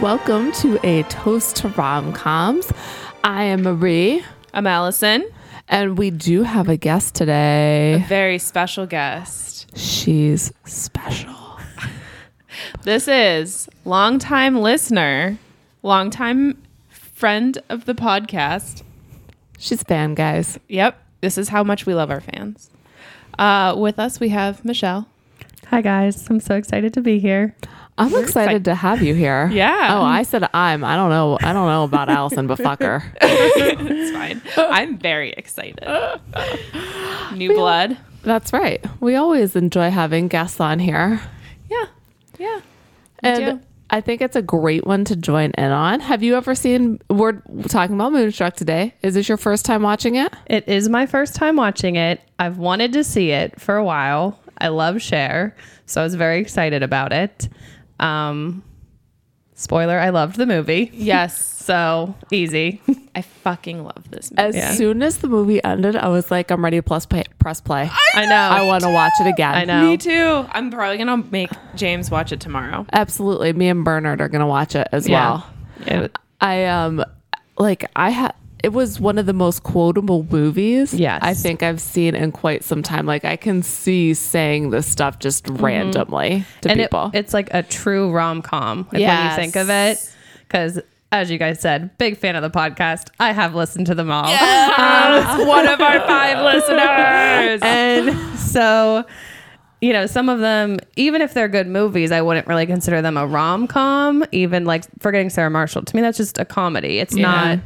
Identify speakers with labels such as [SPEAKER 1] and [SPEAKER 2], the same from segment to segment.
[SPEAKER 1] welcome to a toast to rom-coms. I am Marie,
[SPEAKER 2] I'm Allison,
[SPEAKER 1] and we do have a guest
[SPEAKER 2] a
[SPEAKER 1] today.
[SPEAKER 2] very special guest.
[SPEAKER 1] She's special.
[SPEAKER 2] This is longtime listener, longtime friend of the podcast.
[SPEAKER 1] She's a fan, guys.
[SPEAKER 2] Yep, this is how much we love our fans. Uh, with us, we have Michelle.
[SPEAKER 3] Hi guys, I'm so excited to be here.
[SPEAKER 1] I'm excited,
[SPEAKER 2] excited.
[SPEAKER 1] to have you here.
[SPEAKER 2] Yeah.
[SPEAKER 1] Oh, I said I'm. I don't know. I don't know about Allison, but fuck her.
[SPEAKER 2] It's fine. I'm very excited. New blood.
[SPEAKER 1] That's right. We always enjoy having guests on here.
[SPEAKER 2] Yeah, yeah.
[SPEAKER 1] And
[SPEAKER 2] do.
[SPEAKER 1] I think it's a great one to join in on. Have you ever seen? We're talking about Moonstruck today. Is this your first time watching it?
[SPEAKER 3] It is my first time watching it. I've wanted to see it for a while. I love Cher, so I was very excited about it. Um, spoiler, I loved the movie.
[SPEAKER 2] Yes,
[SPEAKER 3] So easy.
[SPEAKER 2] I fucking love this movie.
[SPEAKER 1] As soon as the movie ended, I was like, I'm ready. Plus, play, press play.
[SPEAKER 3] I know.
[SPEAKER 1] I want to watch it again.
[SPEAKER 3] I know.
[SPEAKER 2] Me too. I'm probably gonna make James watch it tomorrow.
[SPEAKER 1] Absolutely. Me and Bernard are gonna watch it as
[SPEAKER 3] Yeah.
[SPEAKER 1] well.
[SPEAKER 3] It-
[SPEAKER 1] I um, like I had. It was one of the most quotable movies.
[SPEAKER 3] Yes.
[SPEAKER 1] I think I've seen in quite some time. Like I can see saying this stuff just randomly to
[SPEAKER 3] Mm-hmm. and it-
[SPEAKER 1] people.
[SPEAKER 3] it's like a true rom com. Like when
[SPEAKER 2] Yes.
[SPEAKER 3] you think of it, because as you guys said, big fan of the podcast. I have listened to them all. Um,
[SPEAKER 2] one of our five listeners.
[SPEAKER 3] and so you know some of them even if they're good movies i wouldn't really consider them a rom-com even like forgetting sarah marshall to me that's just a comedy it's not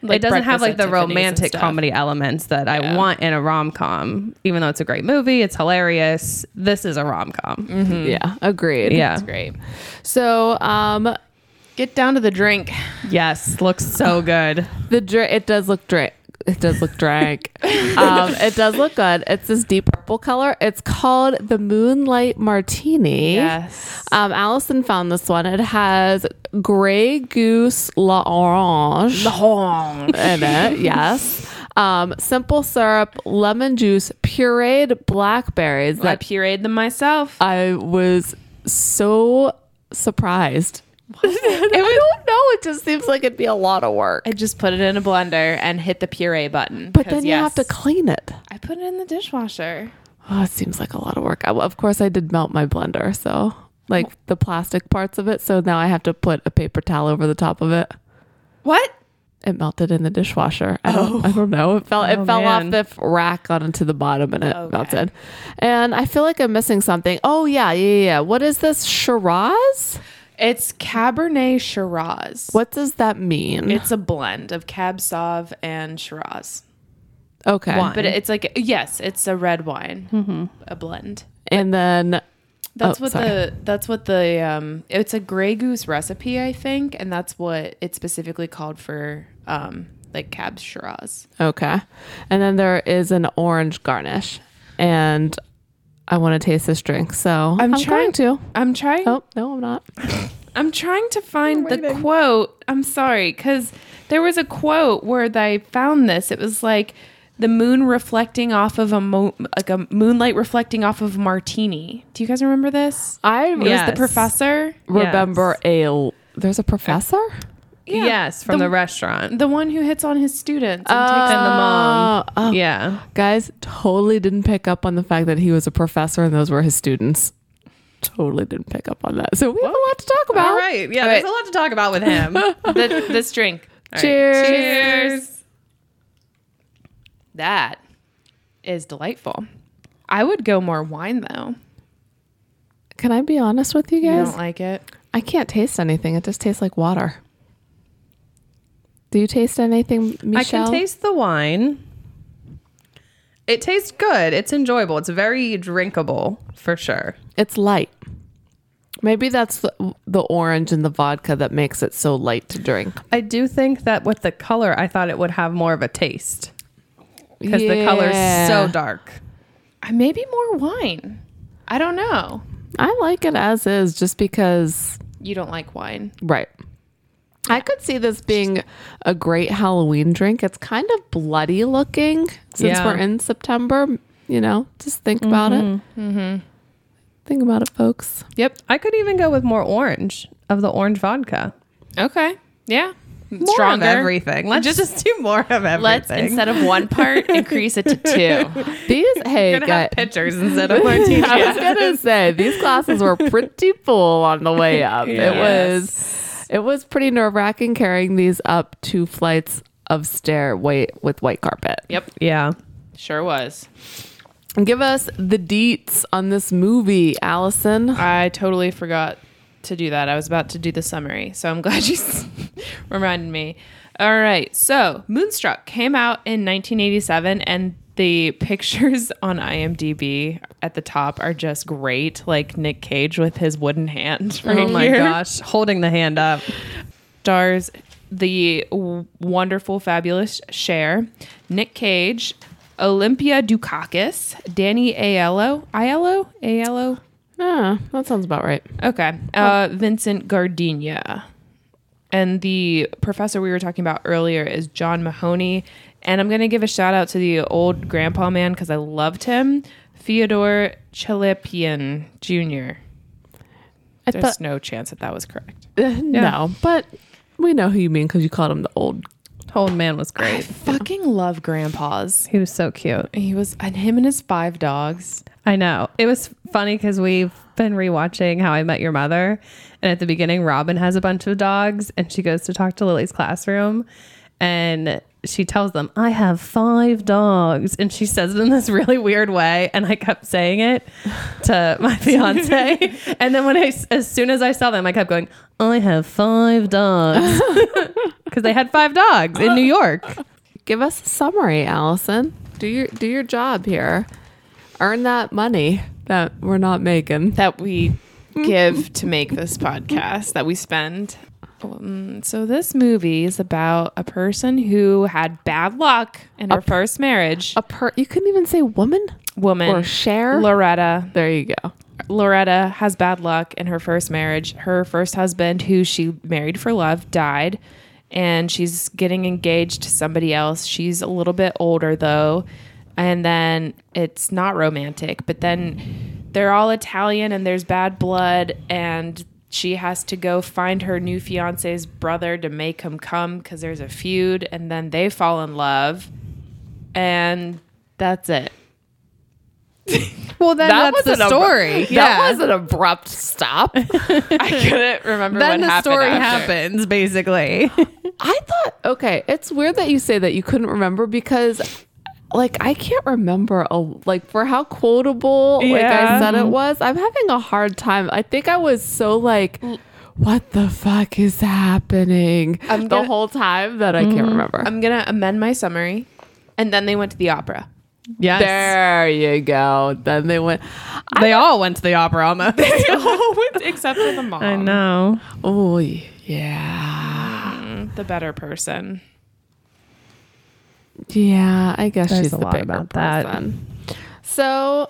[SPEAKER 3] it doesn't
[SPEAKER 2] Breakfast
[SPEAKER 3] have like
[SPEAKER 2] at
[SPEAKER 3] the
[SPEAKER 2] Tiffany's and
[SPEAKER 3] romantic
[SPEAKER 2] stuff.
[SPEAKER 3] comedy elements that i want in a rom-com even though it's a great movie it's hilarious this is a rom-com
[SPEAKER 2] Mm.
[SPEAKER 1] yeah. Agreed.
[SPEAKER 3] Mm-hmm. yeah
[SPEAKER 2] Great.
[SPEAKER 1] So um,
[SPEAKER 2] Get down to the drink.
[SPEAKER 3] yes looks so good
[SPEAKER 1] The drink it does look drink. It does look drank. um, it does look good. It's this deep purple color. It's called the Moonlight Martini.
[SPEAKER 2] Yes.
[SPEAKER 1] Um, Allison found this one. It has Grey Goose La Orange in it. Yes. Um, simple syrup, lemon juice, pureed blackberries.
[SPEAKER 2] I
[SPEAKER 1] That
[SPEAKER 2] pureed them myself.
[SPEAKER 1] I was so surprised. I don't know. It just seems like it'd be a lot of work.
[SPEAKER 2] I just put it in a blender and hit the puree button.
[SPEAKER 1] But
[SPEAKER 2] 'cause
[SPEAKER 1] then you have to
[SPEAKER 2] yes,
[SPEAKER 1] clean it.
[SPEAKER 2] I put it in the dishwasher.
[SPEAKER 1] Oh, it seems like a lot of work. I, of course, I did melt my blender, so like the plastic parts of it. So now I have to put a paper towel over the top of it.
[SPEAKER 2] What?
[SPEAKER 1] It melted in the dishwasher. I don't, I don't know. It fell. It
[SPEAKER 3] Oh,
[SPEAKER 1] fell
[SPEAKER 3] man.
[SPEAKER 1] off the f- rack onto the bottom, and it
[SPEAKER 2] Okay.
[SPEAKER 1] melted. And I feel like I'm missing something. Oh yeah, yeah, yeah, yeah. What is this Shiraz?
[SPEAKER 2] It's Cabernet Shiraz.
[SPEAKER 1] What does that mean?
[SPEAKER 2] It's a blend of Cab Sauv and Shiraz.
[SPEAKER 1] okay,
[SPEAKER 3] Wine.
[SPEAKER 2] But it's like yes, it's a red wine, a blend.
[SPEAKER 1] and then
[SPEAKER 2] That's
[SPEAKER 1] Mm-hmm. Oh,
[SPEAKER 2] what
[SPEAKER 1] sorry.
[SPEAKER 2] the that's what the um it's a Grey Goose recipe I think, and that's what it's specifically called for um like Cab Shiraz.
[SPEAKER 1] okay, and then there is an orange garnish, and I want to taste this drink, so I'm, trying
[SPEAKER 2] trying-
[SPEAKER 1] to.
[SPEAKER 2] I'm trying
[SPEAKER 1] Oh no, I'm not.
[SPEAKER 2] I'm trying to find the quote. I'm sorry cuz there was a quote where they found this. It was like the moon reflecting off of a mo- like a moonlight reflecting off of martini. Do you guys remember this?
[SPEAKER 1] I
[SPEAKER 2] It was
[SPEAKER 3] Yes.
[SPEAKER 2] the professor,
[SPEAKER 1] remember a l a. There's a professor.
[SPEAKER 2] Yeah.
[SPEAKER 3] yes from
[SPEAKER 2] The-
[SPEAKER 3] the, restaurant
[SPEAKER 2] the one who hits on his students and takes
[SPEAKER 3] and the mom
[SPEAKER 1] Oh, oh.
[SPEAKER 3] yeah
[SPEAKER 1] guys, totally didn't pick up on the fact that he was a professor and those were his students. Totally didn't pick up on that. So we have a lot to talk
[SPEAKER 2] Oh.
[SPEAKER 1] about.
[SPEAKER 3] all right yeah there's a lot to talk about with him
[SPEAKER 2] the, this drink.
[SPEAKER 1] Cheers.
[SPEAKER 2] Cheers. That is delightful. I would go more wine though.
[SPEAKER 1] Can I be honest with you
[SPEAKER 2] You
[SPEAKER 1] guys?
[SPEAKER 2] don't like it?
[SPEAKER 1] I can't taste anything. It just tastes like water. Do you taste anything, Michelle?
[SPEAKER 3] I can taste the wine. It tastes good. It's enjoyable. It's very drinkable for sure.
[SPEAKER 1] It's light. Maybe that's the, the orange and the vodka that makes it so light to drink.
[SPEAKER 3] I do think that with the color, I thought it would have more of a taste because the color's so
[SPEAKER 1] Yeah.
[SPEAKER 3] dark.
[SPEAKER 2] I Uh, maybe more wine. I don't know.
[SPEAKER 1] I like it as is just because
[SPEAKER 2] You don't like wine.
[SPEAKER 1] Right. I could see this being a great Halloween drink. It's kind of bloody looking since
[SPEAKER 3] Yeah.
[SPEAKER 1] we're in September. You know, just think about it.
[SPEAKER 3] Mm-hmm.
[SPEAKER 1] Think about it, folks.
[SPEAKER 3] Yep. I could even go with more orange of the orange vodka.
[SPEAKER 2] Okay. Yeah.
[SPEAKER 3] More
[SPEAKER 2] Stronger.
[SPEAKER 3] of everything. Let's just, do more of everything.
[SPEAKER 2] Let's instead of one part, increase it to two.
[SPEAKER 1] These hey
[SPEAKER 3] We're gonna have
[SPEAKER 1] guys.
[SPEAKER 3] pictures instead of martinis.
[SPEAKER 1] I was gonna say these classes were pretty full on the way up. It was it was pretty nerve wracking carrying these up two flights of stair weight with white carpet.
[SPEAKER 2] Yep.
[SPEAKER 3] yeah.
[SPEAKER 2] Sure was.
[SPEAKER 1] Give us the deets on this movie, Allison.
[SPEAKER 2] I totally forgot to do that. I was about to do the summary, so I'm glad you s- reminded me. All right. So, Moonstruck came out in 1987 and the pictures on IMDb at the top are just great, like Nick Cage with his wooden hand. Right
[SPEAKER 3] Oh my
[SPEAKER 2] here.
[SPEAKER 3] gosh. Holding the hand up.
[SPEAKER 2] stars the w- wonderful, fabulous Cher, Nick Cage, Olympia Dukakis, Danny Aiello, Aiello, Aiello.
[SPEAKER 1] Ah, that sounds about right.
[SPEAKER 2] Okay, uh, Vincent Gardenia, and the professor we were talking about earlier is John Mahoney. And I'm gonna give a shout out to the old grandpa man because I loved him, Fyodor Chalipian Jr.
[SPEAKER 1] I
[SPEAKER 2] There's
[SPEAKER 1] thought
[SPEAKER 2] no chance that that was correct.
[SPEAKER 1] no, but we know who you mean because you called him the old.
[SPEAKER 3] Old man was great.
[SPEAKER 2] Fucking love grandpas.
[SPEAKER 3] He was so cute.
[SPEAKER 2] He was, and him and his five dogs.
[SPEAKER 3] I know. It was funny because we've been rewatching How I Met Your Mother. And at the beginning, Robin has a bunch of dogs and she goes to talk to Lily's classroom. And she tells them, I have five dogs. And she says it in this really weird way. And I kept saying it to my fiance. and then when I, as soon as I saw them, I kept going, I have five dogs. Because they had five dogs in New York.
[SPEAKER 1] Give us a summary, Allison. Do your do your job here. Earn that money that we're not making.
[SPEAKER 2] That we give to make this podcast that we spend. Um, so this movie is about a person who had bad luck in her first marriage.
[SPEAKER 1] a per you couldn't even say woman
[SPEAKER 2] woman
[SPEAKER 1] or share
[SPEAKER 2] Loretta.
[SPEAKER 1] there you go
[SPEAKER 2] Loretta has bad luck in her first marriage. Her first husband, who she married for love, died, and she's getting engaged to somebody else. She's a little bit older, though, and then it's not romantic, but then they're all Italian and there's bad blood, and she has to go find her new fiance's brother to make him come because there's a feud, and then they fall in love, and that's it.
[SPEAKER 3] Well, then
[SPEAKER 1] That
[SPEAKER 3] that's
[SPEAKER 1] was
[SPEAKER 3] the
[SPEAKER 1] an-
[SPEAKER 3] story.
[SPEAKER 1] that was an abrupt stop
[SPEAKER 2] I couldn't remember
[SPEAKER 3] then
[SPEAKER 2] what
[SPEAKER 3] the
[SPEAKER 2] happened
[SPEAKER 3] story
[SPEAKER 2] after.
[SPEAKER 3] happens basically
[SPEAKER 1] i thought okay it's weird that you say that you couldn't remember because like i can't remember a like for how quotable like i
[SPEAKER 2] Yeah.
[SPEAKER 1] said it was i'm having a hard time i think i was so like what the fuck is happening the
[SPEAKER 2] gonna-
[SPEAKER 1] whole time that i
[SPEAKER 3] Mm-hmm.
[SPEAKER 1] can't remember
[SPEAKER 3] Um,
[SPEAKER 2] I'm gonna amend my summary, and then they went to the opera.
[SPEAKER 3] yes
[SPEAKER 1] there you go then they went
[SPEAKER 3] they all went to the opera almost
[SPEAKER 2] Except for the mom,
[SPEAKER 3] i know
[SPEAKER 1] oh yeah
[SPEAKER 2] the better person.
[SPEAKER 1] Yeah, I guess
[SPEAKER 3] There's
[SPEAKER 1] she's
[SPEAKER 3] a
[SPEAKER 1] the
[SPEAKER 3] lot
[SPEAKER 1] bigger
[SPEAKER 3] about that.
[SPEAKER 1] person. So,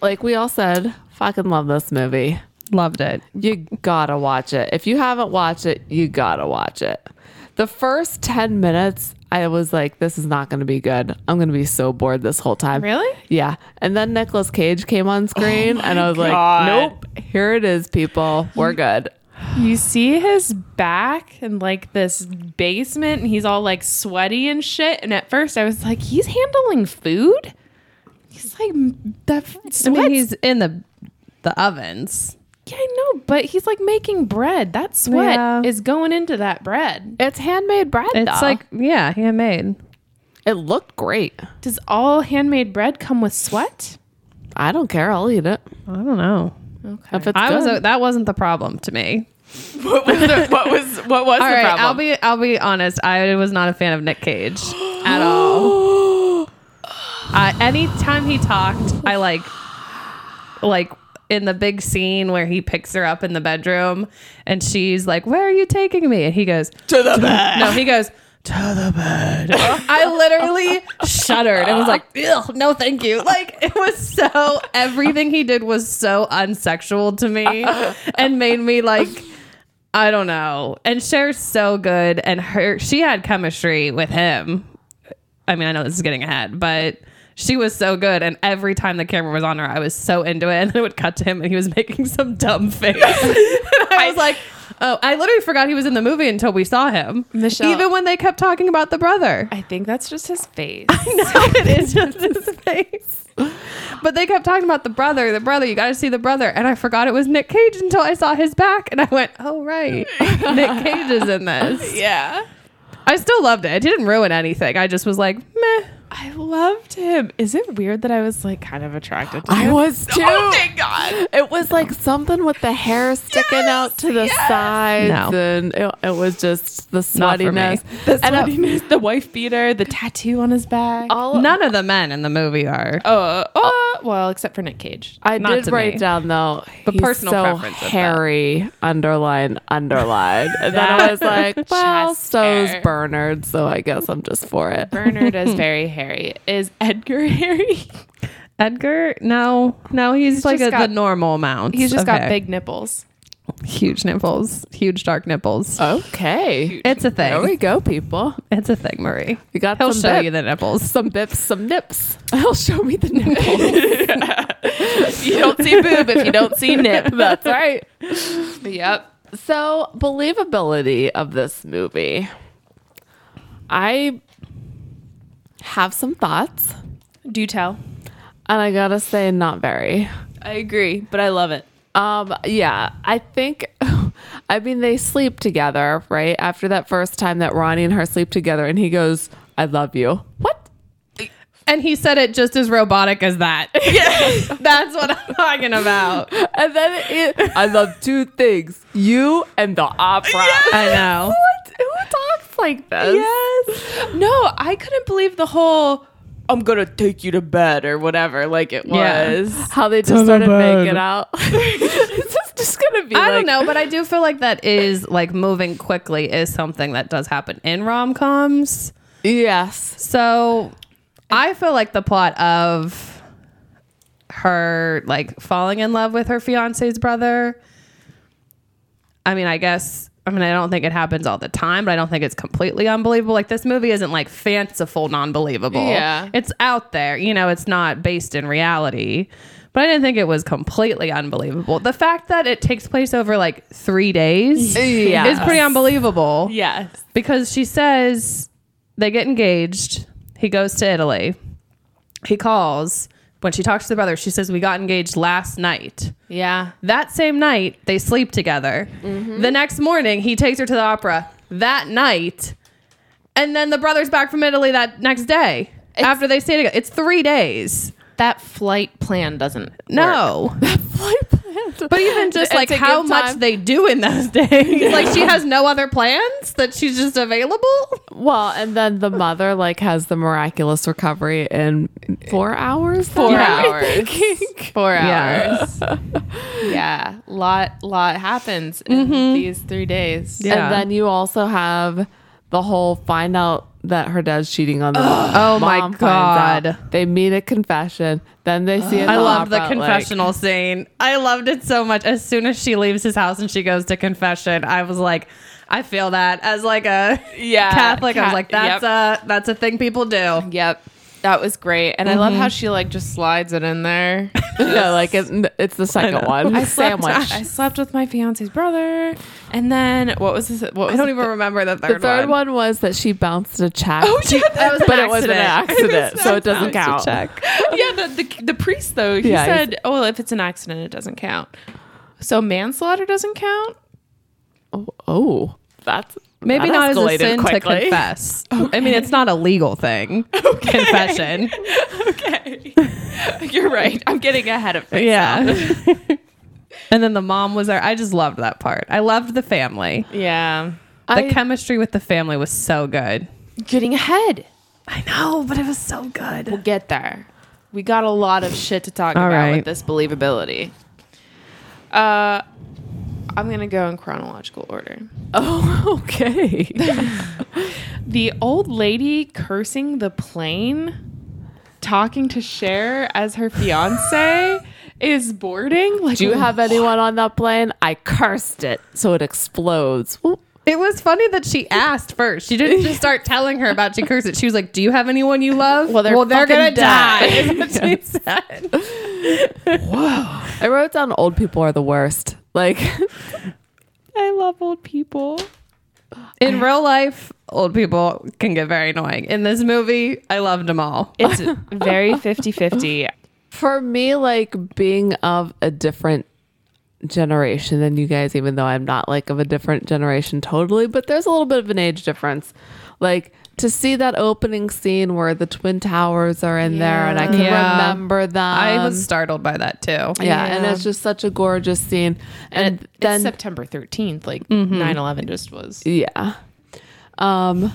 [SPEAKER 1] like we all said, fucking love this movie.
[SPEAKER 3] loved it
[SPEAKER 1] You gotta watch it. If you haven't watched it, you gotta watch it. The first 10 minutes, I was like, this is not gonna be good. I'm gonna be so bored this whole time.
[SPEAKER 2] Really?
[SPEAKER 1] Yeah. And then Nicolas Cage came on screen and I was
[SPEAKER 2] God.
[SPEAKER 1] like, nope, here it is, people. We're good.
[SPEAKER 2] You see his back and like this basement, and he's all like sweaty and shit. And at first, I was like, he's handling food. He's like m- that f-
[SPEAKER 3] i
[SPEAKER 2] sweat.
[SPEAKER 3] mean he's in the the ovens
[SPEAKER 2] yeah, I know, but he's like making bread. That sweat
[SPEAKER 3] Yeah.
[SPEAKER 2] is going into that bread.
[SPEAKER 1] It's handmade bread.
[SPEAKER 3] it's
[SPEAKER 1] though.
[SPEAKER 3] like yeah handmade
[SPEAKER 1] it looked great.
[SPEAKER 2] Does all handmade bread come with sweat?
[SPEAKER 1] I don't care. I'll eat it.
[SPEAKER 3] i don't know
[SPEAKER 2] Okay.
[SPEAKER 1] If it's
[SPEAKER 3] i was
[SPEAKER 1] good.
[SPEAKER 3] that wasn't the problem to me
[SPEAKER 2] what was the, what was what was
[SPEAKER 3] all right i'll be i'll be honest i was not a fan of nick cage at all uh, anytime he talked i like like in the big scene where he picks her up in the bedroom and she's like where are you taking me and he goes
[SPEAKER 1] to the bed.
[SPEAKER 3] No, he goes to the bed. I literally shuddered and was like, Ugh, "No, thank you." Like it was so everything he did was so unsexual to me and made me like I don't know. And Cher's so good and her she had chemistry with him. I mean, I know this is getting ahead, but She was so good, and every time the camera was on her, I was so into it. And then it would cut to him, and he was making some dumb face. and I was like, "Oh, I literally forgot he was in the movie until we saw him."
[SPEAKER 2] Michelle-
[SPEAKER 3] even when they kept talking about the brother,
[SPEAKER 2] I think that's just his face.
[SPEAKER 3] no, it is just his face. But they kept talking about the brother, the brother. You got to see the brother, and I forgot it was Nick Cage until I saw his back, and I went, "Oh right, Nick Cage is in this."
[SPEAKER 2] yeah.
[SPEAKER 3] I still loved it. It didn't ruin anything. I just was like, "Meh."
[SPEAKER 2] I loved him. Is it weird that I was like kind of attracted to him?
[SPEAKER 1] I was too.
[SPEAKER 2] Oh, thank God.
[SPEAKER 1] It was like something with the hair sticking out to the sides,
[SPEAKER 3] No.
[SPEAKER 1] and it, it was just the
[SPEAKER 3] Not for me.
[SPEAKER 1] sweatiness.
[SPEAKER 2] The
[SPEAKER 1] And I-
[SPEAKER 2] sweatiness, the wife beater, the tattoo on his back.
[SPEAKER 1] all
[SPEAKER 3] None of the men in the movie are.
[SPEAKER 2] Uh, oh, well, except for Nick Cage.
[SPEAKER 1] I
[SPEAKER 3] not
[SPEAKER 1] did
[SPEAKER 3] to
[SPEAKER 1] write
[SPEAKER 3] me.
[SPEAKER 1] down though,
[SPEAKER 3] But
[SPEAKER 1] he's
[SPEAKER 3] personal
[SPEAKER 1] so
[SPEAKER 3] preference is that.
[SPEAKER 1] hairy underline underline, and then I was like, well,
[SPEAKER 2] Chest
[SPEAKER 1] so's
[SPEAKER 2] hair.
[SPEAKER 1] Bernard, so I guess I'm just for it.
[SPEAKER 2] Bernard is very hairy. Is Edgar hairy?
[SPEAKER 3] Edgar, no, no, he's, like
[SPEAKER 2] just
[SPEAKER 3] a,
[SPEAKER 2] got-
[SPEAKER 3] the normal amount.
[SPEAKER 2] He's just got
[SPEAKER 3] Okay.
[SPEAKER 2] big nipples.
[SPEAKER 3] huge nipples, huge dark nipples.
[SPEAKER 2] Oh.
[SPEAKER 1] Okay,
[SPEAKER 3] it's a
[SPEAKER 1] there
[SPEAKER 3] thing.
[SPEAKER 1] we go, people.
[SPEAKER 3] It's a thing, Marie.
[SPEAKER 1] You got
[SPEAKER 3] He'll
[SPEAKER 1] some
[SPEAKER 3] show
[SPEAKER 1] bip-
[SPEAKER 3] you the nipples.
[SPEAKER 1] some bips, some nips. He'll show me the nipples.
[SPEAKER 2] You don't see boob if you don't see nip.
[SPEAKER 1] That's right.
[SPEAKER 2] Yep.
[SPEAKER 1] So, believability of this movie. I have some thoughts,
[SPEAKER 2] Do tell.
[SPEAKER 1] and I gotta say, not very.
[SPEAKER 2] I agree, but I love it.
[SPEAKER 1] Um, yeah, I think. I mean, they sleep together, right? After that first time that Ronnie and her sleep together, and he goes, "I love you." What?
[SPEAKER 3] And he said it just as robotic as that. That's what I'm talking about.
[SPEAKER 1] And then it, I love two things: you and the opera.
[SPEAKER 3] I know.
[SPEAKER 1] What? Who talks like this?
[SPEAKER 2] Yes. No, I couldn't believe the whole I'm going to take you to bed or whatever like it
[SPEAKER 3] Yeah.
[SPEAKER 2] was.
[SPEAKER 1] How they just started making out. it's just, just gonna be.
[SPEAKER 3] I
[SPEAKER 1] like,
[SPEAKER 3] don't know, but I do feel like that is like moving quickly is something that does happen in rom coms.
[SPEAKER 1] Yes.
[SPEAKER 3] So I feel like the plot of her like falling in love with her fiance's brother. I mean, I guess I mean I don't think it happens all the time, but I don't think it's completely unbelievable. Like this movie isn't like fanciful non-believable.
[SPEAKER 2] Yeah.
[SPEAKER 3] It's out there. You know, it's not based in reality. But I didn't think it was completely unbelievable. The fact that it takes place over like three days is
[SPEAKER 1] Yes.
[SPEAKER 3] pretty unbelievable
[SPEAKER 2] Yes.
[SPEAKER 3] because she says they get engaged. He goes to Italy. He calls. When she talks to the brother, she says, We got engaged last night.
[SPEAKER 2] Yeah.
[SPEAKER 3] That same night, they sleep together. The next morning, he takes her to the opera that night. And then the brother's back from Italy that next day after they stay together. It's three days.
[SPEAKER 2] That flight plan doesn't
[SPEAKER 3] No. But even just
[SPEAKER 1] It's
[SPEAKER 3] like
[SPEAKER 1] a
[SPEAKER 3] how
[SPEAKER 1] good
[SPEAKER 3] much
[SPEAKER 1] time.
[SPEAKER 3] they do in those days. like she has no other plans that she's just available.
[SPEAKER 1] Well, and then the mother like has the miraculous recovery in four hours.
[SPEAKER 2] Four
[SPEAKER 1] Yeah.
[SPEAKER 2] hours. Four
[SPEAKER 3] Yeah.
[SPEAKER 2] hours. yeah. Lot lot happens in these three days.
[SPEAKER 3] Mm-hmm. Yeah.
[SPEAKER 1] And then you also have the whole find out that her dad's cheating on them.
[SPEAKER 3] Oh my
[SPEAKER 1] Mom finds
[SPEAKER 3] God.
[SPEAKER 1] out. They meet at confession. Then they see. it in
[SPEAKER 3] I loved the
[SPEAKER 1] opera, like-
[SPEAKER 3] confessional scene. I loved it so much. As soon as she leaves his house and she goes to confession, I was like, I feel that as like a
[SPEAKER 2] Yeah,
[SPEAKER 3] Catholic. I was
[SPEAKER 2] Ca-
[SPEAKER 3] like, that's a that's a thing people do.
[SPEAKER 2] Yep. That was great. And I love
[SPEAKER 3] Mm-hmm.
[SPEAKER 2] how she like just slides it in there.
[SPEAKER 1] yeah, like it, it's the second one.
[SPEAKER 2] I slept,
[SPEAKER 1] Sandwich.
[SPEAKER 2] I slept with my fiance's brother. And then what was this? What was
[SPEAKER 3] I don't
[SPEAKER 2] the-
[SPEAKER 3] even remember the
[SPEAKER 1] the
[SPEAKER 3] third,
[SPEAKER 1] third one. was that she bounced a check.
[SPEAKER 2] Oh, yeah, that
[SPEAKER 3] That was
[SPEAKER 1] but
[SPEAKER 3] an
[SPEAKER 1] it was an accident, so it doesn't count.
[SPEAKER 2] yeah, the, the the priest though he
[SPEAKER 1] Yeah, he's-
[SPEAKER 2] said, "Oh, well, if it's an accident, it doesn't count." So manslaughter doesn't count.
[SPEAKER 1] Oh, that's
[SPEAKER 3] Maybe
[SPEAKER 1] that
[SPEAKER 3] not as a
[SPEAKER 1] escalated
[SPEAKER 3] sin
[SPEAKER 1] quickly.
[SPEAKER 3] to confess. I mean, it's not a legal thing. Confession.
[SPEAKER 2] Okay, you're right. I'm getting ahead of myself.
[SPEAKER 3] Yeah. and then the mom was there. I just loved that part. I loved the family.
[SPEAKER 2] Yeah,
[SPEAKER 3] The
[SPEAKER 1] I-
[SPEAKER 3] chemistry with the family was so good.
[SPEAKER 2] getting ahead.
[SPEAKER 3] I know, but it was so good.
[SPEAKER 2] We'll get there. We got a lot of shit to talk
[SPEAKER 3] All
[SPEAKER 2] about
[SPEAKER 3] right.
[SPEAKER 2] with this believability. Uh, I'm gonna go in chronological order.
[SPEAKER 1] Oh, okay.
[SPEAKER 2] The old lady cursing the plane, talking to Cher as her fiance is boarding. Like,
[SPEAKER 1] Do you have anyone on that plane? I cursed it so it explodes. Ooh.
[SPEAKER 3] It was funny that she asked first. She didn't just start telling her about she curses. She was like, "Do you have anyone you love?"
[SPEAKER 1] Well, they're fucking dead.
[SPEAKER 3] is what she said.
[SPEAKER 1] I wrote down old people are the worst. Like,
[SPEAKER 2] I love old people.
[SPEAKER 3] In real life, old people can get very annoying. In this movie, I loved them all.
[SPEAKER 2] It's very 50 50.
[SPEAKER 1] for me, like being of a different generation than you guys, even though I'm not like of a different generation totally, but there's a little bit of an age difference. Like to see that opening scene where the Twin Towers are in there and I can
[SPEAKER 3] Yeah.
[SPEAKER 1] remember them.
[SPEAKER 3] I was startled by that too.
[SPEAKER 1] yeah, and
[SPEAKER 2] Yeah.
[SPEAKER 1] it's just such a gorgeous scene. And, then
[SPEAKER 2] it's September 13th, like 9 11 just was.
[SPEAKER 1] Yeah. Um,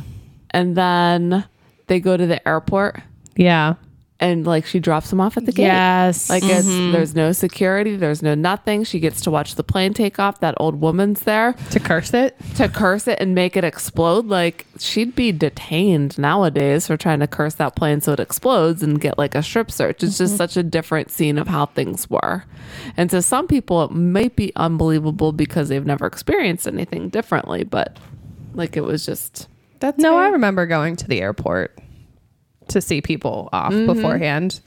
[SPEAKER 1] and then they go to the airport
[SPEAKER 3] Yeah.
[SPEAKER 1] and like she drops him off at the gate.
[SPEAKER 2] Yes.
[SPEAKER 1] Like it's,
[SPEAKER 3] Mm-hmm.
[SPEAKER 1] there's no security, there's no nothing. She gets to watch the plane take off. That old woman's there
[SPEAKER 3] To curse it.
[SPEAKER 1] to curse it and make it explode. Like she'd be detained nowadays for trying to curse that plane so it explodes and get like a strip search. It's
[SPEAKER 3] Mm-hmm.
[SPEAKER 1] just such a different scene of how things were. And to some people, it might be unbelievable because they've never experienced anything differently, but like it was just.
[SPEAKER 2] that's
[SPEAKER 3] No,
[SPEAKER 2] no,
[SPEAKER 3] I remember going to the airport to see people off beforehand.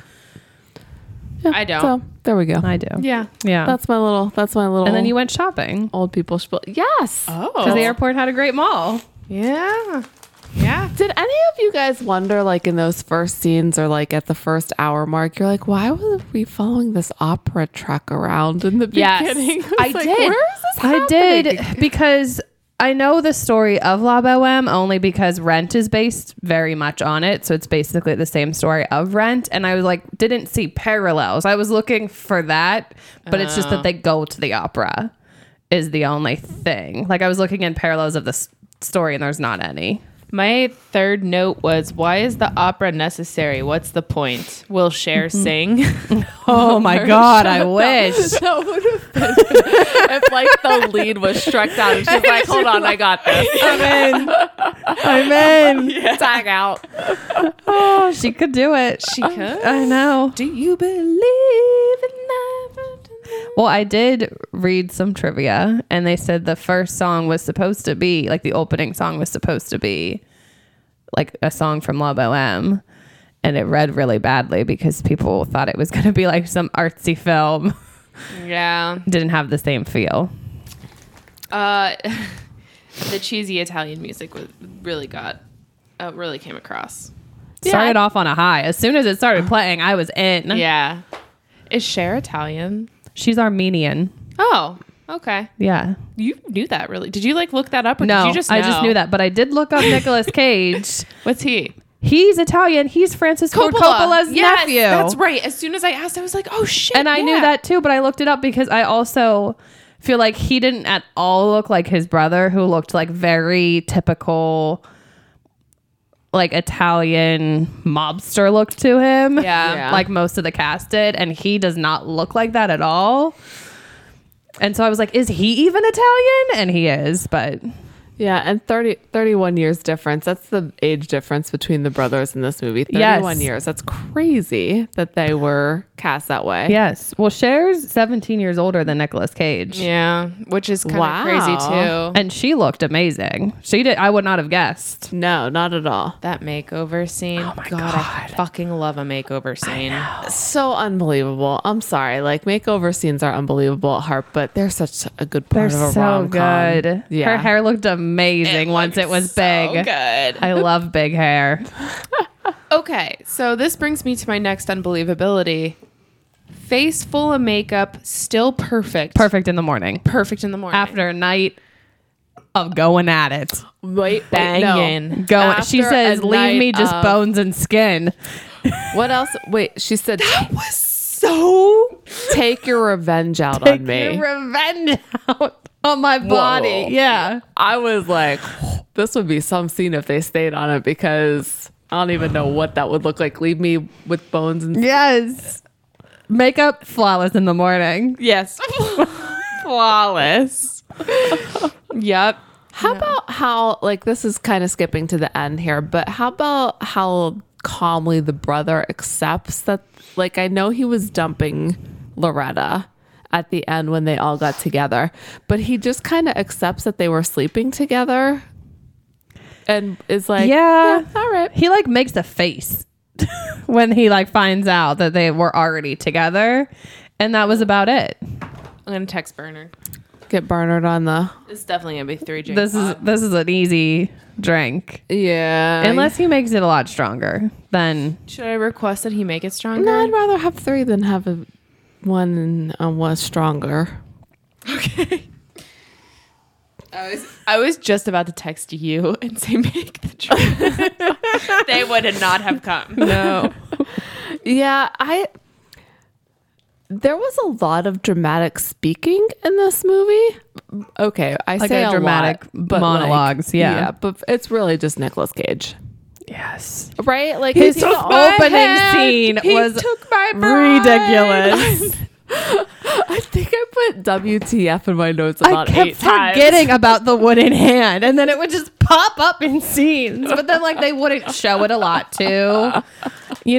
[SPEAKER 1] Yeah,
[SPEAKER 2] I don't.
[SPEAKER 1] So there we go.
[SPEAKER 3] I do.
[SPEAKER 2] Yeah.
[SPEAKER 3] Yeah.
[SPEAKER 1] That's my little. That's my little.
[SPEAKER 3] and then you went shopping
[SPEAKER 1] old people spiel. Yes.
[SPEAKER 3] because
[SPEAKER 2] Oh.
[SPEAKER 3] the airport had a great mall.
[SPEAKER 2] yeah. Yeah.
[SPEAKER 1] Did any of you guys wonder, like in those first scenes or like at the first hour mark, you're like, why were we following this opera truck around in the
[SPEAKER 2] Yes.
[SPEAKER 1] beginning? was
[SPEAKER 2] I
[SPEAKER 1] like,
[SPEAKER 2] did.
[SPEAKER 1] Where is this?
[SPEAKER 3] I did because I know the story of La Boheme only because Rent is based very much on it. So it's basically the same story of Rent. And I was like, didn't see parallels. I was looking for that, but it's just that they go to the opera is the only thing. Like I was looking in parallels of this story and there's not any.
[SPEAKER 2] My third note was why is the opera necessary? What's the point? Will Cher sing?
[SPEAKER 3] Oh my God, I wish.
[SPEAKER 1] That would have been if like the lead was struck down and she's like, hold on, I got this.
[SPEAKER 3] I'm in. I'm in.
[SPEAKER 1] Tag out.
[SPEAKER 3] Oh, she could do it. Oh,
[SPEAKER 2] She could.
[SPEAKER 3] I know.
[SPEAKER 2] Do you believe in love?
[SPEAKER 3] Well, I did read some trivia, and they said the first song was supposed to be like the opening song was supposed to be like a song from La Boheme, and it read really badly because people thought it was going to be like some artsy film.
[SPEAKER 2] Yeah.
[SPEAKER 3] Didn't have the same feel.
[SPEAKER 2] Uh, the cheesy Italian music was really got uh, really came across.
[SPEAKER 3] started off on a high. As soon as it started playing, I was in.
[SPEAKER 2] Yeah. Is Cher Italian?
[SPEAKER 3] She's Armenian.
[SPEAKER 2] Oh, okay.
[SPEAKER 3] Yeah.
[SPEAKER 2] You knew that really. Did you like look that up or
[SPEAKER 3] No,
[SPEAKER 2] did you just know?
[SPEAKER 3] I just knew that, but I did look up Nicolas Cage.
[SPEAKER 2] What's he?
[SPEAKER 3] He's Italian. He's Francis Ford Coppola's
[SPEAKER 2] Yes,
[SPEAKER 3] nephew.
[SPEAKER 2] That's right. As soon as I asked, I was like, oh shit.
[SPEAKER 3] and I knew
[SPEAKER 2] yeah.
[SPEAKER 3] that too, but I looked it up because I also feel like he didn't at all look like his brother, who looked like very typical, like Italian mobster look to him.
[SPEAKER 2] Yeah.
[SPEAKER 1] Yeah.
[SPEAKER 3] like most of the cast did, and he does not look like that at all. And so I was like, is he even Italian? And he is, but
[SPEAKER 1] Yeah, and 30, 31 years difference. That's the age difference between the brothers in this movie. 31
[SPEAKER 3] Yes.
[SPEAKER 1] years. That's crazy that they were cast that way.
[SPEAKER 3] yes. Well, Cher's 17 years older than Nicolas Cage.
[SPEAKER 2] Yeah, which is kind of
[SPEAKER 1] Wow.
[SPEAKER 2] crazy too.
[SPEAKER 3] And she looked amazing. She did. I would not have guessed.
[SPEAKER 1] No, not at all.
[SPEAKER 2] That makeover scene. Oh my god, I fucking love a makeover scene.
[SPEAKER 1] so unbelievable. I'm sorry. Like makeover scenes are unbelievable at heart, but they're such a good part of a
[SPEAKER 3] so
[SPEAKER 1] rom com.
[SPEAKER 3] good.
[SPEAKER 1] Yeah.
[SPEAKER 3] Her hair looked amazing once it was big.
[SPEAKER 2] good.
[SPEAKER 3] I love big hair.
[SPEAKER 2] Okay, so this brings me to my next unbelievability. Face full of makeup, still perfect.
[SPEAKER 3] Perfect in the morning.
[SPEAKER 2] Perfect in the morning.
[SPEAKER 3] After a night of going at it.
[SPEAKER 1] Wait, wait, no.
[SPEAKER 2] banging.
[SPEAKER 3] Going. she
[SPEAKER 1] After
[SPEAKER 3] says,
[SPEAKER 1] a
[SPEAKER 3] "Leave me
[SPEAKER 1] night
[SPEAKER 3] just
[SPEAKER 1] of-
[SPEAKER 3] bones and skin."
[SPEAKER 1] What else? Wait, she said,
[SPEAKER 2] That was so
[SPEAKER 1] "Take your revenge out on me."
[SPEAKER 3] Revenge out on my body. Yeah.
[SPEAKER 1] I was like, this would be some scene if they stayed on it because I don't even know what that would look like. Leave me with bones and
[SPEAKER 3] Yes. Makeup flawless in the morning.
[SPEAKER 2] yes, flawless. yep.
[SPEAKER 1] How about how like this is kind of skipping to the end here, but how about how calmly the brother accepts that like I know he was dumping Loretta at the end when they all got together. But he just kind of accepts that they were sleeping together and is like,
[SPEAKER 3] yeah.
[SPEAKER 1] all right.
[SPEAKER 3] He like makes a face when he like finds out that they were already together, and that was about it.
[SPEAKER 2] I'm gonna text Burner.
[SPEAKER 1] Get Barnard on the.
[SPEAKER 2] It's definitely gonna be three drinks.
[SPEAKER 3] This is this is an easy drink,
[SPEAKER 1] Yeah.
[SPEAKER 3] unless he makes it a lot stronger. Then
[SPEAKER 2] should I request that he make it stronger?
[SPEAKER 1] No, I'd rather have three than have a, one and uh, one stronger.
[SPEAKER 2] I was I was just about to text you and say make the drink. they would not have come.
[SPEAKER 3] no,
[SPEAKER 1] Yeah, I. There was a lot of dramatic speaking in this movie. Okay, I
[SPEAKER 3] Like
[SPEAKER 1] say
[SPEAKER 3] a
[SPEAKER 1] a
[SPEAKER 3] dramatic
[SPEAKER 1] lot, but like-
[SPEAKER 3] monologues, yeah.
[SPEAKER 1] but it's really just Nicolas Cage,
[SPEAKER 3] yes,
[SPEAKER 1] right? Like
[SPEAKER 3] His
[SPEAKER 1] he's the
[SPEAKER 3] opening
[SPEAKER 1] opening
[SPEAKER 3] scene
[SPEAKER 1] He
[SPEAKER 3] was
[SPEAKER 1] took my bride.
[SPEAKER 3] ridiculous.
[SPEAKER 1] I think I put WTF in my notes
[SPEAKER 3] I
[SPEAKER 1] about
[SPEAKER 3] kept
[SPEAKER 1] eight times.
[SPEAKER 3] forgetting about the wooden hand, and then it would just pop up in scenes. But then, like, they wouldn't show it a lot too. You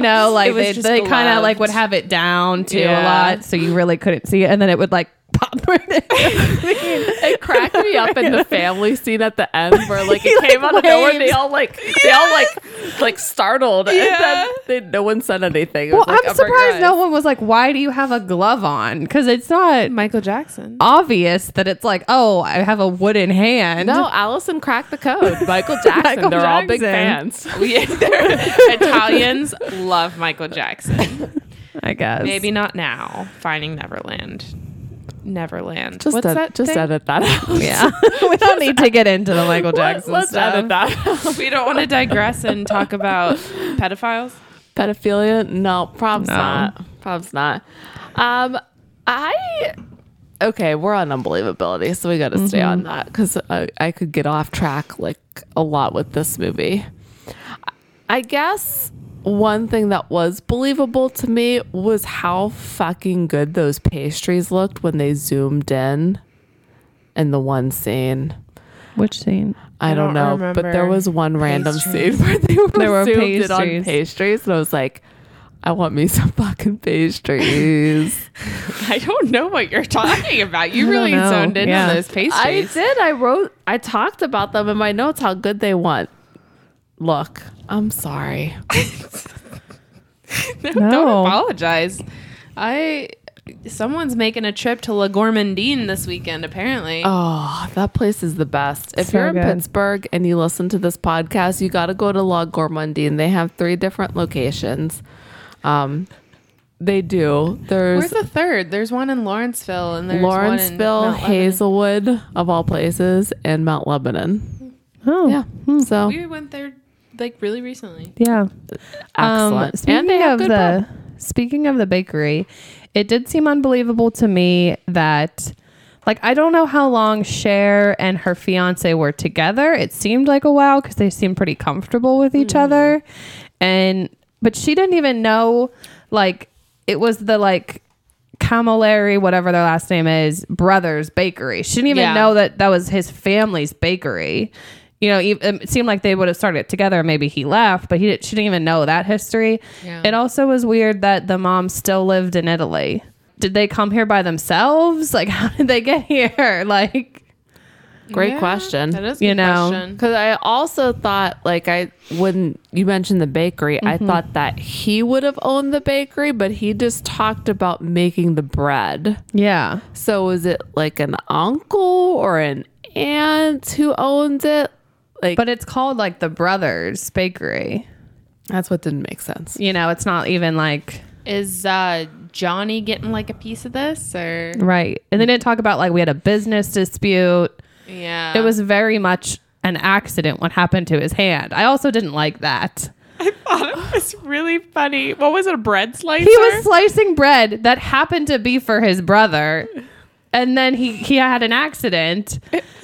[SPEAKER 3] know, like
[SPEAKER 2] was
[SPEAKER 3] they,
[SPEAKER 2] just
[SPEAKER 3] they kind of like
[SPEAKER 2] gloved.
[SPEAKER 3] would have it down too a
[SPEAKER 2] Yeah.
[SPEAKER 3] lot, so you really couldn't see it. And then it would like pop right in.
[SPEAKER 1] It cracked me up in the family scene at the end where like
[SPEAKER 3] He,
[SPEAKER 1] it came
[SPEAKER 3] like,
[SPEAKER 1] out of nowhere and they
[SPEAKER 3] waves.
[SPEAKER 1] all like they all like like startled and then they, no one said anything. It
[SPEAKER 3] well,
[SPEAKER 1] was like,
[SPEAKER 3] I'm
[SPEAKER 1] oh my
[SPEAKER 3] surprised
[SPEAKER 1] God.
[SPEAKER 3] no one was like, "Why do you have a glove on?" Because it's not
[SPEAKER 2] Michael Jackson.
[SPEAKER 3] obvious that it's like, "Oh, I have a wooden hand."
[SPEAKER 1] No, Allison cracked the code. Michael Jackson.
[SPEAKER 3] Michael
[SPEAKER 1] they're all big
[SPEAKER 3] Jackson.
[SPEAKER 1] fans.
[SPEAKER 2] We, Italians love Michael Jackson.
[SPEAKER 3] I guess
[SPEAKER 2] Maybe not now. Finding Neverland. Neverland.
[SPEAKER 1] Just
[SPEAKER 2] What's
[SPEAKER 1] ed-
[SPEAKER 2] that?
[SPEAKER 1] just
[SPEAKER 2] thing?
[SPEAKER 1] edit that out.
[SPEAKER 3] Yeah, we don't need to get into the Michael
[SPEAKER 1] Let's,
[SPEAKER 3] Jackson
[SPEAKER 1] let's
[SPEAKER 3] stuff.
[SPEAKER 1] edit that. out.
[SPEAKER 2] We don't want to digress and talk about pedophiles.
[SPEAKER 1] Pedophilia? No, prob's
[SPEAKER 3] No.
[SPEAKER 1] not. Prob's not. Um, I okay, we're on unbelievability, so we got to stay on that because I, I could get off track like a lot with this movie. I guess one thing that was believable to me was how fucking good those pastries looked when they zoomed in in the one scene.
[SPEAKER 3] Which scene?
[SPEAKER 1] I, don't,
[SPEAKER 2] don't
[SPEAKER 1] know, but there
[SPEAKER 2] remember
[SPEAKER 1] was one random
[SPEAKER 2] pastries.
[SPEAKER 1] scene where they were,
[SPEAKER 3] There were
[SPEAKER 1] zoomed in on
[SPEAKER 3] pastries.
[SPEAKER 1] pastries, and I was like, I want me some fucking pastries.
[SPEAKER 2] I don't know what you're talking about. You
[SPEAKER 3] don't
[SPEAKER 2] really
[SPEAKER 3] know.
[SPEAKER 2] zoned in
[SPEAKER 3] Yeah.
[SPEAKER 2] on those
[SPEAKER 1] I
[SPEAKER 2] pastries.
[SPEAKER 1] did. I wrote. I talked about them in my notes. How good they want. Look, I'm sorry.
[SPEAKER 2] Don't
[SPEAKER 3] No.
[SPEAKER 2] apologize. I someone's making a trip to La Gourmandine this weekend, apparently.
[SPEAKER 1] Oh, that place is the best. If
[SPEAKER 3] So
[SPEAKER 1] you're in
[SPEAKER 3] good.
[SPEAKER 1] Pittsburgh and you listen to this podcast, you got to go to La Gourmandine. They have three different locations. Um, they do. There's
[SPEAKER 2] Where's the third? There's one in Lawrenceville and there's
[SPEAKER 1] Lawrenceville,
[SPEAKER 2] one in Mount Lebanon.
[SPEAKER 1] Hazelwood, of all places, and Mount Lebanon.
[SPEAKER 3] Oh,
[SPEAKER 1] Yeah.
[SPEAKER 2] Hmm.
[SPEAKER 1] So
[SPEAKER 2] We went there like really recently.
[SPEAKER 3] Yeah.
[SPEAKER 1] excellent.
[SPEAKER 3] Um, speaking
[SPEAKER 1] and they have
[SPEAKER 3] of
[SPEAKER 1] good
[SPEAKER 3] the speaking of the bakery, it did seem unbelievable to me that like I don't know how long Cher and her fiance were together. It seemed like a while because they seemed pretty comfortable with
[SPEAKER 1] Mm-hmm.
[SPEAKER 3] each other. And but she didn't even know like it was the like Camilleri, whatever their last name is, brothers bakery. She didn't even
[SPEAKER 2] Yeah.
[SPEAKER 3] know Oh, that that was his family's bakery. You know, ev- um, it seemed like they would have started it together. Maybe he left, but he did, she didn't even know that history.
[SPEAKER 2] Yeah.
[SPEAKER 3] It also was weird that the mom still lived in Italy. Did they come here by themselves? Like, how did they get here? Like,
[SPEAKER 1] Great
[SPEAKER 2] Yeah,
[SPEAKER 1] question.
[SPEAKER 2] That is a
[SPEAKER 3] You
[SPEAKER 2] good
[SPEAKER 3] know.
[SPEAKER 2] question.
[SPEAKER 1] Because I also thought, like, I when you mentioned the bakery, I
[SPEAKER 2] Mm-hmm.
[SPEAKER 1] thought that he would have owned the bakery, but he just talked about making the bread.
[SPEAKER 3] yeah,
[SPEAKER 1] So is it like an uncle or an aunt who owns it? Like,
[SPEAKER 3] but it's called like the Brothers Bakery.
[SPEAKER 1] that's what didn't make sense.
[SPEAKER 3] You know, it's not even like
[SPEAKER 2] Is uh, Johnny getting like a piece of this or
[SPEAKER 3] right. And they didn't talk about like we had a business dispute.
[SPEAKER 2] yeah?
[SPEAKER 3] It was very much an accident what happened to his hand. I also didn't like that.
[SPEAKER 2] it was really funny. What was it? A bread slicer?
[SPEAKER 3] He was slicing bread that happened to be for his brother. And then he, he had an accident.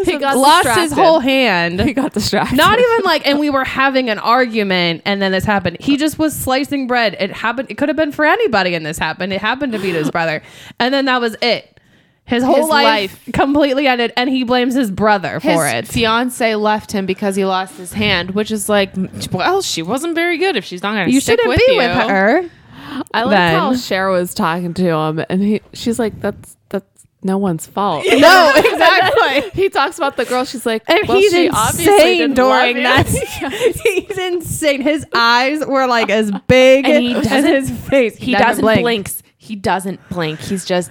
[SPEAKER 1] He got
[SPEAKER 3] lost his
[SPEAKER 1] distracted.
[SPEAKER 3] whole hand.
[SPEAKER 1] He got distracted.
[SPEAKER 3] Not even like, and we were having an argument, and then this happened. He just was slicing bread. It happened. It could have been for anybody, and this happened. It happened to be to his brother, and then that was it. His whole
[SPEAKER 2] His
[SPEAKER 3] life, completely ended, and he blames his brother
[SPEAKER 2] His
[SPEAKER 3] for it.
[SPEAKER 2] fiance left him because he lost his hand, which is like, well, she wasn't very good if she's not going to
[SPEAKER 3] you shouldn't
[SPEAKER 2] with
[SPEAKER 3] be
[SPEAKER 2] you.
[SPEAKER 3] with her.
[SPEAKER 1] I like
[SPEAKER 3] then.
[SPEAKER 1] how Cher was talking to him, and he, she's like, "That's that's no one's fault."
[SPEAKER 3] No, exactly.
[SPEAKER 1] he talks about the girl. She's like,
[SPEAKER 3] And
[SPEAKER 1] well,
[SPEAKER 3] he's
[SPEAKER 1] she obviously
[SPEAKER 3] insane
[SPEAKER 1] didn't
[SPEAKER 3] during
[SPEAKER 1] love
[SPEAKER 3] that.
[SPEAKER 1] you."
[SPEAKER 3] he's insane. His eyes were like as big
[SPEAKER 2] And he
[SPEAKER 3] as
[SPEAKER 2] doesn't-
[SPEAKER 3] his face.
[SPEAKER 2] He doesn't blinks. He doesn't blink. He's just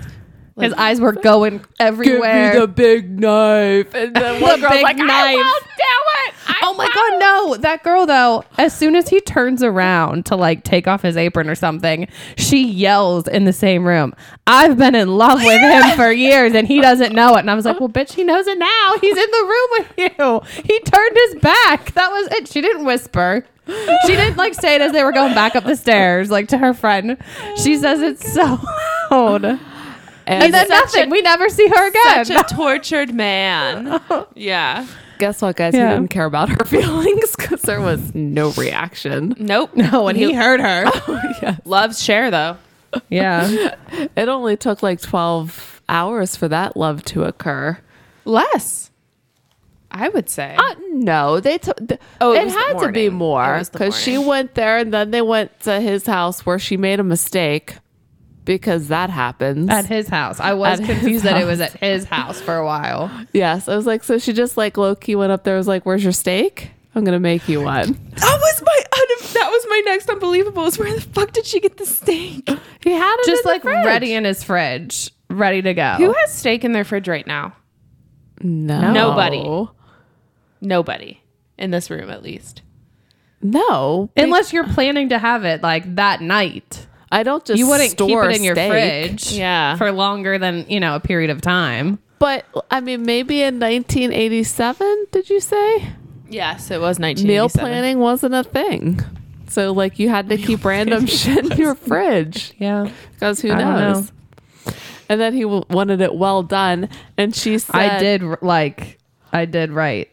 [SPEAKER 3] His eyes were going
[SPEAKER 1] Give
[SPEAKER 3] everywhere.
[SPEAKER 1] me the big knife, and then one girl's
[SPEAKER 3] big
[SPEAKER 1] like, "I
[SPEAKER 3] knife.
[SPEAKER 1] will do it." I
[SPEAKER 3] oh my
[SPEAKER 1] will."
[SPEAKER 3] god, no! That girl though, as soon as he turns around to like take off his apron or something, she yells in the same room. I've been in love with him for years, and he doesn't know it. And I was like, well, bitch, he knows it now. He's in the room with you. He turned his back. That was it. She didn't whisper. She didn't like say it as they were going back up the stairs, like to her friend. She says it so loud, and,
[SPEAKER 1] And
[SPEAKER 3] then
[SPEAKER 2] such
[SPEAKER 3] nothing.
[SPEAKER 2] a-
[SPEAKER 3] we never see her again.
[SPEAKER 2] such a tortured man. Yeah.
[SPEAKER 1] guess what, guys?
[SPEAKER 3] Yeah.
[SPEAKER 1] He didn't care about her feelings because there was no reaction.
[SPEAKER 2] Nope. Oh,
[SPEAKER 3] no, and he heard her.
[SPEAKER 2] Loves Cher though.
[SPEAKER 3] yeah,
[SPEAKER 1] It only took like twelve hours for that love to occur.
[SPEAKER 2] Less. I would say.
[SPEAKER 1] Uh, no, they took. Th-
[SPEAKER 2] Oh, it
[SPEAKER 1] it,
[SPEAKER 2] was the
[SPEAKER 1] had to be
[SPEAKER 2] morning. It
[SPEAKER 1] more
[SPEAKER 2] was the
[SPEAKER 1] because she
[SPEAKER 2] morning.
[SPEAKER 1] went there and then they went to his house where she made a mistake because that happens.
[SPEAKER 3] At his house. I was
[SPEAKER 1] At his
[SPEAKER 3] confused that it was at his house for a while.
[SPEAKER 1] yes, I was like, so she just like low key went up there was like, "Where's your steak? I'm gonna make you one."
[SPEAKER 2] that was my un- that was my next unbelievable. Is where the fuck did she get the steak?
[SPEAKER 1] He had it
[SPEAKER 3] Just
[SPEAKER 1] in the
[SPEAKER 3] like
[SPEAKER 1] fridge.
[SPEAKER 3] ready in his fridge, ready to go.
[SPEAKER 2] Who has steak in their fridge right now?
[SPEAKER 1] No,
[SPEAKER 2] Nobody. Nobody in this room, at least.
[SPEAKER 1] No,
[SPEAKER 3] Unless you're planning to have it like that night.
[SPEAKER 1] I don't just
[SPEAKER 3] You wouldn't keep
[SPEAKER 1] store
[SPEAKER 3] it in your
[SPEAKER 1] steak.
[SPEAKER 3] fridge
[SPEAKER 2] Yeah.
[SPEAKER 3] for longer than, you know, a period of time.
[SPEAKER 1] But I mean, maybe in 1987, did you say
[SPEAKER 2] Yes, it was 1987.
[SPEAKER 1] meal planning wasn't a thing? So like you had to keep random shit in your fridge.
[SPEAKER 3] Yeah.
[SPEAKER 1] Because who
[SPEAKER 3] I don't know.
[SPEAKER 1] knows? And then he w- wanted it well done. And she said,
[SPEAKER 3] I did r- like I did write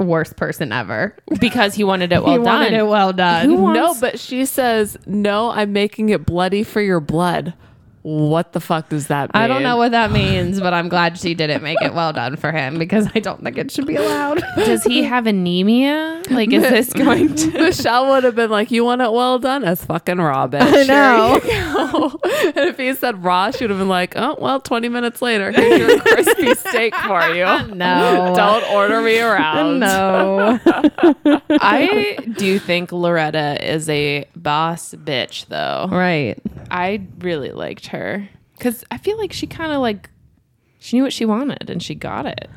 [SPEAKER 3] worst person ever.
[SPEAKER 2] because he wanted it well
[SPEAKER 3] he
[SPEAKER 2] done.
[SPEAKER 3] wanted it well done.
[SPEAKER 1] No, but she says, No, I'm making it bloody for your blood. What the fuck does that mean?
[SPEAKER 3] I don't know what that means, but I'm glad she didn't make it well done for him because I don't think it should be allowed.
[SPEAKER 2] Does he have anemia? Like, is this going to?
[SPEAKER 1] Michelle would have been like, You want it well done? As fucking raw, bitch.
[SPEAKER 3] I know.
[SPEAKER 1] and if he said raw, she would have been like, Oh, well, 20 minutes later, here's your crispy steak for you.
[SPEAKER 3] No.
[SPEAKER 1] Don't order me around.
[SPEAKER 3] No.
[SPEAKER 2] I do think Loretta is a boss bitch, though.
[SPEAKER 3] right.
[SPEAKER 2] I really liked her because I feel like she kind of like she knew what she wanted and she got it.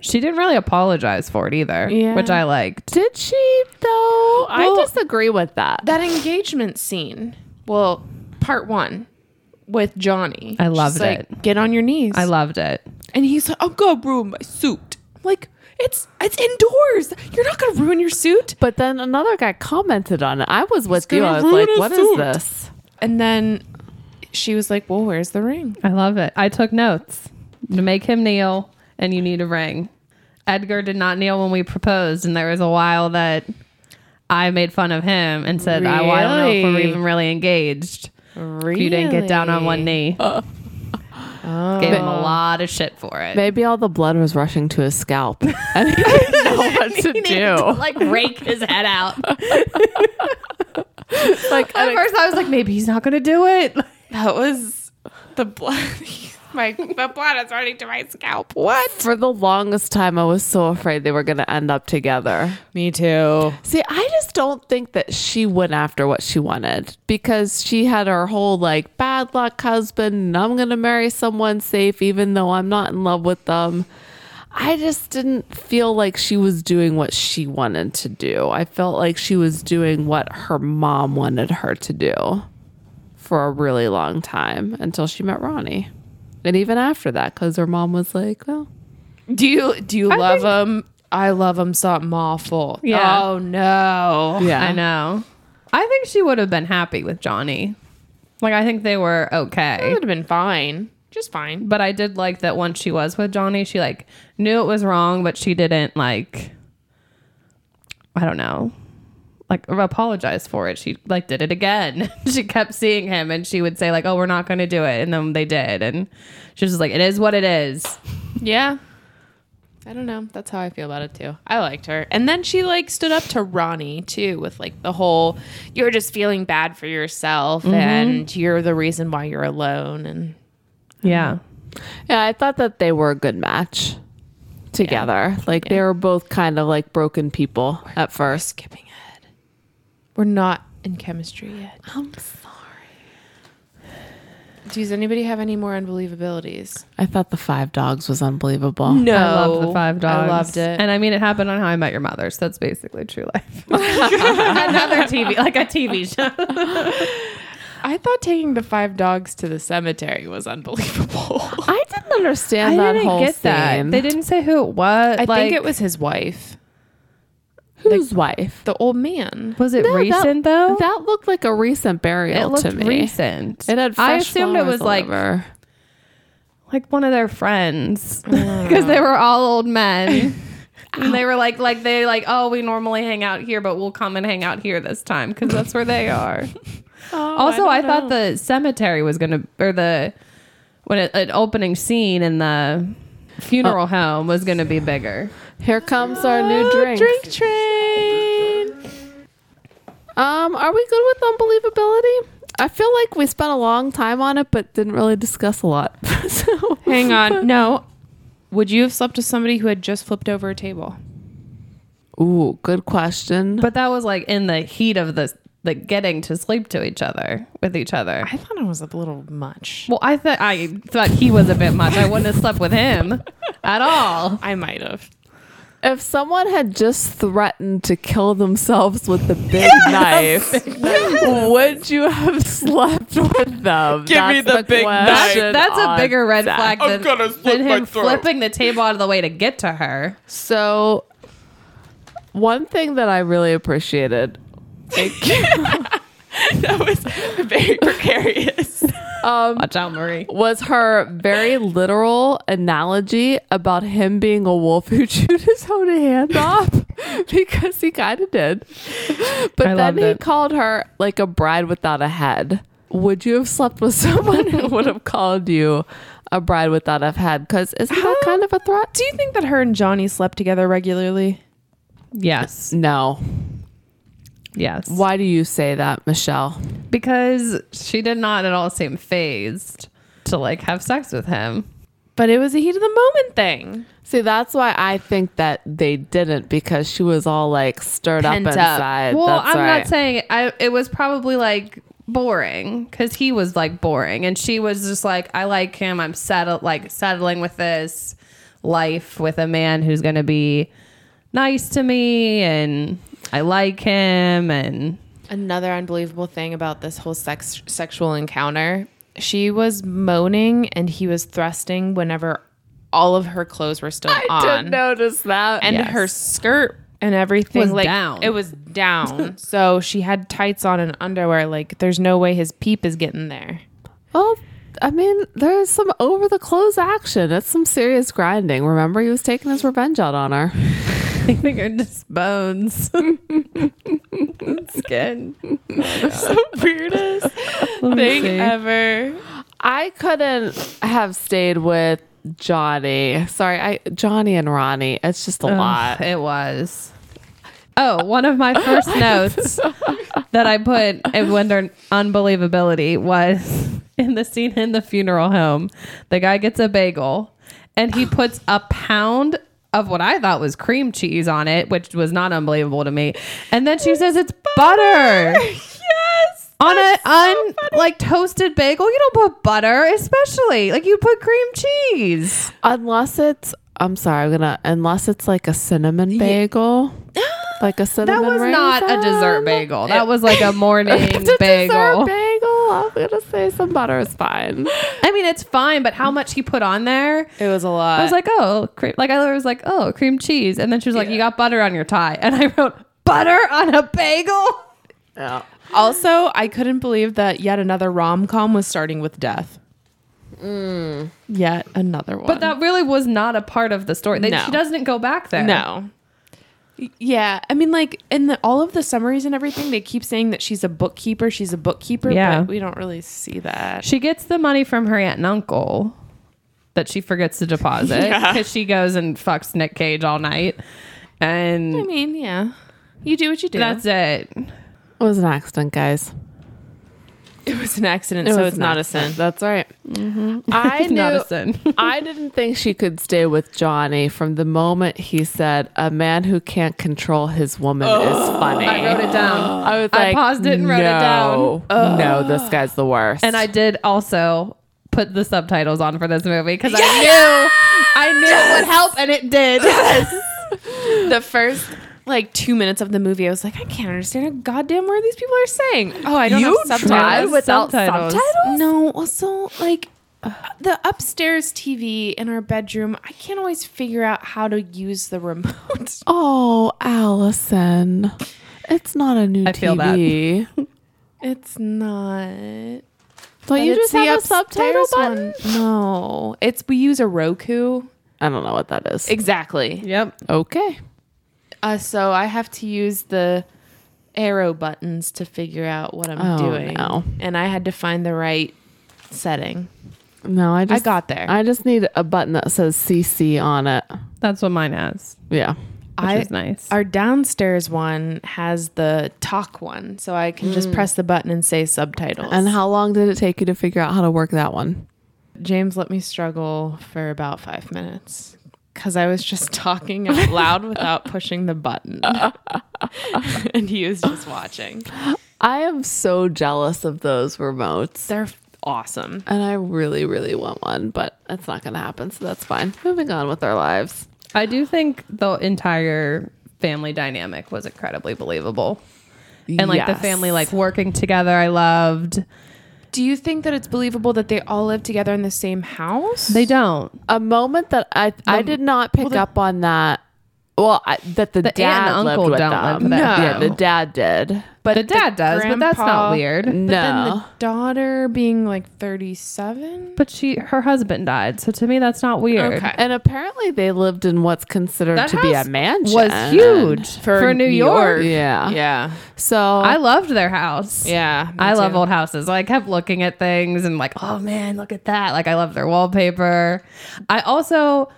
[SPEAKER 3] She didn't really apologize for it either,
[SPEAKER 2] Yeah.
[SPEAKER 3] which I liked.
[SPEAKER 1] Did she, though?
[SPEAKER 2] Well,
[SPEAKER 1] I disagree with that.
[SPEAKER 2] That engagement scene, well, part one with Johnny.
[SPEAKER 3] I
[SPEAKER 2] She's
[SPEAKER 3] loved
[SPEAKER 2] like,
[SPEAKER 3] it.
[SPEAKER 2] Get on your knees.
[SPEAKER 3] I loved it.
[SPEAKER 2] and he's like, "I'm gonna ruin my suit." Like it's it's indoors. You're not gonna ruin your suit.
[SPEAKER 1] But then another guy commented on it. I was with
[SPEAKER 2] He's
[SPEAKER 1] you.
[SPEAKER 2] gonna
[SPEAKER 1] I was
[SPEAKER 2] ruin
[SPEAKER 1] like,
[SPEAKER 2] his
[SPEAKER 1] "What is
[SPEAKER 2] suit."
[SPEAKER 1] this?
[SPEAKER 2] And then she was like, "Well, where's the ring?"
[SPEAKER 3] I love it. I took notes to make him kneel, and you need a ring. Edgar did not kneel when we proposed, and there was a while that I made fun of him and said, I, well, I don't know if we're
[SPEAKER 2] Really?
[SPEAKER 3] even really engaged. if You didn't get down on one knee. Gave him a lot of shit for it.
[SPEAKER 1] Maybe all the blood was rushing to his scalp, and he didn't know what to do."
[SPEAKER 3] like rake his head out.
[SPEAKER 1] Like,
[SPEAKER 3] At first, I was like, maybe he's not going to do it.
[SPEAKER 2] That was the blood. my the blood is running to my scalp. What?
[SPEAKER 1] for the longest time, I was so afraid they were going to end up together.
[SPEAKER 2] Me too.
[SPEAKER 1] See, I just don't think that she went after what she wanted because she had her whole like bad luck husband, and I'm going to marry someone safe, even though I'm not in love with them. I just didn't feel like she was doing what she wanted to do. I felt like she was doing what her mom wanted her to do for a really long time until she met Ronnie. And even after that, because her mom was like, well,
[SPEAKER 2] Do you do you love him? I love him something awful.
[SPEAKER 3] Yeah.
[SPEAKER 2] Oh no.
[SPEAKER 1] yeah.
[SPEAKER 3] I know. I think she would have been happy with Johnny. Like I think they were
[SPEAKER 2] It
[SPEAKER 3] okay.
[SPEAKER 2] would have been fine. Just fine.
[SPEAKER 3] But I did like that once she was with Johnny, she like knew it was wrong, but she didn't like I don't know. Like apologize for it. She like did it again. she kept seeing him and she would say like, "Oh, we're not going to do it." And then they did. And she was just like, "It is what it is."
[SPEAKER 2] Yeah. I don't know. That's how I feel about it too. I liked her. And then she like stood up to Ronnie too with like the whole you're just feeling bad for yourself and you're the reason why you're alone and
[SPEAKER 3] Yeah.
[SPEAKER 1] Yeah, I thought that they were a good match together. Like they were both kind of like broken people at first.
[SPEAKER 2] skipping ahead. We're not in chemistry yet.
[SPEAKER 1] I'm sorry.
[SPEAKER 2] Does anybody have any more unbelievabilities?
[SPEAKER 1] I thought the five dogs was unbelievable.
[SPEAKER 2] No.
[SPEAKER 3] I love the five dogs.
[SPEAKER 2] I loved it.
[SPEAKER 3] And I mean, it happened on How I Met Your Mother, so that's basically true life. Another TV, like a TV show.
[SPEAKER 2] I thought taking the five dogs to the cemetery was unbelievable.
[SPEAKER 1] I didn't understand that whole scene.
[SPEAKER 3] They didn't say who it was.
[SPEAKER 2] I
[SPEAKER 3] like,
[SPEAKER 2] think it was his wife,
[SPEAKER 1] Whose wife?
[SPEAKER 2] the old man.
[SPEAKER 3] Was it
[SPEAKER 1] No, that-
[SPEAKER 3] recent though?
[SPEAKER 1] That looked like a recent burial
[SPEAKER 3] it looked
[SPEAKER 1] to me.
[SPEAKER 3] recent.
[SPEAKER 1] It had.
[SPEAKER 3] I
[SPEAKER 1] fresh
[SPEAKER 3] assumed it
[SPEAKER 1] flowers
[SPEAKER 3] was
[SPEAKER 1] all
[SPEAKER 3] like
[SPEAKER 1] over.
[SPEAKER 3] like one of their friends because they were all old men. And they were like, like they like, oh, we normally hang out here, but we'll come and hang out here this time because that's where they are. also, I, thought the cemetery was gonna or the when it, an opening scene in the funeral home was gonna be bigger.
[SPEAKER 1] Here comes our new drink. Drink train. Um, are we good with unbelievability? I feel like we spent a long time on it, but didn't really discuss a lot. so
[SPEAKER 2] Hang on. No. Would you have slept with somebody who had just flipped over a table?
[SPEAKER 1] Ooh, good question.
[SPEAKER 3] But that was like in the heat of the the getting to sleep to each other with each other.
[SPEAKER 2] I thought it was a little much.
[SPEAKER 3] Well, I thought I thought he was a bit much. I wouldn't have slept with him at all.
[SPEAKER 2] I might have.
[SPEAKER 1] if someone had just threatened to kill themselves with the big knife, would you have slept with them?
[SPEAKER 2] Give me the big knife.
[SPEAKER 3] That's,
[SPEAKER 1] question
[SPEAKER 3] that's a
[SPEAKER 1] on
[SPEAKER 3] bigger red
[SPEAKER 1] that.
[SPEAKER 3] flag
[SPEAKER 4] I'm gonna
[SPEAKER 3] than,
[SPEAKER 4] slit
[SPEAKER 3] than
[SPEAKER 4] my
[SPEAKER 3] him
[SPEAKER 4] throat.
[SPEAKER 3] flipping the table out of the way to get to her.
[SPEAKER 1] So, one thing that I really appreciated.
[SPEAKER 2] That was very precarious.
[SPEAKER 1] Um,
[SPEAKER 3] Watch out, Marie.
[SPEAKER 1] was her very literal analogy about him being a wolf who chewed his own hand off because he kind of did. But
[SPEAKER 3] I
[SPEAKER 1] then
[SPEAKER 3] loved
[SPEAKER 1] he
[SPEAKER 3] it.
[SPEAKER 1] called her like a bride without a head. Would you have slept with someone who would have called you a bride without a head? Because isn't that kind of a threat?
[SPEAKER 2] Do you think that her and Johnny slept together regularly?
[SPEAKER 3] Yes,
[SPEAKER 1] No.
[SPEAKER 3] yes.
[SPEAKER 1] Why do you say that, Michelle?
[SPEAKER 3] Because she did not at all seem phased to like have sex with him.
[SPEAKER 2] But it was a heat of the moment thing.
[SPEAKER 1] See, that's why I think that they didn't because she was all like stirred up
[SPEAKER 2] Pent up.
[SPEAKER 1] inside.
[SPEAKER 3] Well,
[SPEAKER 1] That's
[SPEAKER 3] I'm
[SPEAKER 1] right.
[SPEAKER 3] not saying I. It was probably like boring because he was like boring, and she was just like, I like him. I'm settled, like settling with this life with a man who's going to be nice to me, and I like him, and
[SPEAKER 2] Another unbelievable thing about this whole sex sexual encounter. She was moaning and he was thrusting whenever all of her clothes were still on.
[SPEAKER 1] I did notice that.
[SPEAKER 2] and her skirt and everything
[SPEAKER 3] Was
[SPEAKER 2] like
[SPEAKER 3] down.
[SPEAKER 2] it was down. so she had tights on and underwear. Like there's no way his peep is getting there.
[SPEAKER 1] Well, I mean, there's some over the clothes action. That's some serious grinding. Remember, he was taking his revenge out on her.
[SPEAKER 3] I think are just bones, skin.
[SPEAKER 2] Weirdest thing ever.
[SPEAKER 1] I couldn't have stayed with Johnny. Sorry, I Johnny and Ronnie. It's just a lot.
[SPEAKER 3] It was. Oh, one of my first notes that I put in Wonder Unbelievability was in the scene in the funeral home. The guy gets a bagel and he puts a pound of what I thought was cream cheese on it, which was not unbelievable to me. And then she says it's butter.
[SPEAKER 2] Yes.
[SPEAKER 3] On a un like toasted bagel, you don't put butter, especially like you put cream cheese.
[SPEAKER 1] Unless it's, I'm sorry, I'm gonna. Unless it's like a cinnamon bagel, like a
[SPEAKER 3] That
[SPEAKER 1] cinnamon.
[SPEAKER 3] was not a dessert
[SPEAKER 1] raisin.
[SPEAKER 3] bagel. That was like a morning
[SPEAKER 1] It's a
[SPEAKER 3] bagel.
[SPEAKER 1] dessert bagel. I'm gonna say some butter is fine.
[SPEAKER 3] I mean, it's fine, but how much he put on there?
[SPEAKER 2] It was a lot.
[SPEAKER 3] I was like, oh, cream. Like I was like, oh, cream cheese, and then she was like, you got butter on your tie, and I wrote butter on a bagel.
[SPEAKER 1] Yeah.
[SPEAKER 2] also, I couldn't believe that yet another rom com was starting with death. Yet another one.
[SPEAKER 3] But that really was not a part of the story. They,
[SPEAKER 2] No.
[SPEAKER 3] She doesn't go back there.
[SPEAKER 2] No. Yeah, I mean, like in the, all of the summaries and everything, they keep saying that she's a bookkeeper. She's a bookkeeper,
[SPEAKER 3] Yeah.
[SPEAKER 2] but we don't really see that.
[SPEAKER 3] she gets the money from her aunt and uncle, that she forgets to deposit
[SPEAKER 2] Yeah.
[SPEAKER 3] because she goes and fucks Nick Cage all night. And
[SPEAKER 2] I mean, yeah. You do what you do.
[SPEAKER 3] that's it.
[SPEAKER 1] It was an accident, guys.
[SPEAKER 2] it was an accident,
[SPEAKER 1] It
[SPEAKER 2] so
[SPEAKER 1] was
[SPEAKER 2] it's
[SPEAKER 1] an
[SPEAKER 2] not a
[SPEAKER 1] accident.
[SPEAKER 2] sin.
[SPEAKER 1] That's right. I knew.
[SPEAKER 3] Not a sin.
[SPEAKER 1] I didn't think she could stay with Johnny from the moment he said, "A man who can't control his woman is funny."
[SPEAKER 3] I wrote it down.
[SPEAKER 1] I was
[SPEAKER 3] I
[SPEAKER 1] like,
[SPEAKER 3] paused it and wrote it
[SPEAKER 1] "No, No, this guy's the worst.
[SPEAKER 3] And I did also put the subtitles on for this movie because I
[SPEAKER 2] Yes!
[SPEAKER 3] knew I knew it would help, and it did.
[SPEAKER 2] the first like two minutes of the movie, I was like, I can't understand a goddamn word these people are saying. Oh, I don't
[SPEAKER 1] You tried
[SPEAKER 2] have subtitles.
[SPEAKER 1] without
[SPEAKER 3] Subtitles.
[SPEAKER 1] subtitles?
[SPEAKER 2] No, also like the upstairs TV in our bedroom, I can't always figure out how to use the remote.
[SPEAKER 1] Oh, Allison. It's not a new
[SPEAKER 3] I feel that.
[SPEAKER 1] TV. That.
[SPEAKER 2] It's not.
[SPEAKER 1] Don't you just have a subtitle button?
[SPEAKER 2] No, it's we use a Roku.
[SPEAKER 1] I don't know what that is.
[SPEAKER 2] Exactly.
[SPEAKER 3] Yep.
[SPEAKER 1] okay.
[SPEAKER 2] Uh, so I have to use the arrow buttons to figure out what I'm
[SPEAKER 1] Oh,
[SPEAKER 2] doing,
[SPEAKER 1] no.
[SPEAKER 2] and I had to find the right setting.
[SPEAKER 1] No, I just
[SPEAKER 2] I got there.
[SPEAKER 1] I just need a button that says CC on it.
[SPEAKER 3] That's what mine has,
[SPEAKER 1] Yeah.
[SPEAKER 3] which
[SPEAKER 2] I-
[SPEAKER 3] is nice.
[SPEAKER 2] Our downstairs one has the talk one, so I can just press the button and say subtitles.
[SPEAKER 1] And how long did it take you to figure out how to work that one?
[SPEAKER 2] James let me struggle for about five minutes because I was just talking out loud without pushing the button, and he was just watching.
[SPEAKER 1] I am so jealous of those remotes.
[SPEAKER 2] They're awesome.
[SPEAKER 1] And I really, really want one, but that's not going to happen. So that's fine. Moving on with our lives.
[SPEAKER 3] I do think the entire family dynamic was incredibly believable. And like the
[SPEAKER 1] Yes.
[SPEAKER 3] family like working together, I loved.
[SPEAKER 2] Do you think that it's believable that they all live together in the same house?
[SPEAKER 3] They don't.
[SPEAKER 1] a moment that I I did not pick up on that. Well, I, that the,
[SPEAKER 3] aunt and
[SPEAKER 1] dad
[SPEAKER 3] uncle
[SPEAKER 1] lived with
[SPEAKER 3] don't live
[SPEAKER 1] them.
[SPEAKER 3] with them.
[SPEAKER 1] Yeah,
[SPEAKER 2] No.
[SPEAKER 1] the dad did.
[SPEAKER 3] But the dad does, but that's
[SPEAKER 2] grandpa-
[SPEAKER 3] not weird.
[SPEAKER 2] But then
[SPEAKER 1] No,
[SPEAKER 2] the daughter being like 37?
[SPEAKER 3] But she her husband died, so to me that's not weird.
[SPEAKER 2] Okay.
[SPEAKER 1] and apparently they lived in what's considered
[SPEAKER 3] That
[SPEAKER 1] to be a
[SPEAKER 3] house
[SPEAKER 1] mansion.
[SPEAKER 3] Was huge for, New, York.
[SPEAKER 1] Yeah.
[SPEAKER 2] Yeah.
[SPEAKER 1] So
[SPEAKER 3] I
[SPEAKER 1] I
[SPEAKER 3] loved their house.
[SPEAKER 2] Yeah.
[SPEAKER 3] I love old houses. I kept looking at things and like, oh man, look at that. Like I love their wallpaper. I also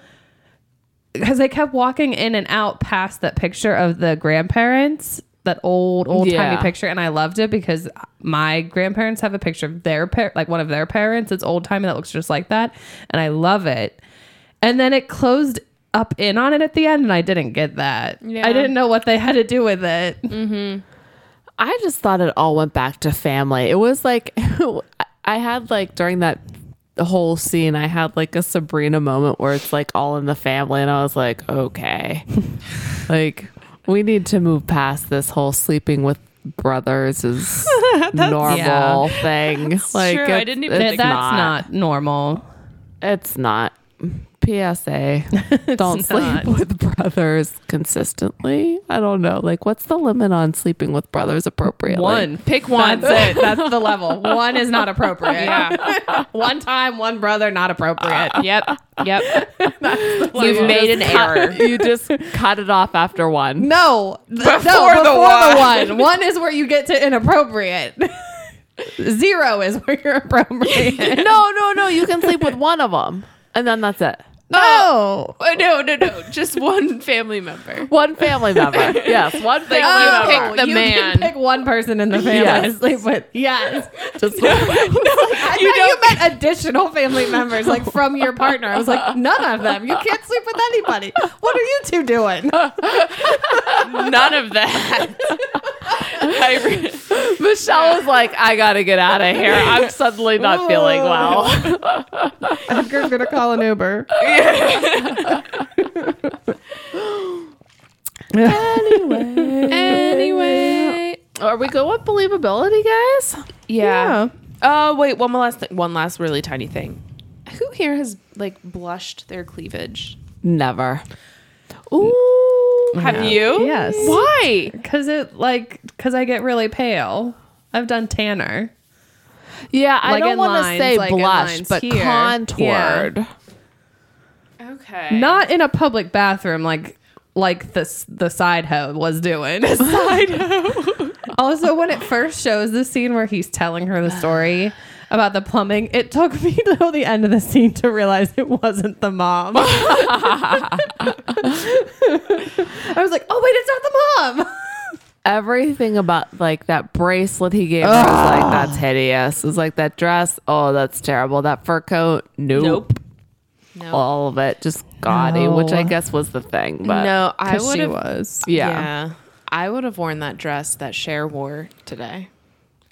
[SPEAKER 3] because I kept walking in and out past that picture of the grandparents, that old old timey
[SPEAKER 1] Yeah.
[SPEAKER 3] picture, and I loved it because my grandparents have a picture of their par- like one of their parents. It's old timey that looks just like that, and I love it. And then it closed up in on it at the end, and I didn't get that.
[SPEAKER 2] Yeah.
[SPEAKER 3] I didn't know what they had to do with it.
[SPEAKER 1] I just thought it all went back to family. It was like I had like during that whole scene, I had like a Sabrina moment where it's like all in the family, and I was like, okay, like we need to move past this whole sleeping with brothers is normal
[SPEAKER 3] Yeah.
[SPEAKER 1] thing. like
[SPEAKER 2] true. I
[SPEAKER 1] it's-
[SPEAKER 2] didn't even
[SPEAKER 1] it's
[SPEAKER 3] That- that's not normal.
[SPEAKER 1] It's not. PSA: Don't sleep
[SPEAKER 3] not.
[SPEAKER 1] with brothers consistently. I don't know. Like, what's the limit on sleeping with brothers appropriately?
[SPEAKER 3] One.
[SPEAKER 2] Pick one.
[SPEAKER 3] That's it. That's the level. One is not appropriate.
[SPEAKER 2] Yeah.
[SPEAKER 3] One time, one brother, not appropriate.
[SPEAKER 2] yep. Yep. You've
[SPEAKER 1] You
[SPEAKER 2] made an
[SPEAKER 1] just cut-
[SPEAKER 2] error.
[SPEAKER 1] You just cut it off after one.
[SPEAKER 3] No. Th- no, before the one. one. is where you get to inappropriate. Zero is where you're appropriate.
[SPEAKER 1] No, no, no. You can sleep with one of them, and then that's it.
[SPEAKER 3] No.
[SPEAKER 2] Oh, no, no, no. Just one family member.
[SPEAKER 1] One family member. Yes, one family
[SPEAKER 2] Oh,
[SPEAKER 1] member.
[SPEAKER 2] pick the
[SPEAKER 3] you
[SPEAKER 2] man.
[SPEAKER 3] Can pick one person in the family
[SPEAKER 1] Yes.
[SPEAKER 3] to sleep with. Yes.
[SPEAKER 1] Just
[SPEAKER 3] I you, you meant additional family members, like from your partner. I was like, none of them. You can't sleep with anybody. What are you two doing?
[SPEAKER 2] None of that. I re-
[SPEAKER 1] Michelle was like, "I gotta get out of here. I'm suddenly not feeling well."
[SPEAKER 3] Edgar's gonna call an Uber.
[SPEAKER 2] anyway.
[SPEAKER 1] Are we good with believability, guys?
[SPEAKER 2] Yeah. Oh, wait. One last thing. One last really tiny thing. Who here has like blushed their cleavage?
[SPEAKER 1] Never. Ooh.
[SPEAKER 2] Have you?
[SPEAKER 3] Yes.
[SPEAKER 2] Why?
[SPEAKER 3] Cause it like cause I get really pale. I've done tanner.
[SPEAKER 1] Yeah, I
[SPEAKER 3] Like
[SPEAKER 1] don't
[SPEAKER 3] in
[SPEAKER 1] want to
[SPEAKER 3] lines,
[SPEAKER 1] say
[SPEAKER 3] like in
[SPEAKER 1] blush,
[SPEAKER 3] lines
[SPEAKER 1] but
[SPEAKER 3] here.
[SPEAKER 1] contoured.
[SPEAKER 2] Okay.
[SPEAKER 3] Not in a public bathroom like like this the side hoe was doing. side hoe. also when it first shows the scene where he's telling her the story about the plumbing. It took me till the end of the scene to realize it wasn't the mom. I was like, oh wait, it's not the mom.
[SPEAKER 1] Everything about like that bracelet he gave her was like that's hideous. It's like that dress, oh that's terrible. That fur coat, nope.
[SPEAKER 2] Nope. No.
[SPEAKER 1] All of it just gaudy, which I
[SPEAKER 3] No.
[SPEAKER 1] guess was the thing. But
[SPEAKER 2] no, I
[SPEAKER 3] 'Cause
[SPEAKER 2] would
[SPEAKER 3] she
[SPEAKER 2] have.
[SPEAKER 3] was.
[SPEAKER 1] yeah.
[SPEAKER 2] I would have worn that dress that Cher wore today.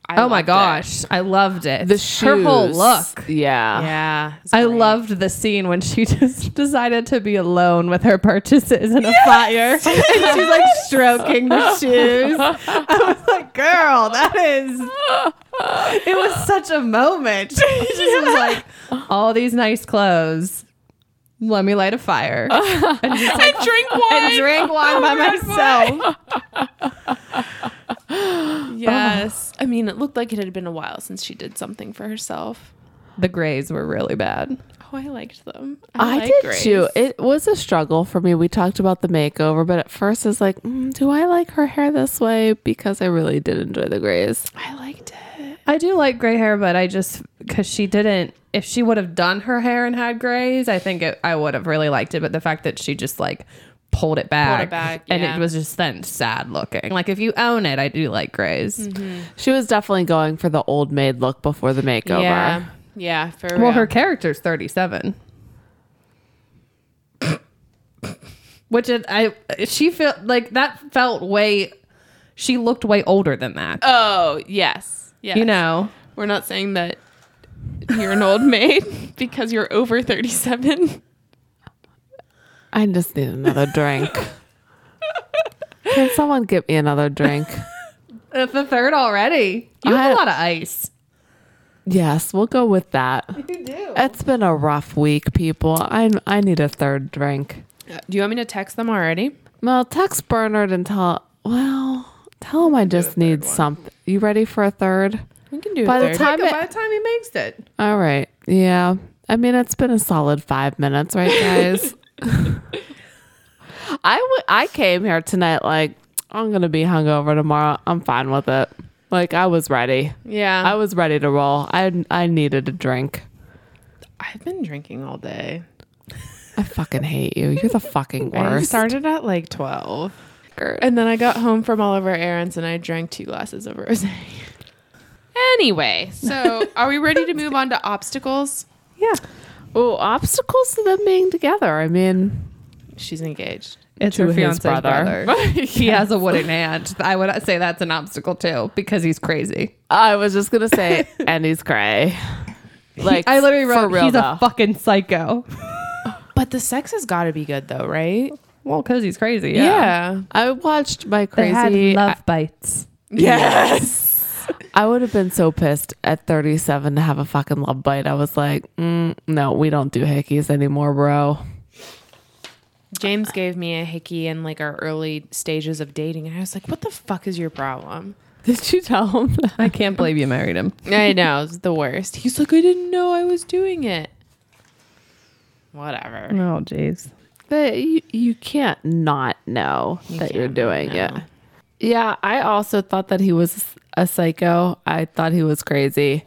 [SPEAKER 2] I
[SPEAKER 3] oh my
[SPEAKER 2] loved it.
[SPEAKER 3] gosh, I loved it.
[SPEAKER 1] The shoes,
[SPEAKER 3] her whole look.
[SPEAKER 1] Yeah.
[SPEAKER 2] Yeah.
[SPEAKER 3] I loved the scene when she just decided to be alone with her purchases in a fire, and she's like stroking the shoes. I was like, "Girl, that is." It was such a moment. She just was like, "All these nice clothes. Let me light a fire and, just, like,
[SPEAKER 2] drink wine. Oh
[SPEAKER 3] and drink wine by myself."
[SPEAKER 2] Yes. I mean, it looked like it had been a while since she did something for herself.
[SPEAKER 3] The grays were really bad.
[SPEAKER 2] Oh, I liked them.
[SPEAKER 1] I,
[SPEAKER 2] like
[SPEAKER 1] did
[SPEAKER 2] Grace.
[SPEAKER 1] too. It was a struggle for me. We talked about the makeover, but at first it's like, mm, do I like her hair this way? Because I really did enjoy the grays.
[SPEAKER 2] I liked it.
[SPEAKER 3] I do like gray hair, but I just because she didn't. If she would have done her hair and had grays, I think it, I would have really liked it. But the fact that she just like pulled it back,
[SPEAKER 2] back,
[SPEAKER 3] and
[SPEAKER 2] yeah.
[SPEAKER 3] it was just then sad looking. Like if you own it, I do like grays.
[SPEAKER 1] She was definitely going for the old maid look before the makeover.
[SPEAKER 2] Yeah. Yeah. For
[SPEAKER 3] Well,
[SPEAKER 2] real.
[SPEAKER 3] her character's thirty-seven, which it, I she felt like that felt way. She looked way older than that.
[SPEAKER 2] Oh yes. Yes.
[SPEAKER 3] You know,
[SPEAKER 2] we're not saying that you're an old maid because you're over 37.
[SPEAKER 1] I just need another drink. Can someone get me another drink?
[SPEAKER 3] it's the third already. You have
[SPEAKER 1] I-
[SPEAKER 3] a lot of ice.
[SPEAKER 1] Yes, we'll go with that.
[SPEAKER 3] You do.
[SPEAKER 1] It's been a rough week, people. I I need a third drink.
[SPEAKER 2] Do you want me to text them already?
[SPEAKER 1] Well, text Bernard and tell. Well, tell him I just need something. You ready for a third?
[SPEAKER 2] We can do
[SPEAKER 1] By
[SPEAKER 2] a
[SPEAKER 1] the
[SPEAKER 2] third.
[SPEAKER 1] time it,
[SPEAKER 3] by the time he makes it.
[SPEAKER 1] all right, yeah. I mean, it's been a solid five minutes, right, guys? I w- I came here tonight like I'm gonna be hungover tomorrow. I'm fine with it. Like I was ready.
[SPEAKER 3] Uh-huh.
[SPEAKER 1] I
[SPEAKER 2] yeah.
[SPEAKER 1] was ready to roll. I I needed a drink.
[SPEAKER 2] i I've been drinking all day.
[SPEAKER 1] I fucking hate you. You're the fucking
[SPEAKER 2] I
[SPEAKER 1] worst.
[SPEAKER 2] started at like 12. And then I got home from all of our errands and I drank two glasses of rosé. Anyway, so are we ready to move on to obstacles?
[SPEAKER 3] Yeah.
[SPEAKER 1] Oh, obstacles to them being together. I mean,
[SPEAKER 2] She's engaged.
[SPEAKER 3] It's
[SPEAKER 1] To
[SPEAKER 3] her
[SPEAKER 1] his
[SPEAKER 3] fiance's
[SPEAKER 1] brother.
[SPEAKER 3] brother. he has a wooden hand. I would say that's an obstacle too because he's crazy.
[SPEAKER 1] I was just gonna say, and he's gray. Like
[SPEAKER 3] I literally
[SPEAKER 1] for
[SPEAKER 3] wrote
[SPEAKER 1] real,
[SPEAKER 3] he's
[SPEAKER 1] though.
[SPEAKER 3] a fucking psycho.
[SPEAKER 2] But the sex has got to be good though, right?
[SPEAKER 3] Well, because he's crazy.
[SPEAKER 2] Yeah.
[SPEAKER 1] I watched my crazy.
[SPEAKER 3] bites.
[SPEAKER 2] Yes.
[SPEAKER 1] I would have been so pissed at 37 to have a fucking love bite. I was like, mm, no, we don't do hickeys anymore, bro.
[SPEAKER 2] James gave me a hickey in like our early stages of dating, and I was like, "What the fuck is your problem?"
[SPEAKER 1] Did you tell him that?
[SPEAKER 3] I can't believe you married him.
[SPEAKER 2] I know it's the worst. He's like, "I didn't know I was doing it." Whatever.
[SPEAKER 3] Oh, jeez.
[SPEAKER 1] But you, you can't not know that you're
[SPEAKER 2] can't
[SPEAKER 1] doing
[SPEAKER 2] not
[SPEAKER 1] it.
[SPEAKER 2] know.
[SPEAKER 1] Yeah, I also thought that he was a psycho. I thought he was crazy.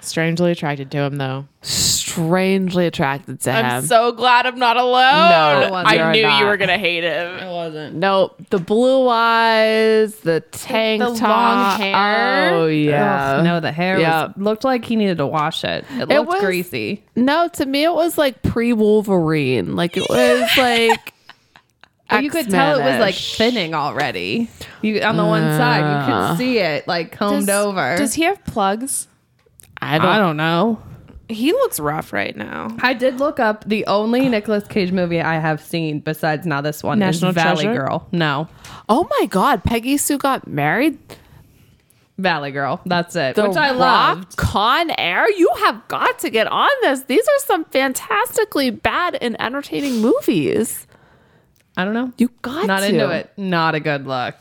[SPEAKER 2] Strangely attracted to him, though.
[SPEAKER 1] Strangely attracted to him.
[SPEAKER 2] so glad I'm not alone.
[SPEAKER 1] No, you're not.
[SPEAKER 2] gonna hate him.
[SPEAKER 3] It wasn't.
[SPEAKER 1] Nope. The blue eyes, the tank
[SPEAKER 2] The long
[SPEAKER 1] top.
[SPEAKER 2] hair.
[SPEAKER 1] Oh yeah.
[SPEAKER 3] no, the hair was-
[SPEAKER 1] Yeah.
[SPEAKER 3] looked like he needed to wash it. It looked
[SPEAKER 1] was-
[SPEAKER 3] greasy.
[SPEAKER 1] No, to me it was like pre Wolverine. Like it was like
[SPEAKER 3] You could tell it was like
[SPEAKER 1] X-Men-ish.
[SPEAKER 3] thinning already. You on the one side, you
[SPEAKER 1] Uh.
[SPEAKER 3] could see it like combed over.
[SPEAKER 2] Does he have plugs?
[SPEAKER 1] I don't,
[SPEAKER 3] I don't know.
[SPEAKER 2] He looks rough right now.
[SPEAKER 3] I did look up the only Nicolas Cage movie I have seen besides now this one
[SPEAKER 2] National
[SPEAKER 3] is Valley
[SPEAKER 2] Treasure?
[SPEAKER 3] Girl. No,
[SPEAKER 1] Oh my god, Peggy Sue got married.
[SPEAKER 3] Valley Girl. That's it.
[SPEAKER 1] The
[SPEAKER 3] Which I
[SPEAKER 1] Rock,
[SPEAKER 3] loved.
[SPEAKER 1] Con Air. You have got to get on this. These are some fantastically bad and entertaining movies.
[SPEAKER 3] I don't know.
[SPEAKER 1] You got
[SPEAKER 3] not
[SPEAKER 1] to.
[SPEAKER 3] into it. Not a good look.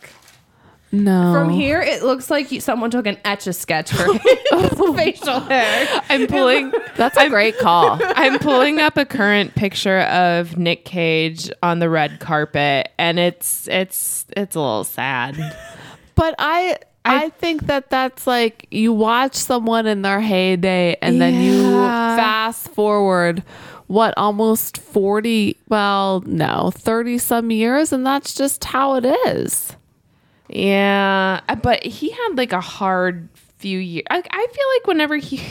[SPEAKER 1] No.
[SPEAKER 3] From here, it looks like you- someone took an etch a sketch for his facial hair.
[SPEAKER 2] I'm pulling.
[SPEAKER 1] That's a great call.
[SPEAKER 2] I'm pulling up a current picture of Nick Cage on the red carpet, and it's it's it's a little sad.
[SPEAKER 1] But I I, think that that's like you watch someone in their heyday and then you
[SPEAKER 2] Yeah.
[SPEAKER 1] fast forward what almost 40 well no 30 some years and that's just how it is
[SPEAKER 2] Yeah, uh, but he had like a hard few years. I, I feel like whenever he,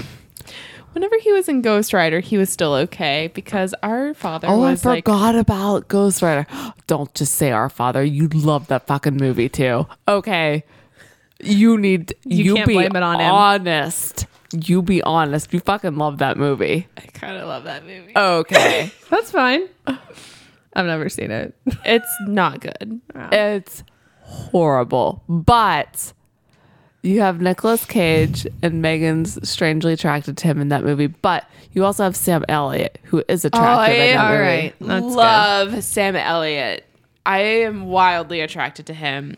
[SPEAKER 2] whenever he was in Ghost Rider, he was still okay because our father
[SPEAKER 1] oh i
[SPEAKER 2] was like,
[SPEAKER 1] forgot about ghost rider don't just say our father you love that fucking movie too okay you need you,
[SPEAKER 3] can't
[SPEAKER 1] be
[SPEAKER 3] blame it on him.
[SPEAKER 1] honest you be honest you fucking love that movie
[SPEAKER 2] I kind of love that movie.
[SPEAKER 1] okay
[SPEAKER 3] That's fine. I've never seen it. Oh.
[SPEAKER 2] It's not good.
[SPEAKER 1] It's horrible. But you have Nicolas Cage and Megan's strangely attracted to him in that movie. But you also have Sam Elliott, who is attracted. in that
[SPEAKER 2] Oh, all
[SPEAKER 1] movie.
[SPEAKER 2] right.
[SPEAKER 3] That's good.
[SPEAKER 2] Love Sam Elliott. I am wildly attracted to him.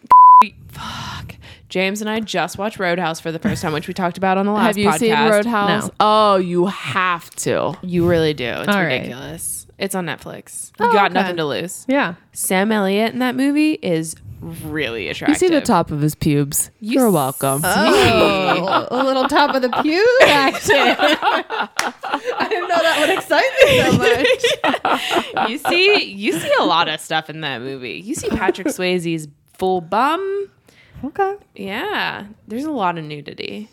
[SPEAKER 2] Fuck. James and I just watched Roadhouse for the first time, which we talked about on the last
[SPEAKER 1] Have you
[SPEAKER 2] podcast.
[SPEAKER 1] seen Roadhouse?
[SPEAKER 3] No.
[SPEAKER 1] Oh, you have to.
[SPEAKER 2] You really do. It's
[SPEAKER 3] All right.
[SPEAKER 2] ridiculous. It's on Netflix.
[SPEAKER 1] Oh,
[SPEAKER 2] you got
[SPEAKER 3] okay.
[SPEAKER 2] nothing to lose.
[SPEAKER 3] Yeah.
[SPEAKER 2] Sam Elliott in that movie is really
[SPEAKER 1] You
[SPEAKER 2] attractive.
[SPEAKER 1] see the top of his pubes. You are welcome.
[SPEAKER 3] Oh, a little top of the pew action. I didn't know that would excite me so much.
[SPEAKER 2] you see you see a lot of stuff in that movie. You see Patrick Swayze's full bum.
[SPEAKER 3] Okay.
[SPEAKER 2] Yeah, there's a lot of nudity.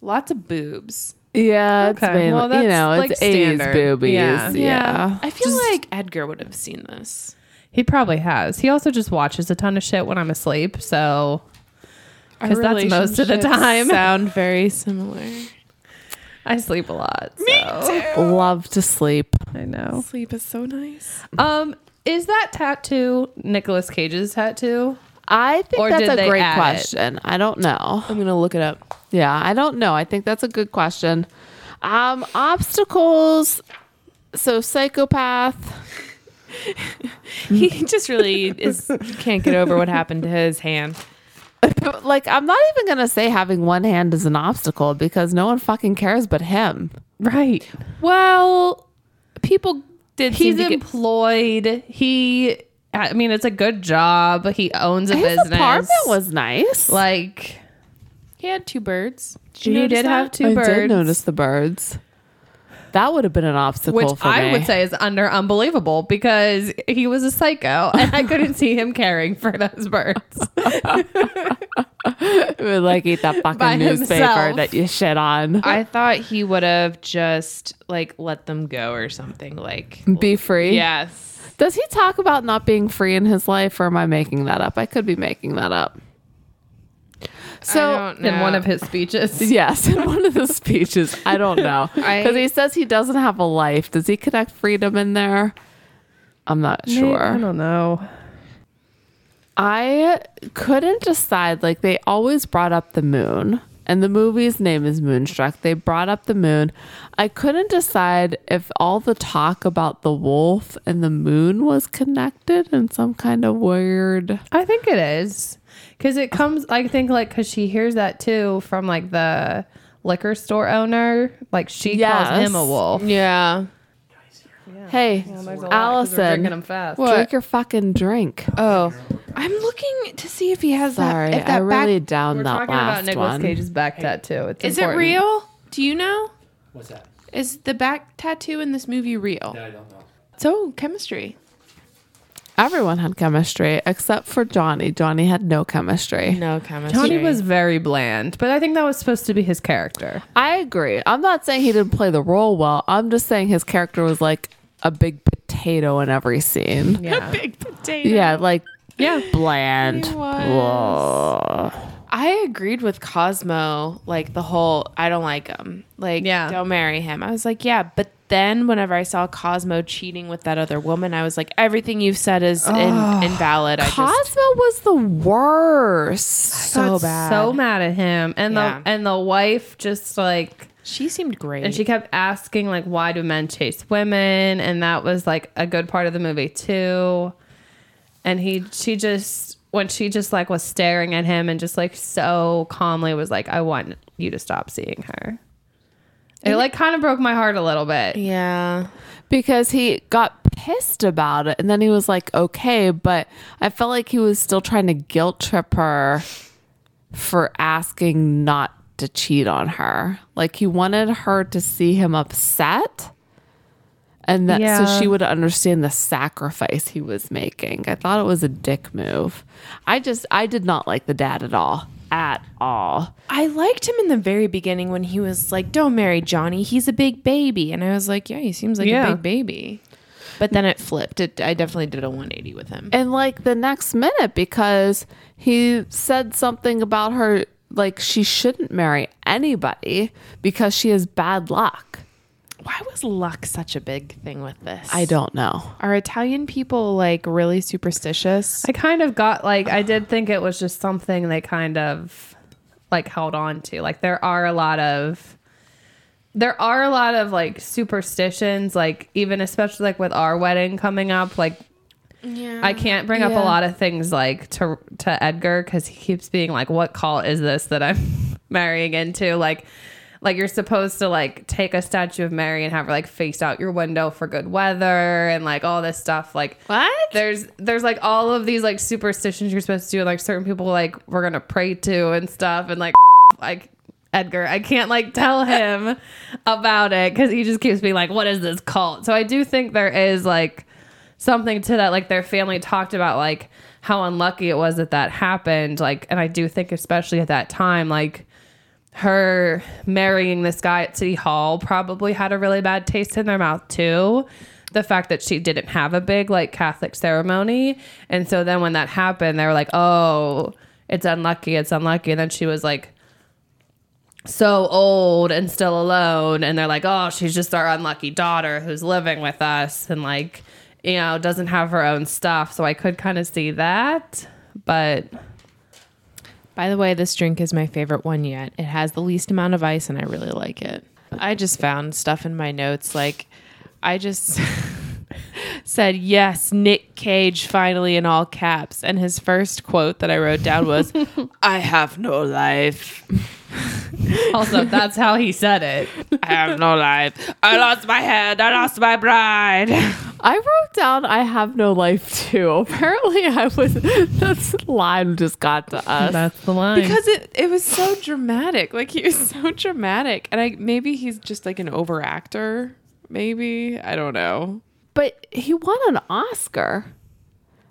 [SPEAKER 2] Lots of boobs.
[SPEAKER 1] yeah, it's
[SPEAKER 3] Okay.
[SPEAKER 1] been,
[SPEAKER 3] Well,
[SPEAKER 1] you
[SPEAKER 3] that's,
[SPEAKER 1] know,
[SPEAKER 3] like,
[SPEAKER 1] it's A's
[SPEAKER 3] standard.
[SPEAKER 1] boobies. Yeah.
[SPEAKER 3] Yeah.
[SPEAKER 2] I feel like Edgar would have seen this.
[SPEAKER 3] He probably has. He also just watches a ton of shit when I'm asleep, so because that's most of the time.
[SPEAKER 2] Sound very similar.
[SPEAKER 3] I sleep a lot. So
[SPEAKER 1] Love to sleep.
[SPEAKER 3] I know.
[SPEAKER 2] Sleep is so nice.
[SPEAKER 3] Um, is that tattoo Nicolas Cage's tattoo?
[SPEAKER 1] I think
[SPEAKER 3] Or did
[SPEAKER 1] that's a
[SPEAKER 3] they
[SPEAKER 1] great
[SPEAKER 3] add it?
[SPEAKER 1] question. I don't know.
[SPEAKER 2] I'm gonna look it up.
[SPEAKER 1] Yeah, I don't know. I think that's a good question. Um, obstacles. So psychopath.
[SPEAKER 2] He just really is can't get over what happened to his hand.
[SPEAKER 1] like I'm not even gonna say having one hand is an obstacle because no one fucking cares but him.
[SPEAKER 3] Right.
[SPEAKER 2] Well, people did.
[SPEAKER 3] He's
[SPEAKER 2] seem to get-
[SPEAKER 3] employed. he I mean it's a good job. He owns a
[SPEAKER 1] His
[SPEAKER 3] business.
[SPEAKER 1] apartment was nice.
[SPEAKER 3] like
[SPEAKER 2] he had two birds.
[SPEAKER 3] He
[SPEAKER 2] notice
[SPEAKER 3] did have two
[SPEAKER 1] I did
[SPEAKER 3] birds.
[SPEAKER 1] notice the birds. That would have been an obstacle
[SPEAKER 3] which
[SPEAKER 1] for
[SPEAKER 3] I
[SPEAKER 1] me.
[SPEAKER 3] would say is under unbelievable because he was a psycho and I couldn't see him caring for those birds.
[SPEAKER 1] It would like eat that
[SPEAKER 3] By
[SPEAKER 1] fucking newspaper
[SPEAKER 3] himself.
[SPEAKER 1] that you shit on.
[SPEAKER 2] I thought he would have just like let them go or something. Like
[SPEAKER 1] Be free.
[SPEAKER 2] Yes.
[SPEAKER 1] Does he talk about not being free in his life, or am I making that up? I could be making that up. So
[SPEAKER 2] don't
[SPEAKER 3] In one
[SPEAKER 2] know.
[SPEAKER 3] of his speeches.
[SPEAKER 1] Yes, in one of the speeches. I don't know.
[SPEAKER 2] I-
[SPEAKER 1] Because he says he doesn't have a life. Does he connect freedom in there? I'm not
[SPEAKER 3] I
[SPEAKER 1] sure.
[SPEAKER 3] don't know.
[SPEAKER 1] I couldn't decide. Like, they always brought up the moon, and the movie's name is Moonstruck. They brought up the moon. I couldn't decide if all the talk about the wolf and the moon was connected in some kind of weird.
[SPEAKER 3] I think it is because it comes. I think like because she hears that too from like the liquor store owner. Like she
[SPEAKER 1] Yes.
[SPEAKER 3] calls him a wolf.
[SPEAKER 2] Yeah.
[SPEAKER 1] Hey,
[SPEAKER 3] drinking
[SPEAKER 1] Allison,
[SPEAKER 3] fast.
[SPEAKER 1] drink your fucking drink.
[SPEAKER 2] Oh, I'm looking to see if he has
[SPEAKER 1] Sorry,
[SPEAKER 2] that. If
[SPEAKER 1] I
[SPEAKER 2] that back-
[SPEAKER 1] really downed
[SPEAKER 3] We're
[SPEAKER 1] that
[SPEAKER 3] talking
[SPEAKER 1] last
[SPEAKER 3] about Nicolas
[SPEAKER 1] one.
[SPEAKER 3] Cage's back tattoo. It's
[SPEAKER 2] is
[SPEAKER 3] important.
[SPEAKER 2] it real? Do you know?
[SPEAKER 4] What's that?
[SPEAKER 2] Is the back tattoo in this movie real?
[SPEAKER 4] That I don't know.
[SPEAKER 2] So chemistry.
[SPEAKER 1] Everyone had chemistry except for Johnny. Johnny had no chemistry.
[SPEAKER 2] No chemistry.
[SPEAKER 3] Tony was very bland, but I think that was supposed to be his character.
[SPEAKER 1] I agree. I'm not saying he didn't play the role well. I'm just saying his character was like a big potato in every scene.
[SPEAKER 3] Yeah.
[SPEAKER 2] big potato.
[SPEAKER 1] Yeah, like
[SPEAKER 3] yeah.
[SPEAKER 1] bland.
[SPEAKER 2] He
[SPEAKER 1] Blah.
[SPEAKER 2] I agreed with Cosmo, like the whole I don't like him. Like
[SPEAKER 3] Yeah.
[SPEAKER 2] don't marry him. I was like, yeah, but then whenever I saw Cosmo cheating with that other woman, I was like, everything you've said is in, invalid. I
[SPEAKER 1] Cosmo
[SPEAKER 2] just
[SPEAKER 1] was the worst.
[SPEAKER 2] so
[SPEAKER 3] Got
[SPEAKER 2] bad.
[SPEAKER 3] So mad at him. And
[SPEAKER 2] Yeah.
[SPEAKER 3] the and the wife just like
[SPEAKER 2] she seemed great.
[SPEAKER 3] and she kept asking like why do men chase women and that was like a good part of the movie too and he she just when she just like was staring at him and just like so calmly was like i want you to stop seeing her it like kind of broke my heart a little bit
[SPEAKER 2] yeah.
[SPEAKER 1] because he got pissed about it and then he was like okay but i felt like he was still trying to guilt trip her for asking not to cheat on her. Like he wanted her to see him upset. And that so
[SPEAKER 3] Yeah.
[SPEAKER 1] she would understand the sacrifice he was making. I thought it was a dick move. I just I did not like the dad at all. At all.
[SPEAKER 2] I liked him in the very beginning when he was like, "Don't marry Johnny. He's a big baby." And I was like, "Yeah, he seems like
[SPEAKER 3] Yeah.
[SPEAKER 2] a big baby." But then it flipped. It, I definitely did a 180 with him.
[SPEAKER 1] And like the next minute because he said something about her like she shouldn't marry anybody because she has bad luck.
[SPEAKER 2] Why was luck such a big thing with this?
[SPEAKER 1] I don't know.
[SPEAKER 2] Are Italian people like really superstitious?
[SPEAKER 3] I kind of got like I did think it was just something they kind of like held on to. Like there are a lot of there are a lot of like superstitions, like even especially like with our wedding coming up, like
[SPEAKER 2] yeah.
[SPEAKER 3] I can't bring up
[SPEAKER 1] Yeah.
[SPEAKER 3] a lot of things like to to Edgar because he keeps being like, "What call is this that I'm marrying into?" Like, like you're supposed to like take a statue of Mary and have her like face out your window for good weather and like all this stuff. Like,
[SPEAKER 2] What?
[SPEAKER 3] There's there's like all of these like superstitions you're supposed to do. and, Like certain people like we're gonna pray to and stuff and like like. Edgar, I can't like tell him about it because he just keeps being like, "What is this cult?" So I do think there is like something to that like their family talked about like how unlucky it was that that happened like and i do think especially at that time like her marrying this guy at city hall probably had a really bad taste in their mouth too the fact that she didn't have a big like catholic ceremony and so then when that happened they were like oh it's unlucky it's unlucky and then she was like so old and still alone and they're like oh she's just our unlucky daughter who's living with us and like you know doesn't have her own stuff so i could kind of see that but
[SPEAKER 2] By the way, this drink is my favorite one yet. It has the least amount of ice, and I really like it. I just found stuff in my notes. Like, I just said, Yes, Nick Cage finally in all caps. And his first quote that I wrote down was, I have no life.
[SPEAKER 3] also that's how he said it
[SPEAKER 2] I have no life. I lost my head. I lost my bride.
[SPEAKER 1] I wrote down I have no life too. Apparently I was that line just got to us.
[SPEAKER 3] that's the line
[SPEAKER 2] Because it, it was so dramatic. Like, he was so dramatic. And I maybe he's just like an overactor. Maybe. I don't know.
[SPEAKER 1] But he won an Oscar.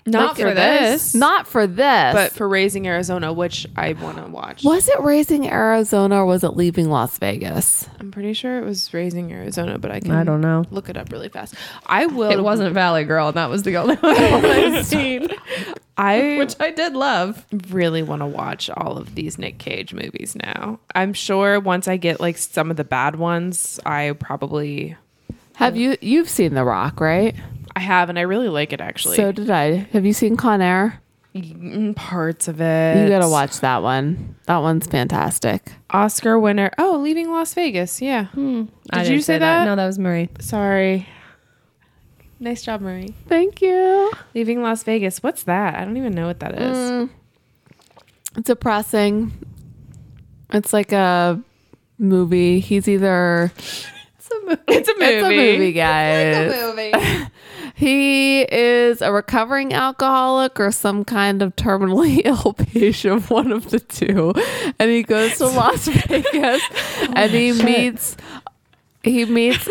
[SPEAKER 2] Not
[SPEAKER 1] Like,
[SPEAKER 2] for this.
[SPEAKER 1] Not for this.
[SPEAKER 2] but for Raising Arizona, which I want to watch.
[SPEAKER 1] was it Raising Arizona or was it Leaving Las Vegas?
[SPEAKER 2] I'm pretty sure it was Raising Arizona, but I can
[SPEAKER 3] i don't know
[SPEAKER 2] look it up really fast. I will.
[SPEAKER 3] it wasn't valley girl and that was the only one i've seen
[SPEAKER 2] I
[SPEAKER 3] which i did love
[SPEAKER 2] really want to watch all of these Nick Cage movies now. I'm sure once I get like some of the bad ones, I probably Uh,
[SPEAKER 1] Have you you've seen The Rock, right?
[SPEAKER 2] I have, and I really like it actually.
[SPEAKER 1] So did I. Have you seen Con Air?
[SPEAKER 2] Mm, parts of it.
[SPEAKER 1] You gotta watch that one. That one's fantastic.
[SPEAKER 2] Oscar winner. Oh, Leaving Las Vegas. Yeah. Did you Hmm. say, that?
[SPEAKER 3] no that was marie
[SPEAKER 2] Sorry. Nice job, Marie.
[SPEAKER 1] Thank you.
[SPEAKER 2] Leaving Las Vegas. What's that? I don't even know what that is.
[SPEAKER 1] Mm. It's depressing. It's like a movie. He's either
[SPEAKER 2] It's a movie.
[SPEAKER 1] It's a movie, guys. he is a recovering alcoholic or some kind of terminally ill patient, one of the two. And he goes to Las Vegas
[SPEAKER 2] Oh,
[SPEAKER 1] and he meets he meets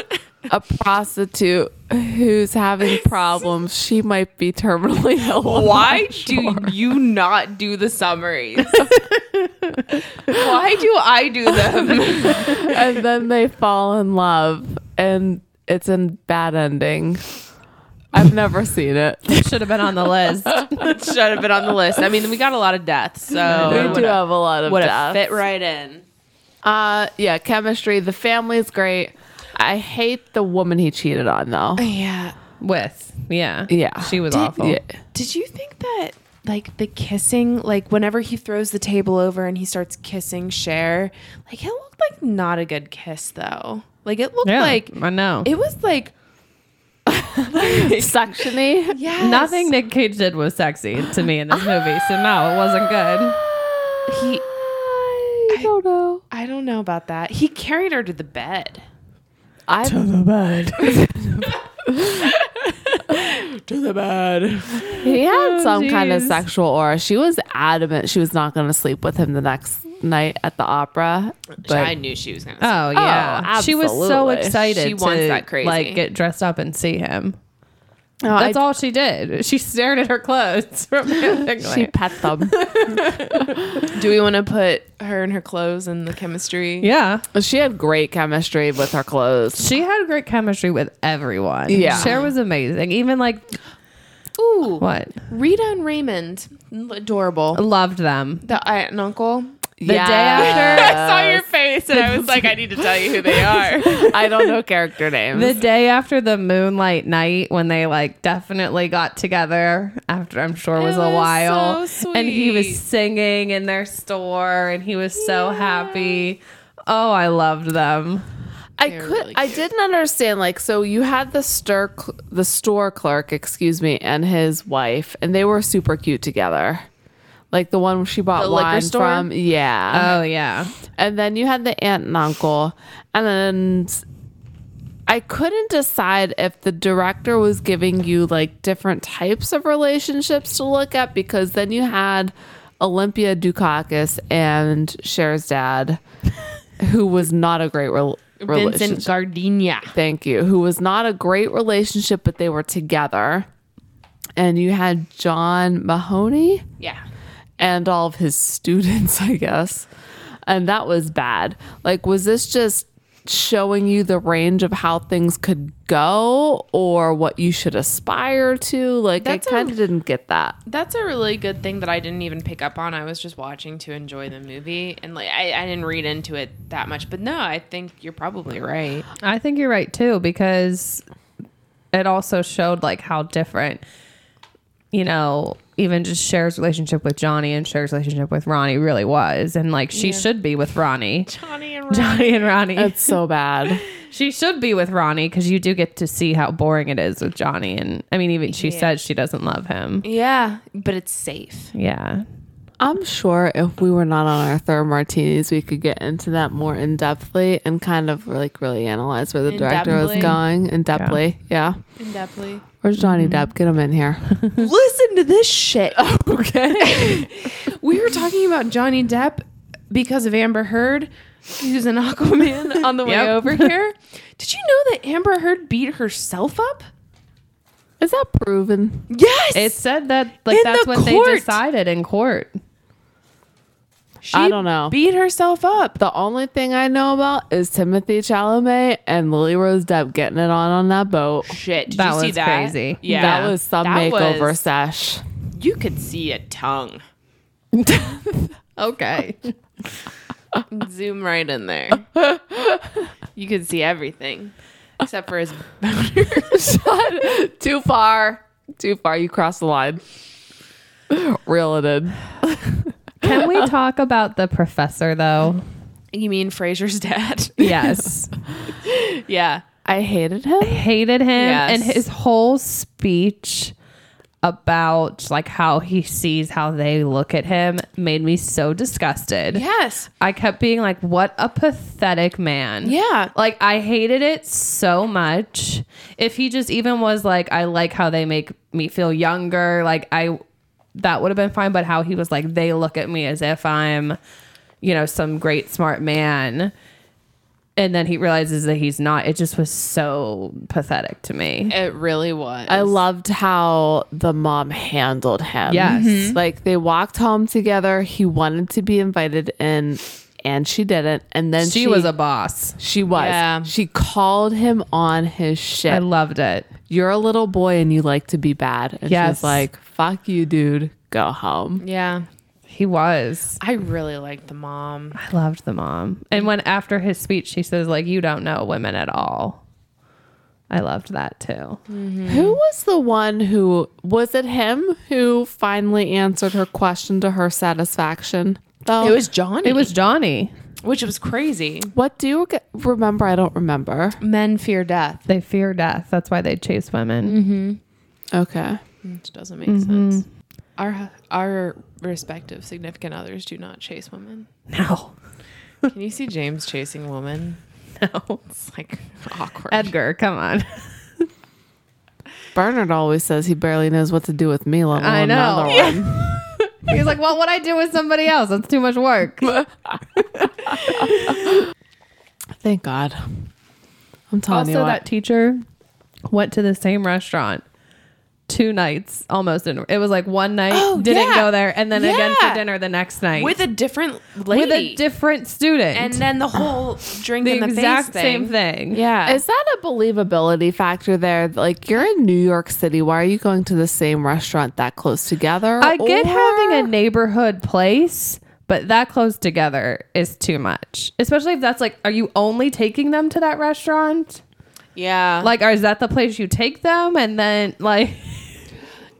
[SPEAKER 1] a prostitute who's having problems. She might be terminally ill.
[SPEAKER 2] Why do you not do the summaries? Why do I do them?
[SPEAKER 1] and then they fall in love and it's a bad ending. I've never seen it.
[SPEAKER 3] should have been on the list
[SPEAKER 2] It should have been on the list. I mean, we got a lot of deaths, so
[SPEAKER 1] We
[SPEAKER 2] it
[SPEAKER 1] do
[SPEAKER 2] would've-
[SPEAKER 1] have a lot of
[SPEAKER 2] would've
[SPEAKER 1] deaths.
[SPEAKER 2] fit right in.
[SPEAKER 1] Uh, yeah, chemistry. The family's great. I hate the woman he cheated on though.
[SPEAKER 2] Yeah.
[SPEAKER 3] with yeah
[SPEAKER 1] Yeah.
[SPEAKER 3] she was
[SPEAKER 2] Did-
[SPEAKER 3] awful
[SPEAKER 1] Yeah.
[SPEAKER 2] Did you think that like the kissing, like whenever he throws the table over and he starts kissing Cher, like it looked like not a good kiss though. Like it looked
[SPEAKER 3] Yeah,
[SPEAKER 2] like
[SPEAKER 3] i know
[SPEAKER 2] it was like
[SPEAKER 1] Suctiony.
[SPEAKER 2] yeah
[SPEAKER 3] Nothing Nick Cage did was sexy to me
[SPEAKER 2] Ah.
[SPEAKER 3] in this movie, so no, it wasn't good.
[SPEAKER 2] He
[SPEAKER 1] I don't know.
[SPEAKER 2] I don't know about that. He carried her to the bed.
[SPEAKER 1] I
[SPEAKER 3] the bed.
[SPEAKER 1] to the bed. He had
[SPEAKER 3] Oh,
[SPEAKER 1] some kind of
[SPEAKER 3] geez.
[SPEAKER 1] sexual aura. She was adamant she was not going to sleep with him the next night at the opera. But
[SPEAKER 4] I knew she was gonna.
[SPEAKER 3] Oh yeah, she was so
[SPEAKER 1] absolutely.
[SPEAKER 3] excited.
[SPEAKER 4] She wants
[SPEAKER 3] to,
[SPEAKER 4] that crazy.
[SPEAKER 3] Like get dressed up and see him.
[SPEAKER 1] No, I-
[SPEAKER 3] That's all she did. She stared at her clothes
[SPEAKER 1] she
[SPEAKER 3] romantically.
[SPEAKER 1] pet them.
[SPEAKER 2] Do we want to put her and her clothes and the chemistry?
[SPEAKER 3] yeah,
[SPEAKER 1] she had great chemistry with her clothes.
[SPEAKER 3] she had great chemistry with everyone.
[SPEAKER 1] Yeah.
[SPEAKER 3] Cher was amazing. Even like
[SPEAKER 2] Ooh,
[SPEAKER 3] what
[SPEAKER 2] Rita and Raymond, adorable.
[SPEAKER 3] loved them.
[SPEAKER 2] The aunt and uncle.
[SPEAKER 3] The day after,
[SPEAKER 4] I saw your face and I was like, I need to tell you who they are.
[SPEAKER 1] I don't know character names.
[SPEAKER 3] the day after the moonlight night when they like definitely got together after I'm sure was
[SPEAKER 2] It
[SPEAKER 3] a
[SPEAKER 2] was
[SPEAKER 3] while.
[SPEAKER 2] so
[SPEAKER 3] And he
[SPEAKER 2] sweet.
[SPEAKER 3] was singing in their store and he was so happy. Oh, I loved them.
[SPEAKER 1] I
[SPEAKER 2] They're
[SPEAKER 1] could
[SPEAKER 2] really
[SPEAKER 1] I
[SPEAKER 2] cute.
[SPEAKER 1] didn't understand like so you had the stir cl- the store clerk, excuse me, and his wife and they were super cute together. Like the one she bought
[SPEAKER 2] The liquor
[SPEAKER 1] wine
[SPEAKER 2] store?
[SPEAKER 1] from. Yeah.
[SPEAKER 3] Oh yeah.
[SPEAKER 1] and then you had the aunt and uncle and then s- I couldn't decide if the director was giving you like different types of relationships to look at because then you had Olympia Dukakis and Cher's dad who was not a great rel relationship.
[SPEAKER 4] Vincent Gardenia.
[SPEAKER 1] Thank you. Who was not a great relationship, but they were together. And you had John Mahoney
[SPEAKER 4] Yeah.
[SPEAKER 1] and all of his students, I guess. And that was bad. Like, was this just showing you the range of how things could go or what you should aspire to? Like,
[SPEAKER 4] That's a-
[SPEAKER 1] I kind of didn't get that.
[SPEAKER 4] That's a really good thing that I didn't even pick up on. I was just watching to enjoy the movie and like I, I didn't read into it that much. But no, I think you're probably right.
[SPEAKER 3] I think you're right too because it also showed like how different, you know, even just Cher's relationship with Johnny and Cher's relationship with Ronnie really was, and like she should be with Ronnie,
[SPEAKER 4] Johnny and
[SPEAKER 3] Johnny and Ronnie.
[SPEAKER 1] It's so bad.
[SPEAKER 3] she should be with Ronnie because you do get to see how boring it is with Johnny, and I mean, even she said she doesn't love him.
[SPEAKER 2] Yeah.
[SPEAKER 4] But it's safe.
[SPEAKER 3] Yeah,
[SPEAKER 1] I'm sure if we were not on our third martinis, we could get into that more in depthly and kind of like really analyze where the director
[SPEAKER 2] depthly.
[SPEAKER 1] was going in depthly. Yeah.
[SPEAKER 2] In depthly.
[SPEAKER 1] Where's Johnny Depp? Get him in here.
[SPEAKER 2] Listen to this shit. Okay. we were talking about Johnny Depp because of Amber Heard, who's an Aquaman on the way
[SPEAKER 3] Yep.
[SPEAKER 2] over here. Did you know that Amber Heard beat herself up?
[SPEAKER 1] Is that proven?
[SPEAKER 2] Yes.
[SPEAKER 3] it said that like
[SPEAKER 2] In
[SPEAKER 3] that's
[SPEAKER 2] the
[SPEAKER 3] what they
[SPEAKER 2] court.
[SPEAKER 3] decided in court.
[SPEAKER 2] she
[SPEAKER 1] I don't know.
[SPEAKER 2] Beat herself up.
[SPEAKER 1] The only thing I know about is Timothy Chalamet and Lily Rose Depp getting it on on that boat.
[SPEAKER 4] Shit. Did
[SPEAKER 3] That
[SPEAKER 4] you see
[SPEAKER 3] was
[SPEAKER 4] that?
[SPEAKER 3] crazy.
[SPEAKER 4] Yeah.
[SPEAKER 1] That was some
[SPEAKER 4] That
[SPEAKER 1] makeover
[SPEAKER 4] was-
[SPEAKER 1] sesh.
[SPEAKER 4] You could see a tongue.
[SPEAKER 3] Okay,
[SPEAKER 4] Zoom right in there. you could see everything. Except for his
[SPEAKER 1] Too far. Too far. You crossed the line. Reel it in.
[SPEAKER 3] can we talk about the professor though?
[SPEAKER 4] You mean Fraser's dad?
[SPEAKER 3] Yes.
[SPEAKER 4] yeah.
[SPEAKER 1] I hated him.
[SPEAKER 3] hated him
[SPEAKER 4] Yes.
[SPEAKER 3] and his whole speech about like how he sees how they look at him made me so disgusted.
[SPEAKER 2] Yes.
[SPEAKER 3] I kept being like what a pathetic man.
[SPEAKER 2] Yeah.
[SPEAKER 3] Like I hated it so much. If he just even was like I like how they make me feel younger, like I that would have been fine, but how he was like they look at me as if I'm you know some great smart man. And then he realizes that he's not. It just was so pathetic to me.
[SPEAKER 4] It really was.
[SPEAKER 1] I loved how the mom handled him. Mm-hmm.
[SPEAKER 3] Yes. Mm-hmm.
[SPEAKER 1] Like they walked home together. He wanted to be invited in and she didn't. And then she,
[SPEAKER 3] She was a boss.
[SPEAKER 1] she was.
[SPEAKER 4] Yeah.
[SPEAKER 1] She called him on his shit.
[SPEAKER 3] I loved it.
[SPEAKER 1] You're a little boy and you like to be bad. And
[SPEAKER 3] Yes.
[SPEAKER 1] she's like, fuck you, dude. Go home.
[SPEAKER 4] yeah.
[SPEAKER 3] He was.
[SPEAKER 4] I really liked the mom.
[SPEAKER 3] I loved the mom. And when after his speech she says like you don't know women at all. I loved that too.
[SPEAKER 1] Who was the one who was it him who finally answered her question to her satisfaction? Though
[SPEAKER 2] It was Johnny.
[SPEAKER 3] It was Johnny.
[SPEAKER 4] Which was crazy.
[SPEAKER 1] what do you get- remember? I don't remember.
[SPEAKER 2] men fear death.
[SPEAKER 3] They fear death. That's why they chase women.
[SPEAKER 1] Okay.
[SPEAKER 4] Which doesn't make
[SPEAKER 2] Mm-hmm.
[SPEAKER 4] sense.
[SPEAKER 2] Our our respective significant others do not chase women.
[SPEAKER 3] No.
[SPEAKER 4] Can you see James chasing a woman?
[SPEAKER 3] No.
[SPEAKER 4] It's like awkward.
[SPEAKER 3] Edgar, come on.
[SPEAKER 1] Bernard always says he barely knows what to do with me, let alone
[SPEAKER 3] I know.
[SPEAKER 1] another
[SPEAKER 3] Yeah.
[SPEAKER 1] one.
[SPEAKER 3] He's like, what would I do with somebody else? That's too much work.
[SPEAKER 1] Thank God. I'm telling
[SPEAKER 3] also,
[SPEAKER 1] you
[SPEAKER 3] that
[SPEAKER 1] what.
[SPEAKER 3] teacher went to the same restaurant two nights almost. In, it was like one night,
[SPEAKER 2] Oh,
[SPEAKER 3] didn't
[SPEAKER 2] yeah.
[SPEAKER 3] go there, and then again for
[SPEAKER 2] Yeah.
[SPEAKER 3] dinner the next night
[SPEAKER 2] with a different lady
[SPEAKER 3] With a different student.
[SPEAKER 2] and then the whole drink
[SPEAKER 3] the
[SPEAKER 2] in the
[SPEAKER 3] exact
[SPEAKER 2] face
[SPEAKER 3] same
[SPEAKER 2] thing.
[SPEAKER 3] thing.
[SPEAKER 2] Yeah,
[SPEAKER 1] Is that a believability factor there? Like you're in New York City. Why are you going to the same restaurant that close together?
[SPEAKER 3] I get
[SPEAKER 1] Or-
[SPEAKER 3] having a neighborhood place, but that close together is too much. Especially if that's like, are you only taking them to that restaurant?
[SPEAKER 2] yeah.
[SPEAKER 3] Like, or is that the place you take them? And then, like,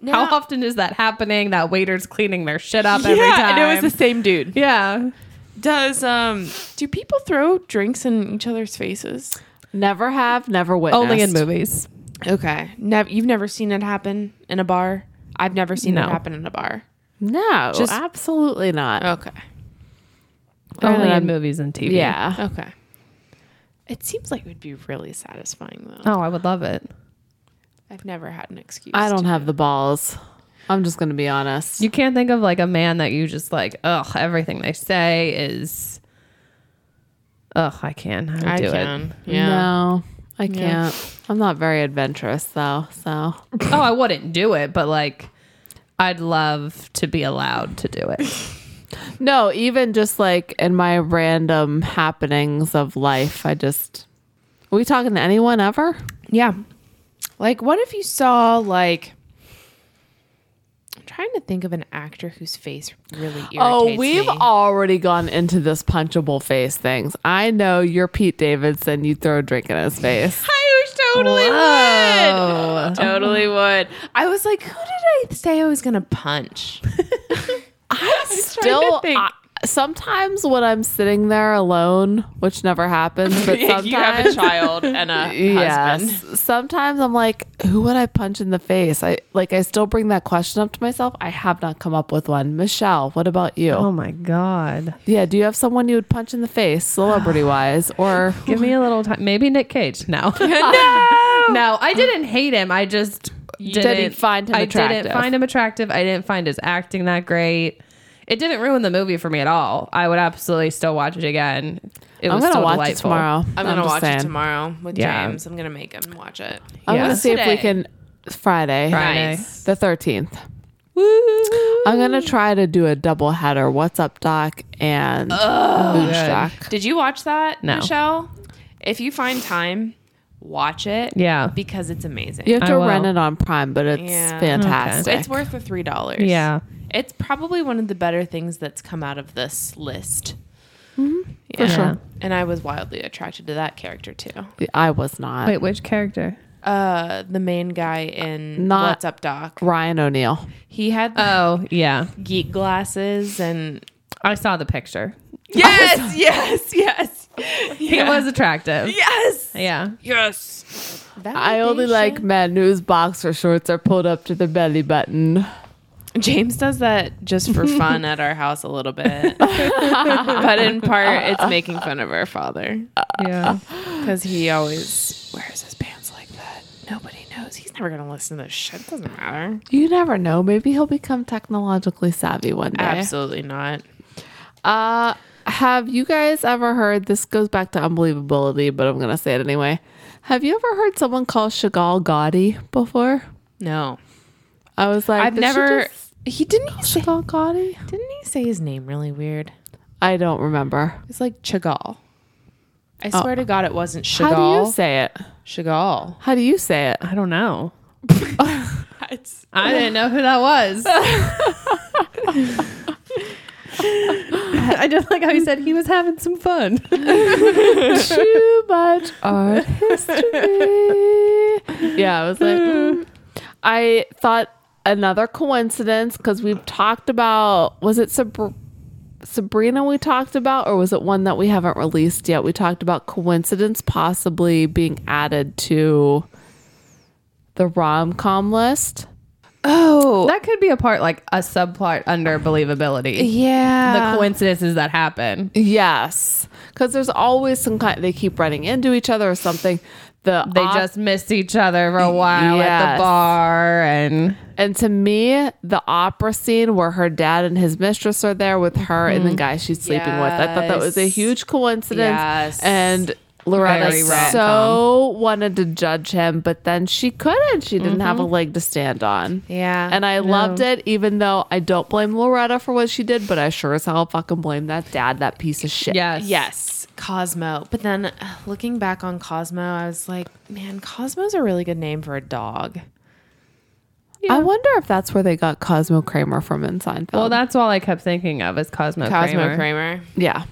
[SPEAKER 2] Now-
[SPEAKER 3] how often is that happening? That waiter's cleaning their shit up every
[SPEAKER 2] yeah, and
[SPEAKER 3] time.
[SPEAKER 2] it was the same dude.
[SPEAKER 3] yeah.
[SPEAKER 2] Does um do people throw drinks in each other's faces?
[SPEAKER 1] never have, never witnessed.
[SPEAKER 3] Only in movies.
[SPEAKER 2] Okay, never. You've never seen it happen in a bar. I've never seen
[SPEAKER 3] No.
[SPEAKER 2] it happen in a bar.
[SPEAKER 1] No,
[SPEAKER 2] Just-
[SPEAKER 1] absolutely not.
[SPEAKER 2] Okay,
[SPEAKER 3] Only
[SPEAKER 1] Um,
[SPEAKER 3] in movies and TV.
[SPEAKER 1] yeah.
[SPEAKER 2] okay. It seems like it would be really satisfying though.
[SPEAKER 3] Oh, I would love it.
[SPEAKER 2] I've never had an excuse.
[SPEAKER 1] I
[SPEAKER 2] to-
[SPEAKER 1] don't have the balls. I'm just going to be honest.
[SPEAKER 3] You can't think of like a man that you just like, ugh, everything they say is, ugh, I can. I,
[SPEAKER 2] I
[SPEAKER 3] do it.
[SPEAKER 2] can. Yeah.
[SPEAKER 1] No, I can't. I'm not very adventurous though. So
[SPEAKER 3] oh, I wouldn't do it, but like, I'd love to be allowed to do it.
[SPEAKER 1] no, even just like in my random happenings of life, I just. Are we talking to anyone ever?
[SPEAKER 2] Yeah. Like, what if you saw like? I'm trying to think of an actor whose face really irritates
[SPEAKER 1] Oh, we've
[SPEAKER 2] me.
[SPEAKER 1] already gone into this punchable face things. I know you're Pete Davidson. You throw a drink in his face.
[SPEAKER 2] I totally
[SPEAKER 3] Whoa.
[SPEAKER 2] would. Totally would. I was like, who did I say I was gonna punch?
[SPEAKER 1] Still,
[SPEAKER 2] think.
[SPEAKER 1] I- sometimes when I'm sitting there alone, which never happens, but sometimes
[SPEAKER 2] child and a
[SPEAKER 1] Yes. Sometimes I'm like, who would I punch in the face? I like I still bring that question up to myself. I have not come up with one. Michelle, what about you?
[SPEAKER 3] Oh my god!
[SPEAKER 1] Yeah, do you have someone you would punch in the face, celebrity wise? Or
[SPEAKER 3] Give me a little time. Maybe Nick Cage. No, no, no. I didn't hate him. I just didn't,
[SPEAKER 1] didn't find him
[SPEAKER 3] I
[SPEAKER 1] attractive.
[SPEAKER 3] didn't find him attractive. I didn't find his acting that great. It didn't ruin the movie for me at all. I would absolutely still watch it again. It
[SPEAKER 1] I'm
[SPEAKER 3] was
[SPEAKER 1] gonna
[SPEAKER 3] so
[SPEAKER 1] watch
[SPEAKER 3] delightful.
[SPEAKER 1] it tomorrow.
[SPEAKER 2] I'm gonna
[SPEAKER 1] just
[SPEAKER 2] watch
[SPEAKER 1] saying.
[SPEAKER 2] it tomorrow with
[SPEAKER 3] Yeah.
[SPEAKER 2] James. I'm gonna make him watch it.
[SPEAKER 1] I'm
[SPEAKER 3] Yeah.
[SPEAKER 1] gonna see if we
[SPEAKER 2] Today.
[SPEAKER 1] can Friday.
[SPEAKER 3] Friday.
[SPEAKER 2] Nice.
[SPEAKER 1] The thirteenth. I'm gonna try to do a double header. What's up, Doc? And Mooch
[SPEAKER 3] good.
[SPEAKER 1] Doc.
[SPEAKER 2] Did you watch that,
[SPEAKER 3] No.
[SPEAKER 2] Michelle? If you find time, watch it.
[SPEAKER 3] Yeah.
[SPEAKER 2] Because it's amazing.
[SPEAKER 1] You have
[SPEAKER 3] I
[SPEAKER 1] to
[SPEAKER 3] will.
[SPEAKER 1] rent it on Prime, but it's
[SPEAKER 2] Yeah. Okay.
[SPEAKER 1] fantastic.
[SPEAKER 2] It's worth the three dollars.
[SPEAKER 3] Yeah.
[SPEAKER 2] It's probably one of the better things that's come out of this list.
[SPEAKER 1] Mm-hmm. for sure.
[SPEAKER 2] And I was wildly attracted to that character too.
[SPEAKER 1] I was not.
[SPEAKER 3] Wait, which character?
[SPEAKER 2] Uh, the main guy in
[SPEAKER 1] Not- Uh,
[SPEAKER 2] What's Up Doc.
[SPEAKER 1] Ryan O'Neal.
[SPEAKER 2] He had the
[SPEAKER 3] Oh yeah,
[SPEAKER 2] geek glasses and
[SPEAKER 3] I saw the picture.
[SPEAKER 2] yes, yes, yes,
[SPEAKER 3] He was attractive.
[SPEAKER 2] yes,
[SPEAKER 3] Yeah.
[SPEAKER 2] yes.
[SPEAKER 1] I only like men whose boxer shorts are pulled up to their belly button.
[SPEAKER 2] James does that just for fun at our house a little bit, but in part it's making fun of our father
[SPEAKER 3] Yeah.
[SPEAKER 2] because he always wears his pants like that. Nobody knows. He's never gonna listen to this shit. Doesn't matter.
[SPEAKER 1] You never know. Maybe he'll become technologically savvy one day.
[SPEAKER 2] Absolutely not.
[SPEAKER 1] Uh, have you guys ever heard? This goes back to unbelievability, but I'm gonna say it anyway. Have you ever heard someone call Chagall Gotti before?
[SPEAKER 2] No,
[SPEAKER 1] I was like,
[SPEAKER 2] I've
[SPEAKER 1] "Did she
[SPEAKER 2] never.
[SPEAKER 1] just-
[SPEAKER 2] He didn't. He say,
[SPEAKER 1] Chagall Gotti.
[SPEAKER 2] didn't he say his name really weird?
[SPEAKER 1] I don't remember.
[SPEAKER 2] It's like Chagall. I swear to God, it wasn't Chagall.
[SPEAKER 1] Oh. How do you say it?
[SPEAKER 2] Chagall.
[SPEAKER 1] How do you say it?
[SPEAKER 3] I don't know. I didn't know who that was. I just like how he said he was having some fun.
[SPEAKER 1] Too much art history. Yeah, I was like, mm. I thought another coincidence because we've talked about was it Sabr- Sabrina we talked about, or was it one that we haven't released yet? We talked about coincidence possibly being added to the rom com list.
[SPEAKER 2] Oh,
[SPEAKER 3] That could be a part, like a subplot under believability.
[SPEAKER 2] yeah.
[SPEAKER 3] The coincidences that happen.
[SPEAKER 1] Yes, because there's always some kind. They keep running into each other or something. the
[SPEAKER 3] They
[SPEAKER 1] op-
[SPEAKER 3] just missed each other for a while at
[SPEAKER 1] Yes.
[SPEAKER 3] the bar and
[SPEAKER 1] and to me the opera scene where her dad and his mistress are there with her and the guy she's sleeping with. I thought that was a
[SPEAKER 2] Mm-hmm. Yes.
[SPEAKER 1] huge coincidence.
[SPEAKER 2] Yes.
[SPEAKER 1] And Loretta
[SPEAKER 3] Very
[SPEAKER 1] so wanted to judge him, but then she couldn't. She didn't have a leg to stand on.
[SPEAKER 2] Mm-hmm. Yeah.
[SPEAKER 1] And I loved it, even though I don't blame Loretta for what she did, but I sure as hell fucking blame that dad, that piece of shit.
[SPEAKER 3] yes.
[SPEAKER 2] Yes, Cosmo. But then uh, looking back on Cosmo, I was like, man, Cosmo's a really good name for a dog.
[SPEAKER 1] I wonder if that's where they got Cosmo Kramer from in Seinfeld.
[SPEAKER 3] Well, that's all I kept thinking of is Cosmo,
[SPEAKER 2] Cosmo
[SPEAKER 3] Kramer.
[SPEAKER 2] Kramer.
[SPEAKER 1] yeah.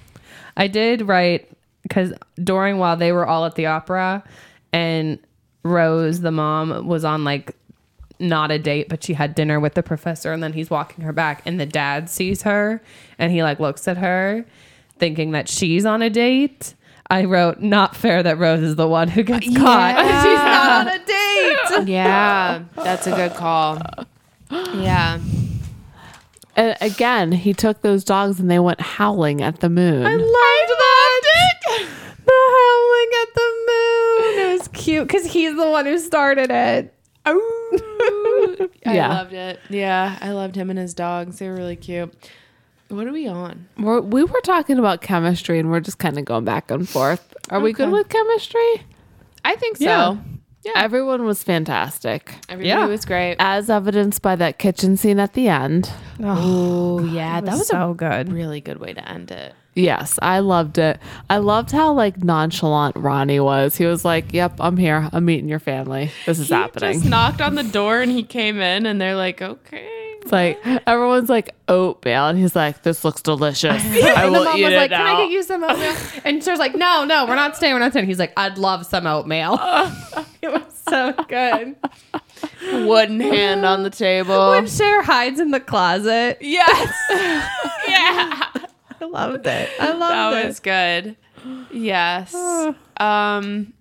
[SPEAKER 3] I did write because during while they were all at the opera and Rose, the mom, was on like not a date, but she had dinner with the professor and then he's walking her back and the dad sees her and he like looks at her thinking that she's on a date. I wrote, not fair that Rose is the one who gets caught. she's not on a date.
[SPEAKER 2] Yeah, that's a good call. Yeah.
[SPEAKER 1] And again, he took those dogs and they went howling at the moon.
[SPEAKER 3] I loved it. The howling at the moon. It was cute because he's the one who started it. Oh.
[SPEAKER 1] Yeah.
[SPEAKER 2] I loved it. Yeah, I loved him and his dogs. They were really cute. What are we on?
[SPEAKER 1] We're, we were talking about chemistry and we're just kind of going back and forth. Are we good with chemistry?
[SPEAKER 2] I think so.
[SPEAKER 1] Yeah.
[SPEAKER 2] Yeah.
[SPEAKER 1] Everyone was fantastic,
[SPEAKER 2] Everybody
[SPEAKER 3] Yeah.
[SPEAKER 2] was great.
[SPEAKER 1] as evidenced by that kitchen scene at the end.
[SPEAKER 2] Oh, yeah. That was
[SPEAKER 3] so
[SPEAKER 2] a
[SPEAKER 3] good.
[SPEAKER 2] really good way to end it.
[SPEAKER 1] Yes, I loved it. I loved how like nonchalant Ronnie was. He was like, "Yep, I'm here. I'm meeting your family. This is happening."
[SPEAKER 2] Just knocked on the door and he came in and they're like, okay.
[SPEAKER 1] it's like everyone's like oatmeal, and he's like, "This looks delicious. I
[SPEAKER 3] and the
[SPEAKER 1] will
[SPEAKER 3] mom
[SPEAKER 1] eat
[SPEAKER 3] was
[SPEAKER 1] it
[SPEAKER 3] like, "Can I
[SPEAKER 1] now."
[SPEAKER 3] get you some oatmeal?" And she was like, "No, no, we're not staying. We're not staying." He's like, "I'd love some oatmeal." it was so good.
[SPEAKER 2] Wooden hand on the table.
[SPEAKER 3] When Cher hides in the closet,
[SPEAKER 2] Yes. yeah.
[SPEAKER 3] I loved it. I loved
[SPEAKER 2] That
[SPEAKER 3] it.
[SPEAKER 2] was good. Yes. Um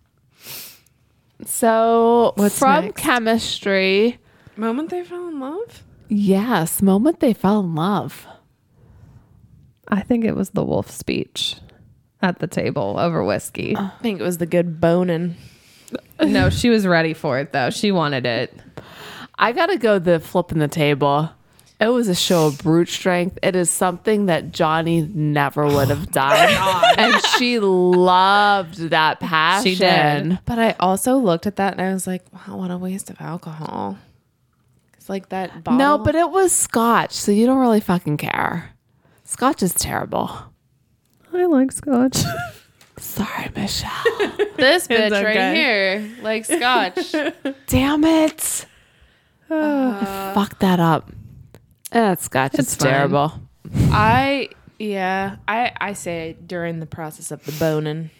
[SPEAKER 1] so
[SPEAKER 3] What's
[SPEAKER 1] from
[SPEAKER 3] next?
[SPEAKER 1] chemistry,
[SPEAKER 2] moment they fell in love?
[SPEAKER 1] yes, moment they fell in love.
[SPEAKER 3] I think it was the wolf speech at the table over whiskey.
[SPEAKER 2] I think it was the good boning.
[SPEAKER 3] no, she was ready for it though. She wanted it.
[SPEAKER 1] I gotta go the flipping the table. It was a show of brute strength. It is something that Johnny never would have done. and she loved that passion.
[SPEAKER 3] She did.
[SPEAKER 2] But I also looked at that and I was like, wow, what a waste of alcohol. It's like that bottle.
[SPEAKER 1] No, but it was scotch, so you don't really fucking care. Scotch is terrible.
[SPEAKER 3] I like scotch.
[SPEAKER 1] Sorry, Michelle.
[SPEAKER 2] this bitch
[SPEAKER 3] okay.
[SPEAKER 2] right here, like scotch.
[SPEAKER 1] Damn it. Fuck that up. That scotch
[SPEAKER 3] It's
[SPEAKER 1] is
[SPEAKER 3] fine.
[SPEAKER 1] terrible.
[SPEAKER 2] I yeah, I I say during the process of the boning.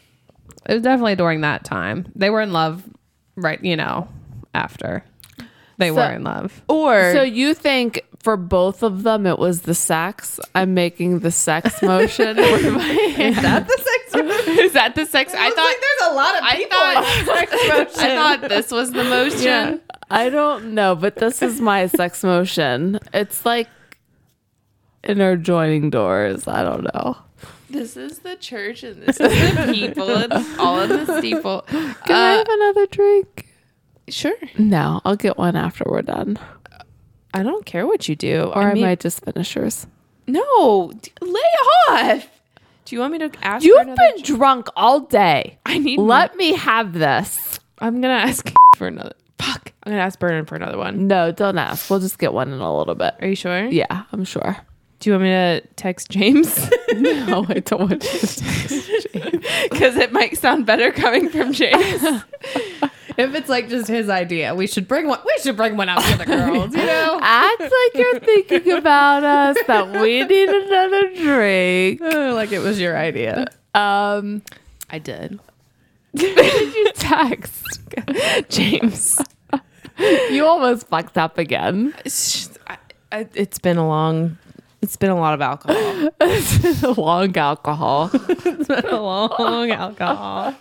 [SPEAKER 3] It was definitely during that time. They were in love, right? You know, after they were in love.
[SPEAKER 2] Or
[SPEAKER 1] So you think for both of them it was the sex? I'm making the sex motion with my hand.
[SPEAKER 3] That's the sex
[SPEAKER 2] is that the sex? I thought
[SPEAKER 3] there's a lot of
[SPEAKER 2] I thought I thought this was the motion.
[SPEAKER 1] I don't know, but this is my sex motion. It's like inner joining doors. I don't know.
[SPEAKER 2] This is the church and this is the people. It's all in the steeple.
[SPEAKER 1] Can I have another drink?
[SPEAKER 2] Sure.
[SPEAKER 1] No, I'll get one after we're done.
[SPEAKER 2] I don't care what you do.
[SPEAKER 1] Or I,
[SPEAKER 2] mean-
[SPEAKER 1] might just finish yours.
[SPEAKER 2] No, d- lay off. Do you want me to ask? for
[SPEAKER 1] You've
[SPEAKER 2] another
[SPEAKER 1] been
[SPEAKER 2] ch-
[SPEAKER 1] drunk all day.
[SPEAKER 2] I need.
[SPEAKER 1] Let me have this.
[SPEAKER 2] I'm gonna ask for another. Fuck. I'm gonna ask Vernon for another one.
[SPEAKER 1] No, don't ask. We'll just get one in a little bit.
[SPEAKER 2] Are you sure?
[SPEAKER 1] Yeah, I'm sure.
[SPEAKER 2] Do you want me to text James?
[SPEAKER 1] No, I don't want you to.
[SPEAKER 2] Because it might sound better coming from James.
[SPEAKER 3] If it's like just his idea, we should bring one. We should bring one out for the girls. You
[SPEAKER 2] Oh.
[SPEAKER 3] know.
[SPEAKER 1] Act like you're thinking about us, that we need another drink.
[SPEAKER 3] Oh, like it was your idea.
[SPEAKER 1] Um,
[SPEAKER 2] I did.
[SPEAKER 1] did you text?
[SPEAKER 2] James.
[SPEAKER 1] You almost fucked up again.
[SPEAKER 2] It's, just, I, I, it's been a long. It's been a lot of alcohol.
[SPEAKER 1] Long alcohol.
[SPEAKER 3] Long alcohol.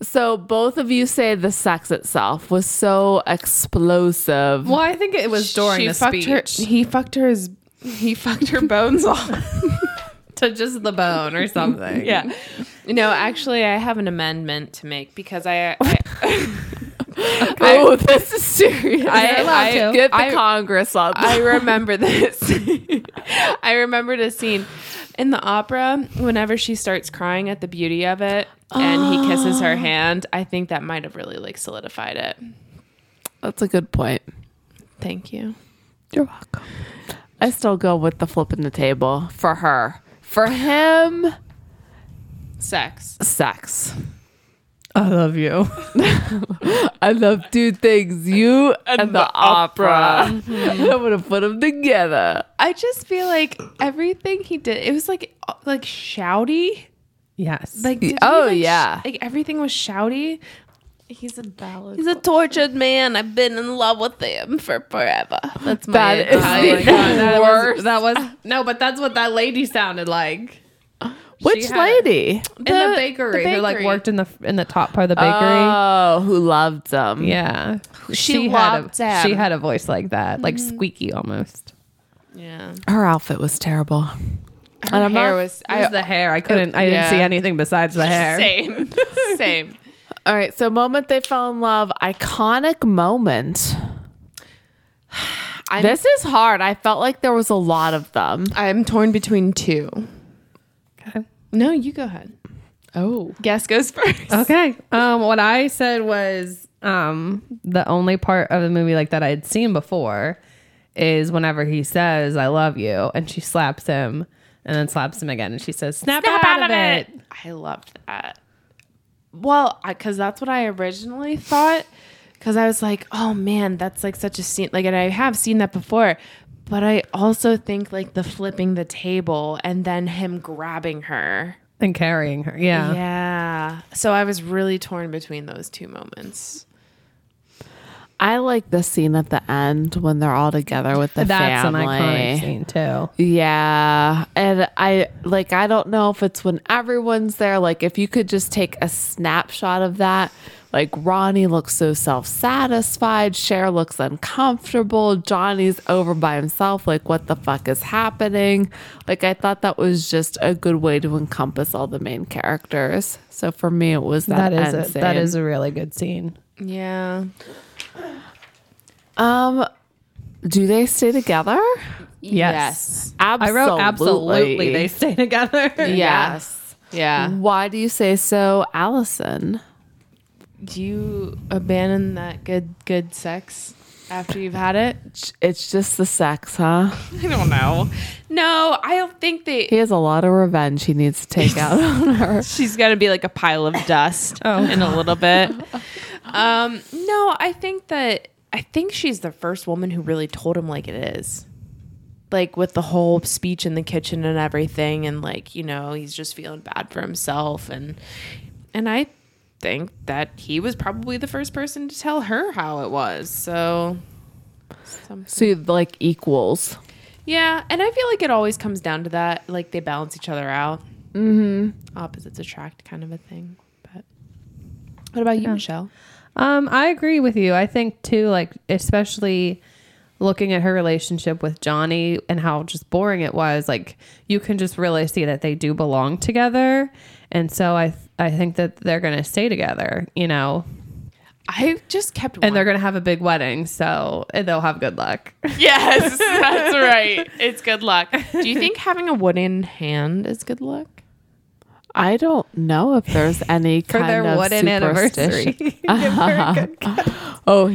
[SPEAKER 1] So both of you say the sex itself was so explosive.
[SPEAKER 3] Well, I think it was during the
[SPEAKER 2] fucked
[SPEAKER 3] speech
[SPEAKER 2] Her, he fucked her. His, he fucked her bones off.
[SPEAKER 3] to just the bone or something.
[SPEAKER 2] yeah. No, actually, I have an amendment to make because I. I
[SPEAKER 1] oh, this is serious.
[SPEAKER 2] I- allowed I- to.
[SPEAKER 1] Get the
[SPEAKER 2] I-
[SPEAKER 1] Congress up.
[SPEAKER 2] I remember this. I remembered a scene in the opera
[SPEAKER 3] Um,
[SPEAKER 2] whenever she starts crying at the beauty of it and he kisses her hand. I think that might have really like solidified it.
[SPEAKER 1] That's a good point.
[SPEAKER 2] Thank you.
[SPEAKER 1] You're welcome. I still go with the flipping the table for her. For him,
[SPEAKER 2] Sex.
[SPEAKER 1] sex.
[SPEAKER 3] I love you.
[SPEAKER 1] I love two things, you and, the, opera. I'm gonna put them together.
[SPEAKER 2] I just feel like everything he did, it was like uh, like shouty.
[SPEAKER 3] Yes.
[SPEAKER 2] Like did he,
[SPEAKER 1] Oh,
[SPEAKER 2] like, sh-
[SPEAKER 1] yeah.
[SPEAKER 2] like everything was shouty. He's a ballad.
[SPEAKER 5] He's a tortured man. I've been in love with him for forever. That's my
[SPEAKER 1] That is
[SPEAKER 3] Oh my
[SPEAKER 1] the
[SPEAKER 3] God, that was-
[SPEAKER 1] worst.
[SPEAKER 3] that was no, but that's what that lady sounded like
[SPEAKER 1] Which
[SPEAKER 3] had-
[SPEAKER 1] lady?
[SPEAKER 3] in the,
[SPEAKER 2] The-
[SPEAKER 3] bakery,
[SPEAKER 2] the
[SPEAKER 3] who like
[SPEAKER 2] bakery.
[SPEAKER 3] worked in the in the top part of the bakery.
[SPEAKER 1] Oh, who loved them?
[SPEAKER 3] yeah, she, Mm-hmm. had
[SPEAKER 2] loved
[SPEAKER 3] a,
[SPEAKER 2] them.
[SPEAKER 3] she had a voice like that, like squeaky almost.
[SPEAKER 2] Yeah.
[SPEAKER 1] Her outfit was terrible.
[SPEAKER 2] Her
[SPEAKER 1] I'm
[SPEAKER 2] hair
[SPEAKER 1] not-
[SPEAKER 2] was
[SPEAKER 3] It was the hair. I couldn't. I didn't
[SPEAKER 2] yeah.
[SPEAKER 3] see anything besides the hair.
[SPEAKER 2] same. same.
[SPEAKER 1] All right, so moment they fell in love, iconic moment.
[SPEAKER 2] I'm-
[SPEAKER 1] this is hard. I felt like there was a lot of them.
[SPEAKER 2] I'm torn between two.
[SPEAKER 3] Okay.
[SPEAKER 2] No, you go ahead. Oh,
[SPEAKER 1] Oh,
[SPEAKER 2] Guess goes first.
[SPEAKER 3] Okay. Um, what I said was um, the only part of the movie like that I had seen before is whenever he says "I love you" and she slaps him, and then slaps him again, and she says "Snap,
[SPEAKER 2] Snap
[SPEAKER 3] out, of it."
[SPEAKER 2] I loved that. Well, because that's what I originally thought. Because I was like, oh man, that's like such a scene. Like, and I have seen that before. But I also think like the flipping the table and then him grabbing her.
[SPEAKER 3] and carrying her. Yeah.
[SPEAKER 2] Yeah. So I was really torn between those two moments.
[SPEAKER 1] I like the scene at the end when they're all together with the
[SPEAKER 3] That's
[SPEAKER 1] family.
[SPEAKER 3] an iconic scene too.
[SPEAKER 1] Yeah. And I like I don't know if it's when everyone's there like if you could just take a snapshot of that. Like Ronnie looks so self-satisfied, Cher looks uncomfortable, Johnny's over by himself like what the fuck is happening? Like I thought that was just a good way to encompass all the main characters. So for me it was that,
[SPEAKER 3] That is
[SPEAKER 1] end
[SPEAKER 3] a, that
[SPEAKER 1] scene.
[SPEAKER 3] is a really good scene.
[SPEAKER 2] Yeah.
[SPEAKER 1] um do they stay together?
[SPEAKER 3] Yes. I
[SPEAKER 1] Absolutely.
[SPEAKER 3] wrote absolutely they stay together.
[SPEAKER 2] Yes. Yeah.
[SPEAKER 1] Why do you say so, Allison?
[SPEAKER 2] Do you abandon that good good sex after you've had it?
[SPEAKER 1] It's just the sex, huh?
[SPEAKER 2] I don't know. No, I don't think
[SPEAKER 1] He
[SPEAKER 2] that
[SPEAKER 1] has a lot of revenge he needs to take out on her.
[SPEAKER 2] she's gonna be like a pile of dust in a little bit. Um, no, I think that I think she's the first woman who really told him like it is. Like with the whole speech in the kitchen and everything, and like, you know, he's just feeling bad for himself and and I think that he was probably the first person to tell her how it was. So some-
[SPEAKER 1] So, you, like, equals.
[SPEAKER 2] Yeah, and I feel like it always comes down to that. Like they balance each other out. Mm-hmm. Opposites attract, kind of a thing. But what about you, Michelle?
[SPEAKER 3] Um, I agree with you. I think too, like especially looking at her relationship with Johnny and how just boring it was. Like you can just really see that they do belong together, and so I I think that they're gonna stay together. You know,
[SPEAKER 2] I just kept.
[SPEAKER 3] and they're gonna have a big wedding, so and they'll have good luck.
[SPEAKER 2] yes, that's right. It's good luck. Do you think having a wooden hand is good luck?
[SPEAKER 1] I don't know if there's any
[SPEAKER 3] for
[SPEAKER 1] kind
[SPEAKER 3] their
[SPEAKER 1] of
[SPEAKER 3] wooden
[SPEAKER 1] superstition.
[SPEAKER 3] anniversary.
[SPEAKER 1] Oh,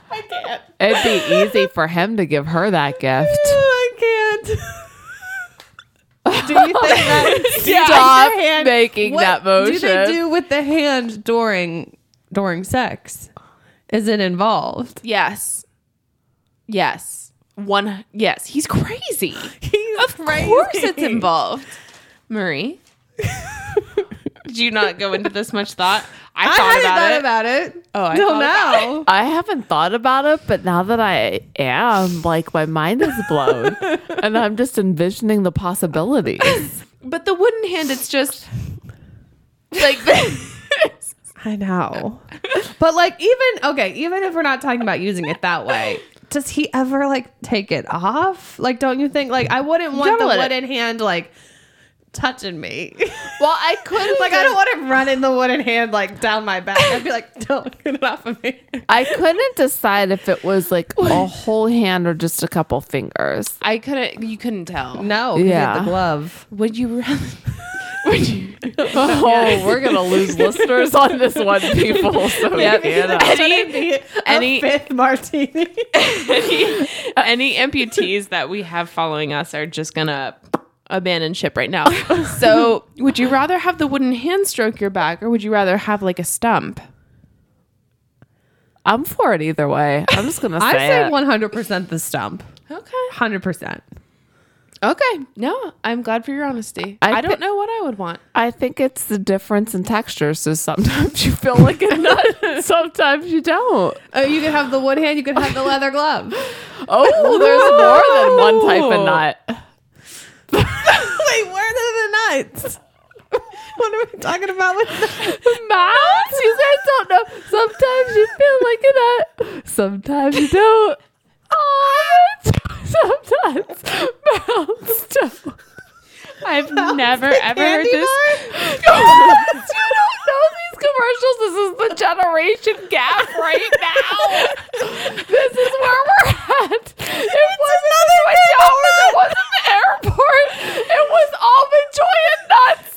[SPEAKER 1] it'd be easy for him to give her that gift.
[SPEAKER 3] I can't. do you think that?
[SPEAKER 1] Stop making that motion.
[SPEAKER 3] do they do with the hand during during sex? Is it involved?
[SPEAKER 2] Yes. Yes. One. Yes, he's crazy.
[SPEAKER 3] of
[SPEAKER 2] Of course, it's involved. Marie, did you not go into this much thought? I
[SPEAKER 3] I
[SPEAKER 2] thought
[SPEAKER 3] hadn't
[SPEAKER 2] about
[SPEAKER 3] thought
[SPEAKER 2] it.
[SPEAKER 3] about it.
[SPEAKER 2] Oh, I
[SPEAKER 3] till
[SPEAKER 2] thought
[SPEAKER 3] now.
[SPEAKER 1] I haven't thought about it, but now that I am, like, my mind is blown. and I'm just envisioning the possibilities.
[SPEAKER 2] But the wooden hand, it's just like this.
[SPEAKER 3] I know. but like even okay, even if we're not talking about using it that way, does he ever like take it off? Like don't you think like I wouldn't want
[SPEAKER 2] gotta
[SPEAKER 3] the
[SPEAKER 2] let it-
[SPEAKER 3] wooden hand like touching me.
[SPEAKER 1] Well, I couldn't.
[SPEAKER 3] like I don't want him running the wooden hand like down my back. I'd be like, don't get it off of me.
[SPEAKER 1] I couldn't decide if it was like a whole hand or just a couple fingers.
[SPEAKER 2] I couldn't. You couldn't tell.
[SPEAKER 3] No, 'cause he had
[SPEAKER 1] Yeah.
[SPEAKER 3] the glove.
[SPEAKER 2] Would you rather? Would you?
[SPEAKER 1] Oh, we're gonna lose listeners on this one, people. So yeah,
[SPEAKER 3] Any,
[SPEAKER 2] any-
[SPEAKER 3] fifth martini.
[SPEAKER 2] any, any amputees that we have following us are just gonna abandon ship right now. So, would you rather have the wooden hand stroke your back, or would you rather have like a stump?
[SPEAKER 1] I'm for it either way. I'm just gonna say,
[SPEAKER 3] I say
[SPEAKER 1] it.
[SPEAKER 3] one hundred percent the stump.
[SPEAKER 2] Okay.
[SPEAKER 3] Hundred percent.
[SPEAKER 2] Okay. No, I'm glad for your honesty.
[SPEAKER 1] I
[SPEAKER 2] I,
[SPEAKER 1] thi-
[SPEAKER 2] don't know what I would want.
[SPEAKER 1] I think it's the difference in texture. So sometimes you feel like a nut, sometimes you don't.
[SPEAKER 3] Oh, you could have the wood hand. You could have the leather glove.
[SPEAKER 1] Oh, there's more than one type of nut.
[SPEAKER 3] Wait, where are the nuts? What are we talking about with
[SPEAKER 1] Mouths? You guys don't know. Sometimes you feel like a nut, sometimes you don't. Oh, sometimes mouths don't.
[SPEAKER 2] I've never ever heard this.
[SPEAKER 1] Yes, you don't know these commercials. This is the generation gap right now. This is where we're at. It wasn't the twin towers. It wasn't the airport. It was almond joy and nuts.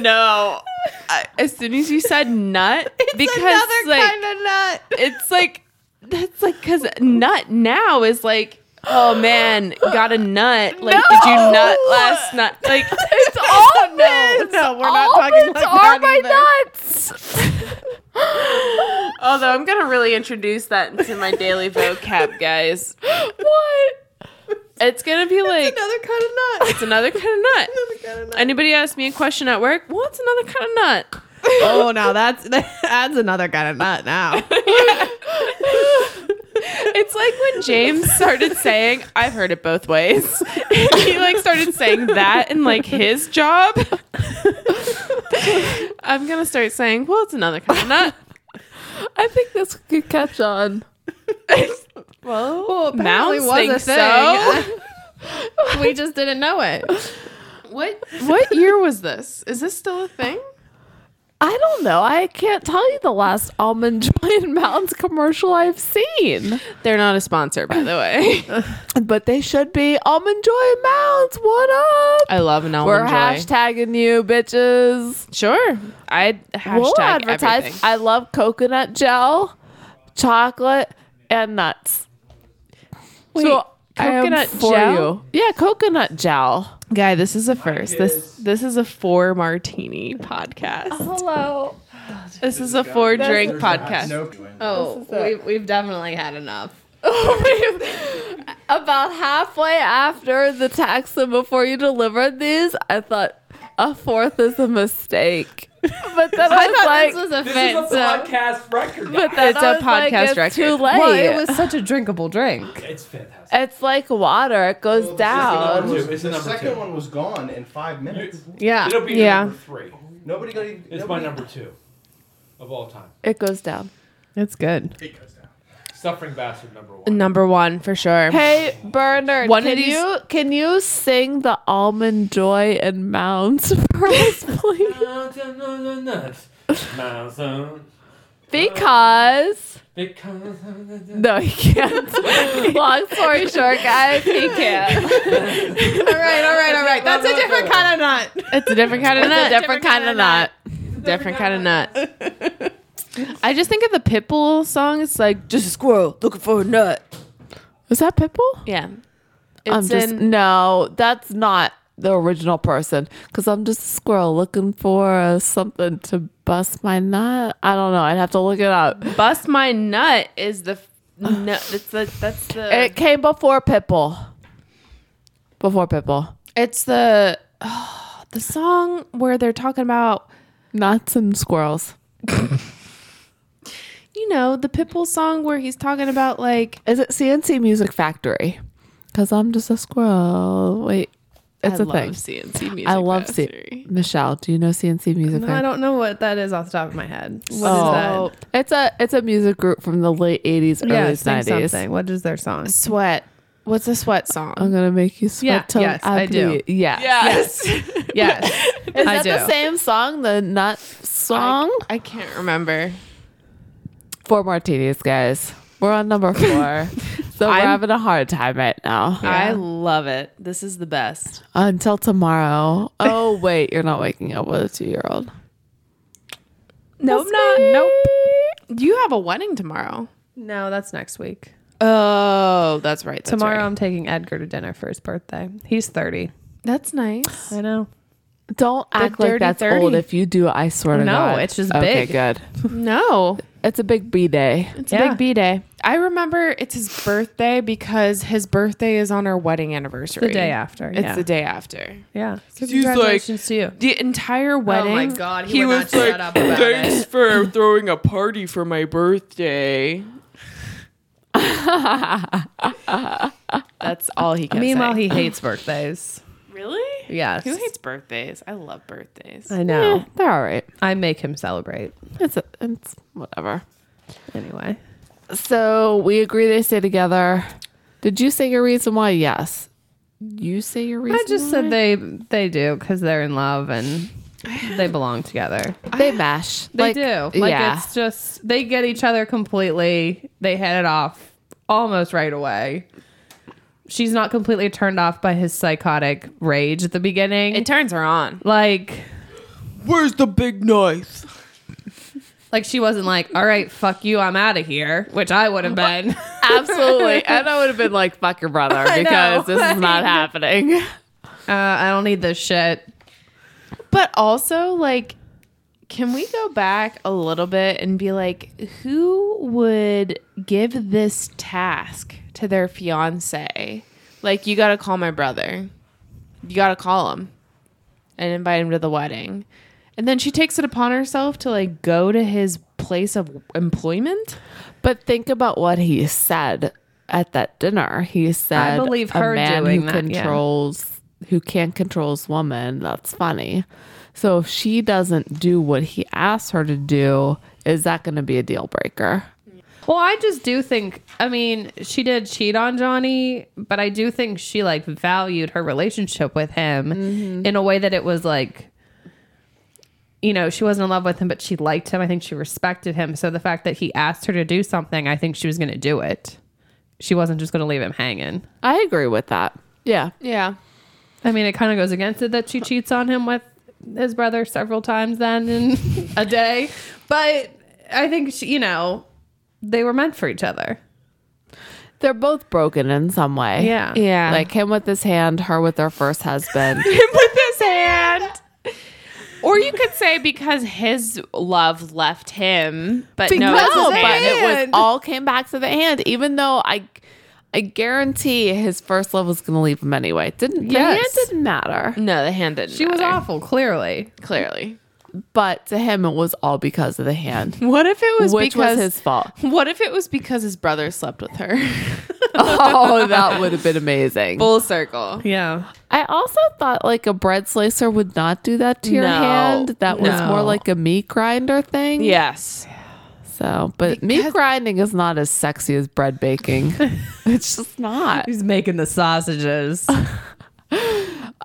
[SPEAKER 2] No. I, as soon as you said nut, because
[SPEAKER 3] another
[SPEAKER 2] like
[SPEAKER 3] kind of nut?
[SPEAKER 2] it's like that's like because nut now is like oh man got a nut like did you nut last night like
[SPEAKER 1] It's almonds.
[SPEAKER 3] no, we're not talking
[SPEAKER 1] Almonds
[SPEAKER 3] like
[SPEAKER 1] are
[SPEAKER 3] that
[SPEAKER 1] my
[SPEAKER 3] either.
[SPEAKER 1] nuts.
[SPEAKER 2] although i'm gonna really introduce that into my daily vocab guys
[SPEAKER 1] What?
[SPEAKER 2] it's gonna be like
[SPEAKER 3] Another kind of nut.
[SPEAKER 2] it's another kind of nut
[SPEAKER 3] Another kind of nut.
[SPEAKER 2] anybody ask me a question at work well it's another kind of nut
[SPEAKER 3] oh, now that's that's another kind of nut. Now
[SPEAKER 2] It's like when James started saying, I've heard it both ways. he like started saying that in like his job. I'm gonna start saying, well, it's another kind of nut.
[SPEAKER 1] I think this could catch on.
[SPEAKER 2] Well,
[SPEAKER 3] Oh, apparently
[SPEAKER 2] mounts
[SPEAKER 3] was
[SPEAKER 2] think
[SPEAKER 3] a
[SPEAKER 2] so.
[SPEAKER 3] thing. we just didn't know it.
[SPEAKER 2] What what year was this? Is this still a thing?
[SPEAKER 1] I don't know. I can't tell you the last almond joy and mountains commercial I've seen.
[SPEAKER 2] They're not a sponsor, by the way.
[SPEAKER 1] But they should be almond joy mounds. What up?
[SPEAKER 2] I love an
[SPEAKER 1] We're
[SPEAKER 2] almond joy.
[SPEAKER 1] hashtagging you, bitches.
[SPEAKER 2] sure. I hashtag
[SPEAKER 1] we'll advertise.
[SPEAKER 2] everything.
[SPEAKER 1] I love coconut gel, chocolate, and nuts. so I am
[SPEAKER 2] coconut
[SPEAKER 1] for
[SPEAKER 2] gel?
[SPEAKER 1] you. Yeah, coconut gel.
[SPEAKER 2] Guy, this is a first. This this is a four martini podcast.
[SPEAKER 1] Hello.
[SPEAKER 2] This is a four drink podcast.
[SPEAKER 3] Oh, we, we've definitely had enough.
[SPEAKER 1] About halfway after the text and before you delivered these, I thought a fourth is a mistake. But then I, was like,
[SPEAKER 3] was a
[SPEAKER 6] This is a podcast record.
[SPEAKER 1] but then
[SPEAKER 2] It's
[SPEAKER 1] I
[SPEAKER 2] a
[SPEAKER 1] was like,
[SPEAKER 2] podcast
[SPEAKER 1] it's
[SPEAKER 2] record.
[SPEAKER 1] Too late.
[SPEAKER 3] Well, it was such a drinkable drink.
[SPEAKER 6] it's fantastic.
[SPEAKER 1] It's like water. It goes down.
[SPEAKER 6] Number two, it's
[SPEAKER 7] the
[SPEAKER 6] number
[SPEAKER 7] second
[SPEAKER 6] two.
[SPEAKER 7] one was gone in five minutes.
[SPEAKER 3] Yeah.
[SPEAKER 6] It'll be
[SPEAKER 2] Yeah.
[SPEAKER 6] number three.
[SPEAKER 7] Nobody got even.
[SPEAKER 6] It's my
[SPEAKER 7] nobody,
[SPEAKER 6] number two of all time.
[SPEAKER 1] It goes down.
[SPEAKER 3] It's good.
[SPEAKER 7] It goes down.
[SPEAKER 6] Suffering bastard number one.
[SPEAKER 2] Number one for sure.
[SPEAKER 1] Hey Bernard,
[SPEAKER 2] One of
[SPEAKER 1] can
[SPEAKER 2] these-
[SPEAKER 1] you can you sing the almond joy and mounds for us, please?
[SPEAKER 6] Mountain of the nuts. Mountain.
[SPEAKER 1] Because
[SPEAKER 6] Because of the nuts.
[SPEAKER 1] no, he can't. Long story short, guys, he can't.
[SPEAKER 3] all right, all right, all right. That's a different kind of nut.
[SPEAKER 2] It's a different kind of nut.
[SPEAKER 1] different kind of nut.
[SPEAKER 2] Different kind of nut. I just think of the Pitbull song. It's like just a squirrel looking for a nut.
[SPEAKER 1] Was that Pitbull?
[SPEAKER 2] Yeah. It's
[SPEAKER 1] I'm just
[SPEAKER 2] in
[SPEAKER 1] no. That's not the original person. Because I'm just a squirrel looking for uh, something to bust my nut. I don't know. I'd have to look it up.
[SPEAKER 2] "Bust My Nut" is the f- nut. It's the that's the
[SPEAKER 1] It came before Pitbull. Before Pitbull,
[SPEAKER 2] it's the oh, the song where they're talking about
[SPEAKER 1] nuts and squirrels.
[SPEAKER 2] you know the Pitbull song where he's talking about like
[SPEAKER 1] Is it CNC Music Factory? Because I'm just a squirrel. Wait, it's
[SPEAKER 2] I
[SPEAKER 1] a
[SPEAKER 2] love
[SPEAKER 1] thing.
[SPEAKER 2] CNC music.
[SPEAKER 1] I love C-
[SPEAKER 2] Factory.
[SPEAKER 1] Michelle. Do you know CNC Music
[SPEAKER 3] No, I
[SPEAKER 1] Factory?
[SPEAKER 3] don't know what that is off the top of my head. What is
[SPEAKER 1] Oh, it's a it's a music group from the late '80s,
[SPEAKER 3] that? Yeah,
[SPEAKER 1] early
[SPEAKER 3] sing
[SPEAKER 1] '90s.
[SPEAKER 3] something. What is their song?
[SPEAKER 2] Sweat. What's a sweat song?
[SPEAKER 1] I'm gonna make you sweat
[SPEAKER 8] Yeah,
[SPEAKER 1] till
[SPEAKER 8] yes, I do.
[SPEAKER 1] bleed. Yeah.
[SPEAKER 2] Yes.
[SPEAKER 8] Yes.
[SPEAKER 1] Is
[SPEAKER 8] I
[SPEAKER 1] that the
[SPEAKER 8] do.
[SPEAKER 1] same song, the nut song?
[SPEAKER 2] I can't remember.
[SPEAKER 1] four martinis, guys. We're on number four. so we're
[SPEAKER 2] I'm-
[SPEAKER 1] having a hard time right now.
[SPEAKER 2] I love it. This is the best.
[SPEAKER 1] Until tomorrow. Oh wait, you're not waking up with a two year old.
[SPEAKER 2] Nope, not. Nope. You have a wedding tomorrow.
[SPEAKER 3] No, that's next week.
[SPEAKER 2] Oh, that's right.
[SPEAKER 3] Tomorrow I'm taking Edgar to dinner for his birthday. He's 30.
[SPEAKER 2] That's nice.
[SPEAKER 3] I know.
[SPEAKER 1] Don't act like
[SPEAKER 2] dirty
[SPEAKER 1] that's
[SPEAKER 2] 30.
[SPEAKER 1] old. If you do, I swear to
[SPEAKER 3] No,
[SPEAKER 1] God.
[SPEAKER 3] it's just
[SPEAKER 1] Okay,
[SPEAKER 3] big.
[SPEAKER 1] good.
[SPEAKER 2] No,
[SPEAKER 1] It's a big B day.
[SPEAKER 2] it's a
[SPEAKER 3] Yeah.
[SPEAKER 2] big B day. I remember it's his birthday because his birthday is on our wedding anniversary.
[SPEAKER 3] The day after.
[SPEAKER 2] It's
[SPEAKER 3] yeah.
[SPEAKER 2] the day after.
[SPEAKER 3] yeah.
[SPEAKER 2] he's like-
[SPEAKER 3] Congratulations to you.
[SPEAKER 2] The entire wedding.
[SPEAKER 3] Oh God. He, was like,
[SPEAKER 2] for throwing a party for my birthday. That's all he kept
[SPEAKER 3] Meanwhile,
[SPEAKER 2] saying.
[SPEAKER 3] he hates birthdays.
[SPEAKER 2] really?
[SPEAKER 3] Yes.
[SPEAKER 2] Who hates birthdays? I love birthdays.
[SPEAKER 3] I know.
[SPEAKER 1] Eh, they're all right.
[SPEAKER 3] I make him celebrate.
[SPEAKER 1] It's a, it's whatever.
[SPEAKER 3] Anyway.
[SPEAKER 1] So we agree they stay together. Did you say your reason why? Yes. You say your reason.
[SPEAKER 3] I just
[SPEAKER 1] why?
[SPEAKER 3] said they they do because they're in love and they belong together.
[SPEAKER 1] they mash.
[SPEAKER 3] They
[SPEAKER 1] Like,
[SPEAKER 3] do. Like
[SPEAKER 1] yeah.
[SPEAKER 3] it's just they get each other completely. They head it off almost right away. She's not completely turned off by his psychotic rage at the beginning.
[SPEAKER 2] It turns her on.
[SPEAKER 3] like
[SPEAKER 2] Where's the big knife?
[SPEAKER 3] like she wasn't like, all right, fuck you, I'm out of here, which I would have been.
[SPEAKER 1] Absolutely. And I would have been like, fuck your brother because this is not happening.
[SPEAKER 3] uh, I don't need this shit.
[SPEAKER 2] But also, like, can we go back a little bit and be like, who would give this task to their fiance? Like, you got to call my brother. You got to call him and invite him to the wedding. And then she takes it upon herself to, like, go to his place of employment.
[SPEAKER 1] But think about what he said at that dinner. He said,
[SPEAKER 3] believe her
[SPEAKER 1] a man
[SPEAKER 3] doing
[SPEAKER 1] who
[SPEAKER 3] that, yeah.
[SPEAKER 1] controls, who can't control his woman. That's funny. So if she doesn't do what he asked her to do, is that going to be a deal breaker?
[SPEAKER 3] Well, I just do think, I mean, she did cheat on Johnny, but I do think she like valued her relationship with him
[SPEAKER 2] Mm-hmm.
[SPEAKER 3] in a way that it was like, you know, she wasn't in love with him, but she liked him. I think she respected him. So the fact that he asked her to do something, I think she was going to do it. She wasn't just going to leave him hanging.
[SPEAKER 1] I agree with that. Yeah.
[SPEAKER 2] Yeah.
[SPEAKER 3] I mean, it kind of goes against it that she cheats on him with his brother several times then in a day. But I think, she, you know, they were meant for each other.
[SPEAKER 1] They're both broken in some way.
[SPEAKER 3] Yeah.
[SPEAKER 2] Yeah.
[SPEAKER 1] Uh, Like him with his hand, her with her first husband.
[SPEAKER 2] with his hand. Or you could say because his love left him, but no,
[SPEAKER 1] because
[SPEAKER 2] it's his
[SPEAKER 1] no, but
[SPEAKER 2] hand.
[SPEAKER 1] it was all came back to the hand. Even though I, I guarantee his first love was going to leave him anyway. It Didn't the hand
[SPEAKER 3] Yes.
[SPEAKER 1] didn't matter,
[SPEAKER 2] no, the hand didn't.
[SPEAKER 3] She was
[SPEAKER 2] matter,
[SPEAKER 3] awful, clearly.
[SPEAKER 2] clearly.
[SPEAKER 1] but to him it was all because of the hand,
[SPEAKER 2] What if it was
[SPEAKER 1] which was
[SPEAKER 2] because
[SPEAKER 1] his fault.
[SPEAKER 2] What if it was because his brother slept with her?
[SPEAKER 1] oh, that would have been amazing.
[SPEAKER 2] Full circle.
[SPEAKER 3] Yeah.
[SPEAKER 1] I also thought like a bread slicer would not do that to your
[SPEAKER 2] No.
[SPEAKER 1] hand. That was more like a meat grinder thing.
[SPEAKER 2] Yes.
[SPEAKER 1] So, but meat grinding is not as sexy as bread baking. it's just not.
[SPEAKER 3] He's making the sausages.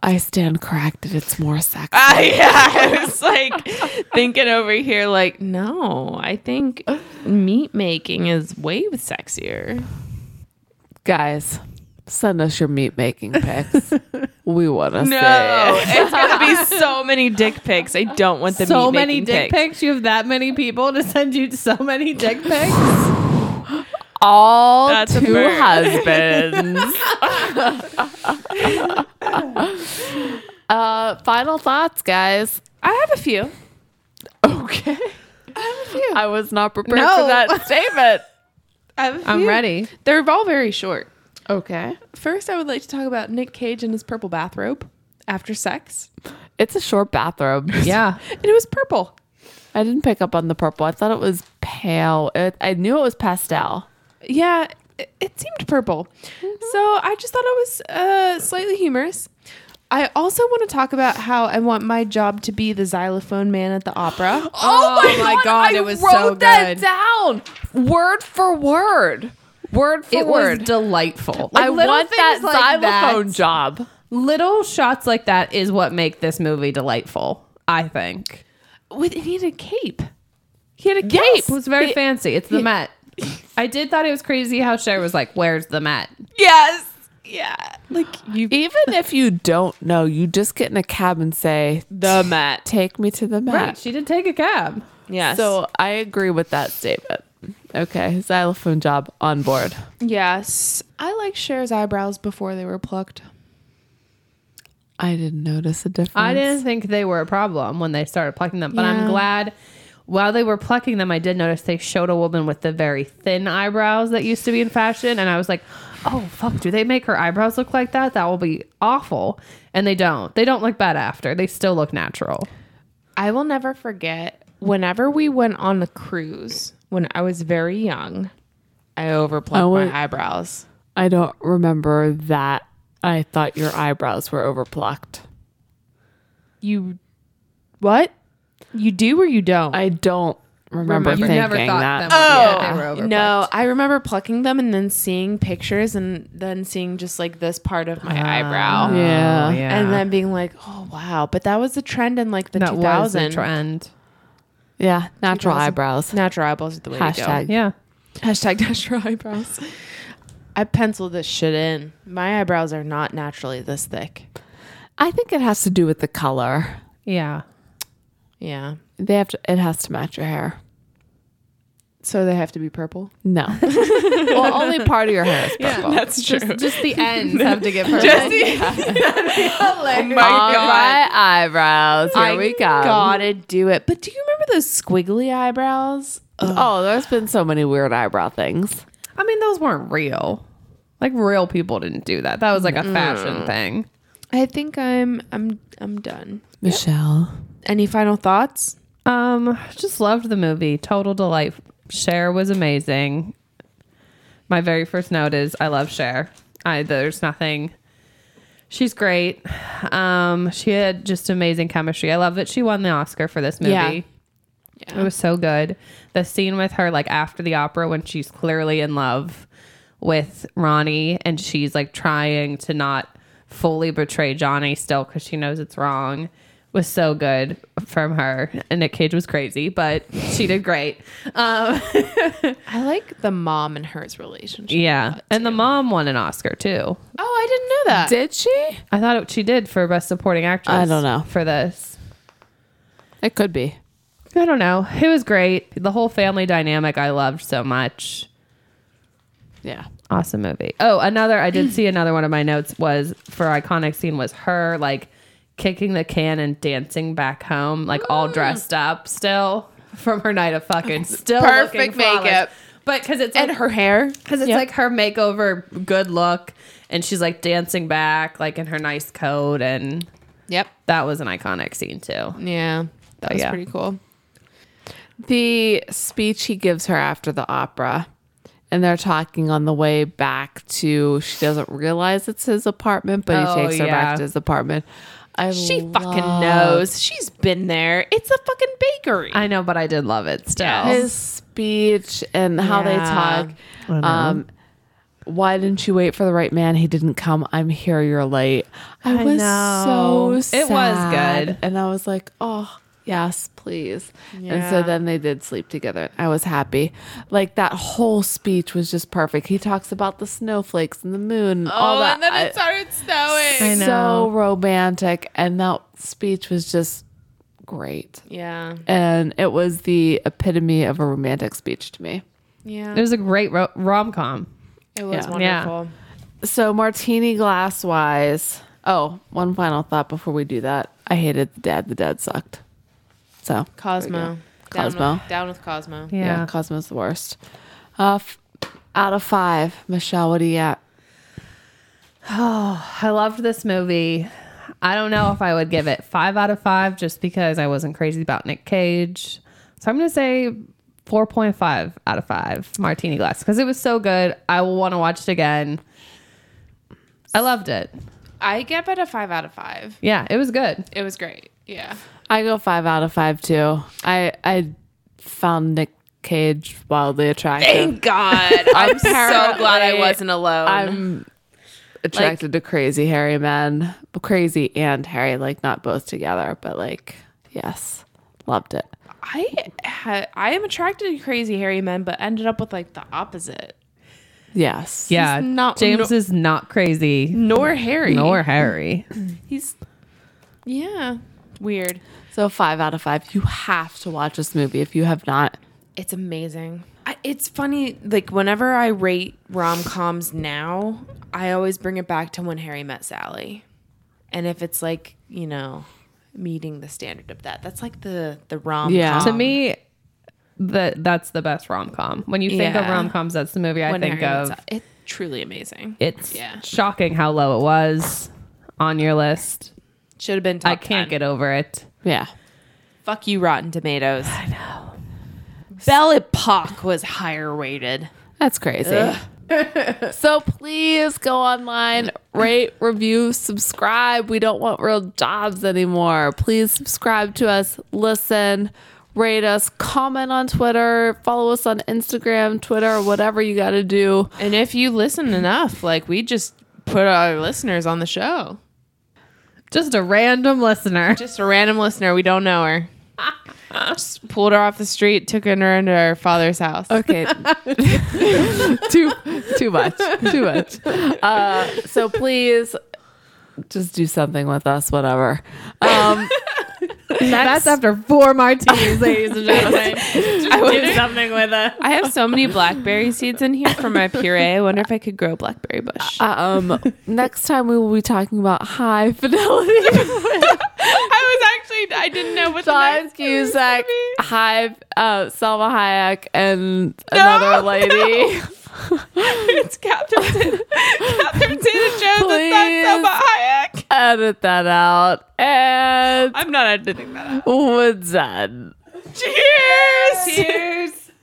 [SPEAKER 1] I stand corrected. It's more sexy.
[SPEAKER 2] I, yeah, I was like thinking over here, like, no, I think meat making is way sexier.
[SPEAKER 1] guys send us your meat making pics we want to see
[SPEAKER 2] No, it's gonna be so many dick pics. I don't want the
[SPEAKER 3] so
[SPEAKER 2] meat
[SPEAKER 3] many
[SPEAKER 2] making pics.
[SPEAKER 3] dick pics. You have that many people to send you so many dick pics.
[SPEAKER 1] all
[SPEAKER 2] That's a
[SPEAKER 1] two
[SPEAKER 2] bird.
[SPEAKER 1] husbands uh final thoughts guys
[SPEAKER 2] I have a few.
[SPEAKER 1] okay i was not prepared for that statement
[SPEAKER 2] I have a few.
[SPEAKER 3] I'm ready.
[SPEAKER 2] They're all very short.
[SPEAKER 1] okay
[SPEAKER 2] First, I would like to talk about Nick Cage and his purple bathrobe after sex.
[SPEAKER 1] it's a short bathrobe
[SPEAKER 3] Yeah.
[SPEAKER 2] And it was purple.
[SPEAKER 1] i didn't pick up on the purple i thought it was pale it, i knew it was pastel
[SPEAKER 2] Yeah, it, it seemed purple. So I just thought it was uh, slightly humorous. I also want to talk about how I want my job to be the xylophone man at the opera.
[SPEAKER 1] Oh,
[SPEAKER 3] my God, it was so
[SPEAKER 1] wrote that down word for word. word for
[SPEAKER 3] it
[SPEAKER 1] word.
[SPEAKER 3] was delightful.
[SPEAKER 1] I
[SPEAKER 3] little
[SPEAKER 1] want
[SPEAKER 3] things
[SPEAKER 1] that
[SPEAKER 3] like
[SPEAKER 1] xylophone
[SPEAKER 3] that,
[SPEAKER 1] job.
[SPEAKER 3] Little shots like that is what make this movie delightful. I think
[SPEAKER 2] With he had a cape.
[SPEAKER 1] He had a
[SPEAKER 3] it was very fancy. It's the Met. I did thought it was crazy how Cher was like, "Where's the Met?"
[SPEAKER 2] Yes. Yeah. Like you
[SPEAKER 1] Even if you don't know, you just get in a cab and say,
[SPEAKER 4] The Met.
[SPEAKER 1] "Take me to the Met."
[SPEAKER 3] Right. She did take a cab.
[SPEAKER 4] Yes.
[SPEAKER 1] So I agree with that statement. Okay, xylophone job on board.
[SPEAKER 2] Yes. I like Cher's eyebrows before they were plucked.
[SPEAKER 1] I didn't notice a difference.
[SPEAKER 3] I didn't think they were a problem when they started plucking them, but I'm
[SPEAKER 2] Yeah.
[SPEAKER 3] glad while they were plucking them, I did notice they showed a woman with the very thin eyebrows that used to be in fashion. And I was like, oh, fuck, do they make her eyebrows look like that? That will be awful. And they don't. They don't look bad after, they still look natural.
[SPEAKER 2] I will never forget whenever we went on a cruise when I was very young, I overplucked
[SPEAKER 1] Oh, wait.
[SPEAKER 2] my eyebrows.
[SPEAKER 1] I don't remember that. I thought your eyebrows were overplucked.
[SPEAKER 2] You what? You do or you don't?
[SPEAKER 1] I don't remember,
[SPEAKER 3] You
[SPEAKER 1] thinking
[SPEAKER 3] never thought
[SPEAKER 1] that.
[SPEAKER 3] that.
[SPEAKER 2] Oh.
[SPEAKER 3] yeah, they were over.
[SPEAKER 2] no, I remember plucking them and then seeing pictures and then seeing just like this part of my
[SPEAKER 1] Um,
[SPEAKER 2] eyebrow.
[SPEAKER 1] Oh, yeah.
[SPEAKER 2] And then being like, oh wow, but that was the trend in like the
[SPEAKER 3] that was a
[SPEAKER 2] 2000s.
[SPEAKER 3] trend.
[SPEAKER 1] Yeah, natural eyebrows.
[SPEAKER 2] Natural eyebrows are the way to
[SPEAKER 1] Hashtag.
[SPEAKER 3] Yeah.
[SPEAKER 2] go. Hashtag natural eyebrows. I penciled this shit in. My eyebrows are not naturally this thick.
[SPEAKER 1] I think it has to do with the color.
[SPEAKER 3] Yeah.
[SPEAKER 2] Yeah.
[SPEAKER 1] They have to. It has to match your hair.
[SPEAKER 2] So they have to be purple.
[SPEAKER 1] No. well, only part of your hair is purple.
[SPEAKER 2] That's true.
[SPEAKER 3] Just the ends have to get perfect.
[SPEAKER 1] All right, eyebrows. Here we go.
[SPEAKER 2] Gotta do it. But do you remember those squiggly eyebrows?
[SPEAKER 1] Oh, there's been so many weird eyebrow things.
[SPEAKER 3] I mean, those weren't real. Like real people didn't do that. That was like a fashion thing.
[SPEAKER 2] I think I'm I'm I'm done.
[SPEAKER 1] Michelle.
[SPEAKER 2] Any final thoughts?
[SPEAKER 3] Um, just loved the movie. Total delight. Cher was amazing. My very first note is I love Cher. I there's nothing. She's great. Um, she had just amazing chemistry. I love that she won the Oscar for this movie.
[SPEAKER 2] Yeah.
[SPEAKER 3] It was so good. The scene with her, like after the opera, when she's clearly in love with Ronnie and she's like trying to not fully betray Johnny still because she knows it's wrong, was so good from her. And Nick Cage was crazy, but she did great. Um,
[SPEAKER 2] I like the mom and hers relationship.
[SPEAKER 3] yeah. And the mom won an Oscar too.
[SPEAKER 2] Oh, I didn't know that.
[SPEAKER 1] Did she?
[SPEAKER 3] I thought it, she did for Best Supporting Actress.
[SPEAKER 1] I don't know.
[SPEAKER 3] For this.
[SPEAKER 1] It could be.
[SPEAKER 3] I don't know. It was great. The whole family dynamic I loved so much.
[SPEAKER 1] Yeah.
[SPEAKER 3] awesome movie. Oh, another I did see another one of my notes was for iconic scene was her like kicking the can and dancing back home, like all
[SPEAKER 2] Mm.
[SPEAKER 3] dressed up still from her night of fucking still
[SPEAKER 2] Perfect
[SPEAKER 3] looking flawless.
[SPEAKER 2] makeup.
[SPEAKER 3] But because it's
[SPEAKER 2] and
[SPEAKER 3] like-
[SPEAKER 2] her hair.
[SPEAKER 3] because it's like her makeover, good look, and she's like dancing back, like in her nice coat, and
[SPEAKER 2] Yep.
[SPEAKER 3] that was an iconic scene too.
[SPEAKER 2] Yeah. That was
[SPEAKER 3] yeah.
[SPEAKER 2] pretty cool.
[SPEAKER 1] The speech he gives her after the opera, and they're talking on the way back to, she doesn't realize it's his apartment, but
[SPEAKER 3] Oh,
[SPEAKER 1] he takes her
[SPEAKER 3] yeah.
[SPEAKER 1] back to his apartment. I
[SPEAKER 2] She fucking
[SPEAKER 1] love
[SPEAKER 2] knows. She's been there. It's a fucking bakery.
[SPEAKER 3] I know, but I did love it still.
[SPEAKER 1] his speech and how they talk. Um, why didn't you wait for the right man? He didn't come. I'm here. You're late. I, was
[SPEAKER 3] know.
[SPEAKER 1] so
[SPEAKER 3] It was
[SPEAKER 1] sad.
[SPEAKER 3] good.
[SPEAKER 1] and I was like, oh yes, please. And so then they did sleep together. I was happy. Like that whole speech was just perfect. He talks about the snowflakes and the moon. Oh, all that. I-
[SPEAKER 2] started snowing.
[SPEAKER 3] I know.
[SPEAKER 1] so romantic, and that speech was just great.
[SPEAKER 2] Yeah.
[SPEAKER 1] And it was the epitome of a romantic speech to me.
[SPEAKER 2] Yeah.
[SPEAKER 3] It was a great ro- rom com.
[SPEAKER 2] It was
[SPEAKER 1] Yeah.
[SPEAKER 2] wonderful.
[SPEAKER 1] So martini glass wise. Oh, one final thought before we do that. I hated the dad. The dad sucked. So
[SPEAKER 2] Cosmo. Down with-
[SPEAKER 1] Cosmo.
[SPEAKER 2] Down with, Cosmo.
[SPEAKER 1] yeah, Cosmo's the worst. Uh, f- out of five, Michelle, what do you at?
[SPEAKER 3] I loved this movie. I don't know if I would give it five out of five just because I wasn't crazy about Nick Cage. So I'm going to say 4.5 out of five martini glass because it was so good. I will want to watch it again. I loved it.
[SPEAKER 2] I get but a five out of five.
[SPEAKER 3] Yeah, it was good.
[SPEAKER 2] It was great. Yeah.
[SPEAKER 1] I go five out of five too. I I found Nick Cage wildly attractive.
[SPEAKER 2] Thank God. I'm so glad I
[SPEAKER 1] Apparently,
[SPEAKER 2] wasn't alone.
[SPEAKER 1] I'm attracted to crazy hairy men. Crazy and hairy, like not both together, but like yes. Loved it.
[SPEAKER 2] I ha- I am attracted to crazy hairy men, but ended up with like the opposite.
[SPEAKER 1] Yes.
[SPEAKER 3] Yeah,
[SPEAKER 2] not-
[SPEAKER 3] James is not crazy
[SPEAKER 2] Nor hairy.
[SPEAKER 3] nor hairy.
[SPEAKER 2] He's yeah, weird.
[SPEAKER 1] So five out of five. You have to watch this movie if you have not.
[SPEAKER 2] It's amazing. I, it's funny. Like whenever I rate rom coms now, I always bring it back to when Harry met Sally, and if it's like you know meeting the standard of that, that's like the the rom.
[SPEAKER 1] Yeah.
[SPEAKER 3] to me, that that's the best rom com. When you think of
[SPEAKER 2] Yeah.
[SPEAKER 3] rom coms, that's the movie I
[SPEAKER 2] when
[SPEAKER 3] think
[SPEAKER 2] Harry met
[SPEAKER 3] of.
[SPEAKER 2] Sally. it's truly amazing.
[SPEAKER 3] It's
[SPEAKER 2] Yeah.
[SPEAKER 3] shocking how low it was on your list.
[SPEAKER 2] Should have been. Top
[SPEAKER 3] I
[SPEAKER 2] 10.
[SPEAKER 3] can't get over it.
[SPEAKER 1] Yeah.
[SPEAKER 2] Fuck you, Rotten Tomatoes. I know. Belle Epoque was higher rated.
[SPEAKER 1] That's crazy. so please go online, rate, review, subscribe. We don't want real jobs anymore. Please subscribe to us, listen, rate us, comment on Twitter, follow us on Instagram, Twitter, whatever you got to do.
[SPEAKER 2] And if you listen enough, like we just put our listeners on the show.
[SPEAKER 3] Just a random listener.
[SPEAKER 2] Just a random listener. We don't know her. just pulled her off the street, took her into her father's house.
[SPEAKER 1] Okay. too too much. Too much. Uh, so please just do something with us, whatever. Um,
[SPEAKER 3] That's after four martinis, ladies and gentlemen.
[SPEAKER 2] something with us. I have so many blackberry seeds in here for my puree. I wonder if I could grow a blackberry bush.
[SPEAKER 1] um, next time we will be talking about high fidelity.
[SPEAKER 2] I was actually, I didn't know what
[SPEAKER 1] John Cusack, Hive, uh, Selma Hayek, and another lady.
[SPEAKER 2] it's Catherine Zeta, Catherine Zeta-Jones
[SPEAKER 1] and not Selma
[SPEAKER 2] Hayek.
[SPEAKER 1] Edit that out. And
[SPEAKER 2] I'm not editing that out.
[SPEAKER 1] we're done.
[SPEAKER 2] Cheers! Cheers!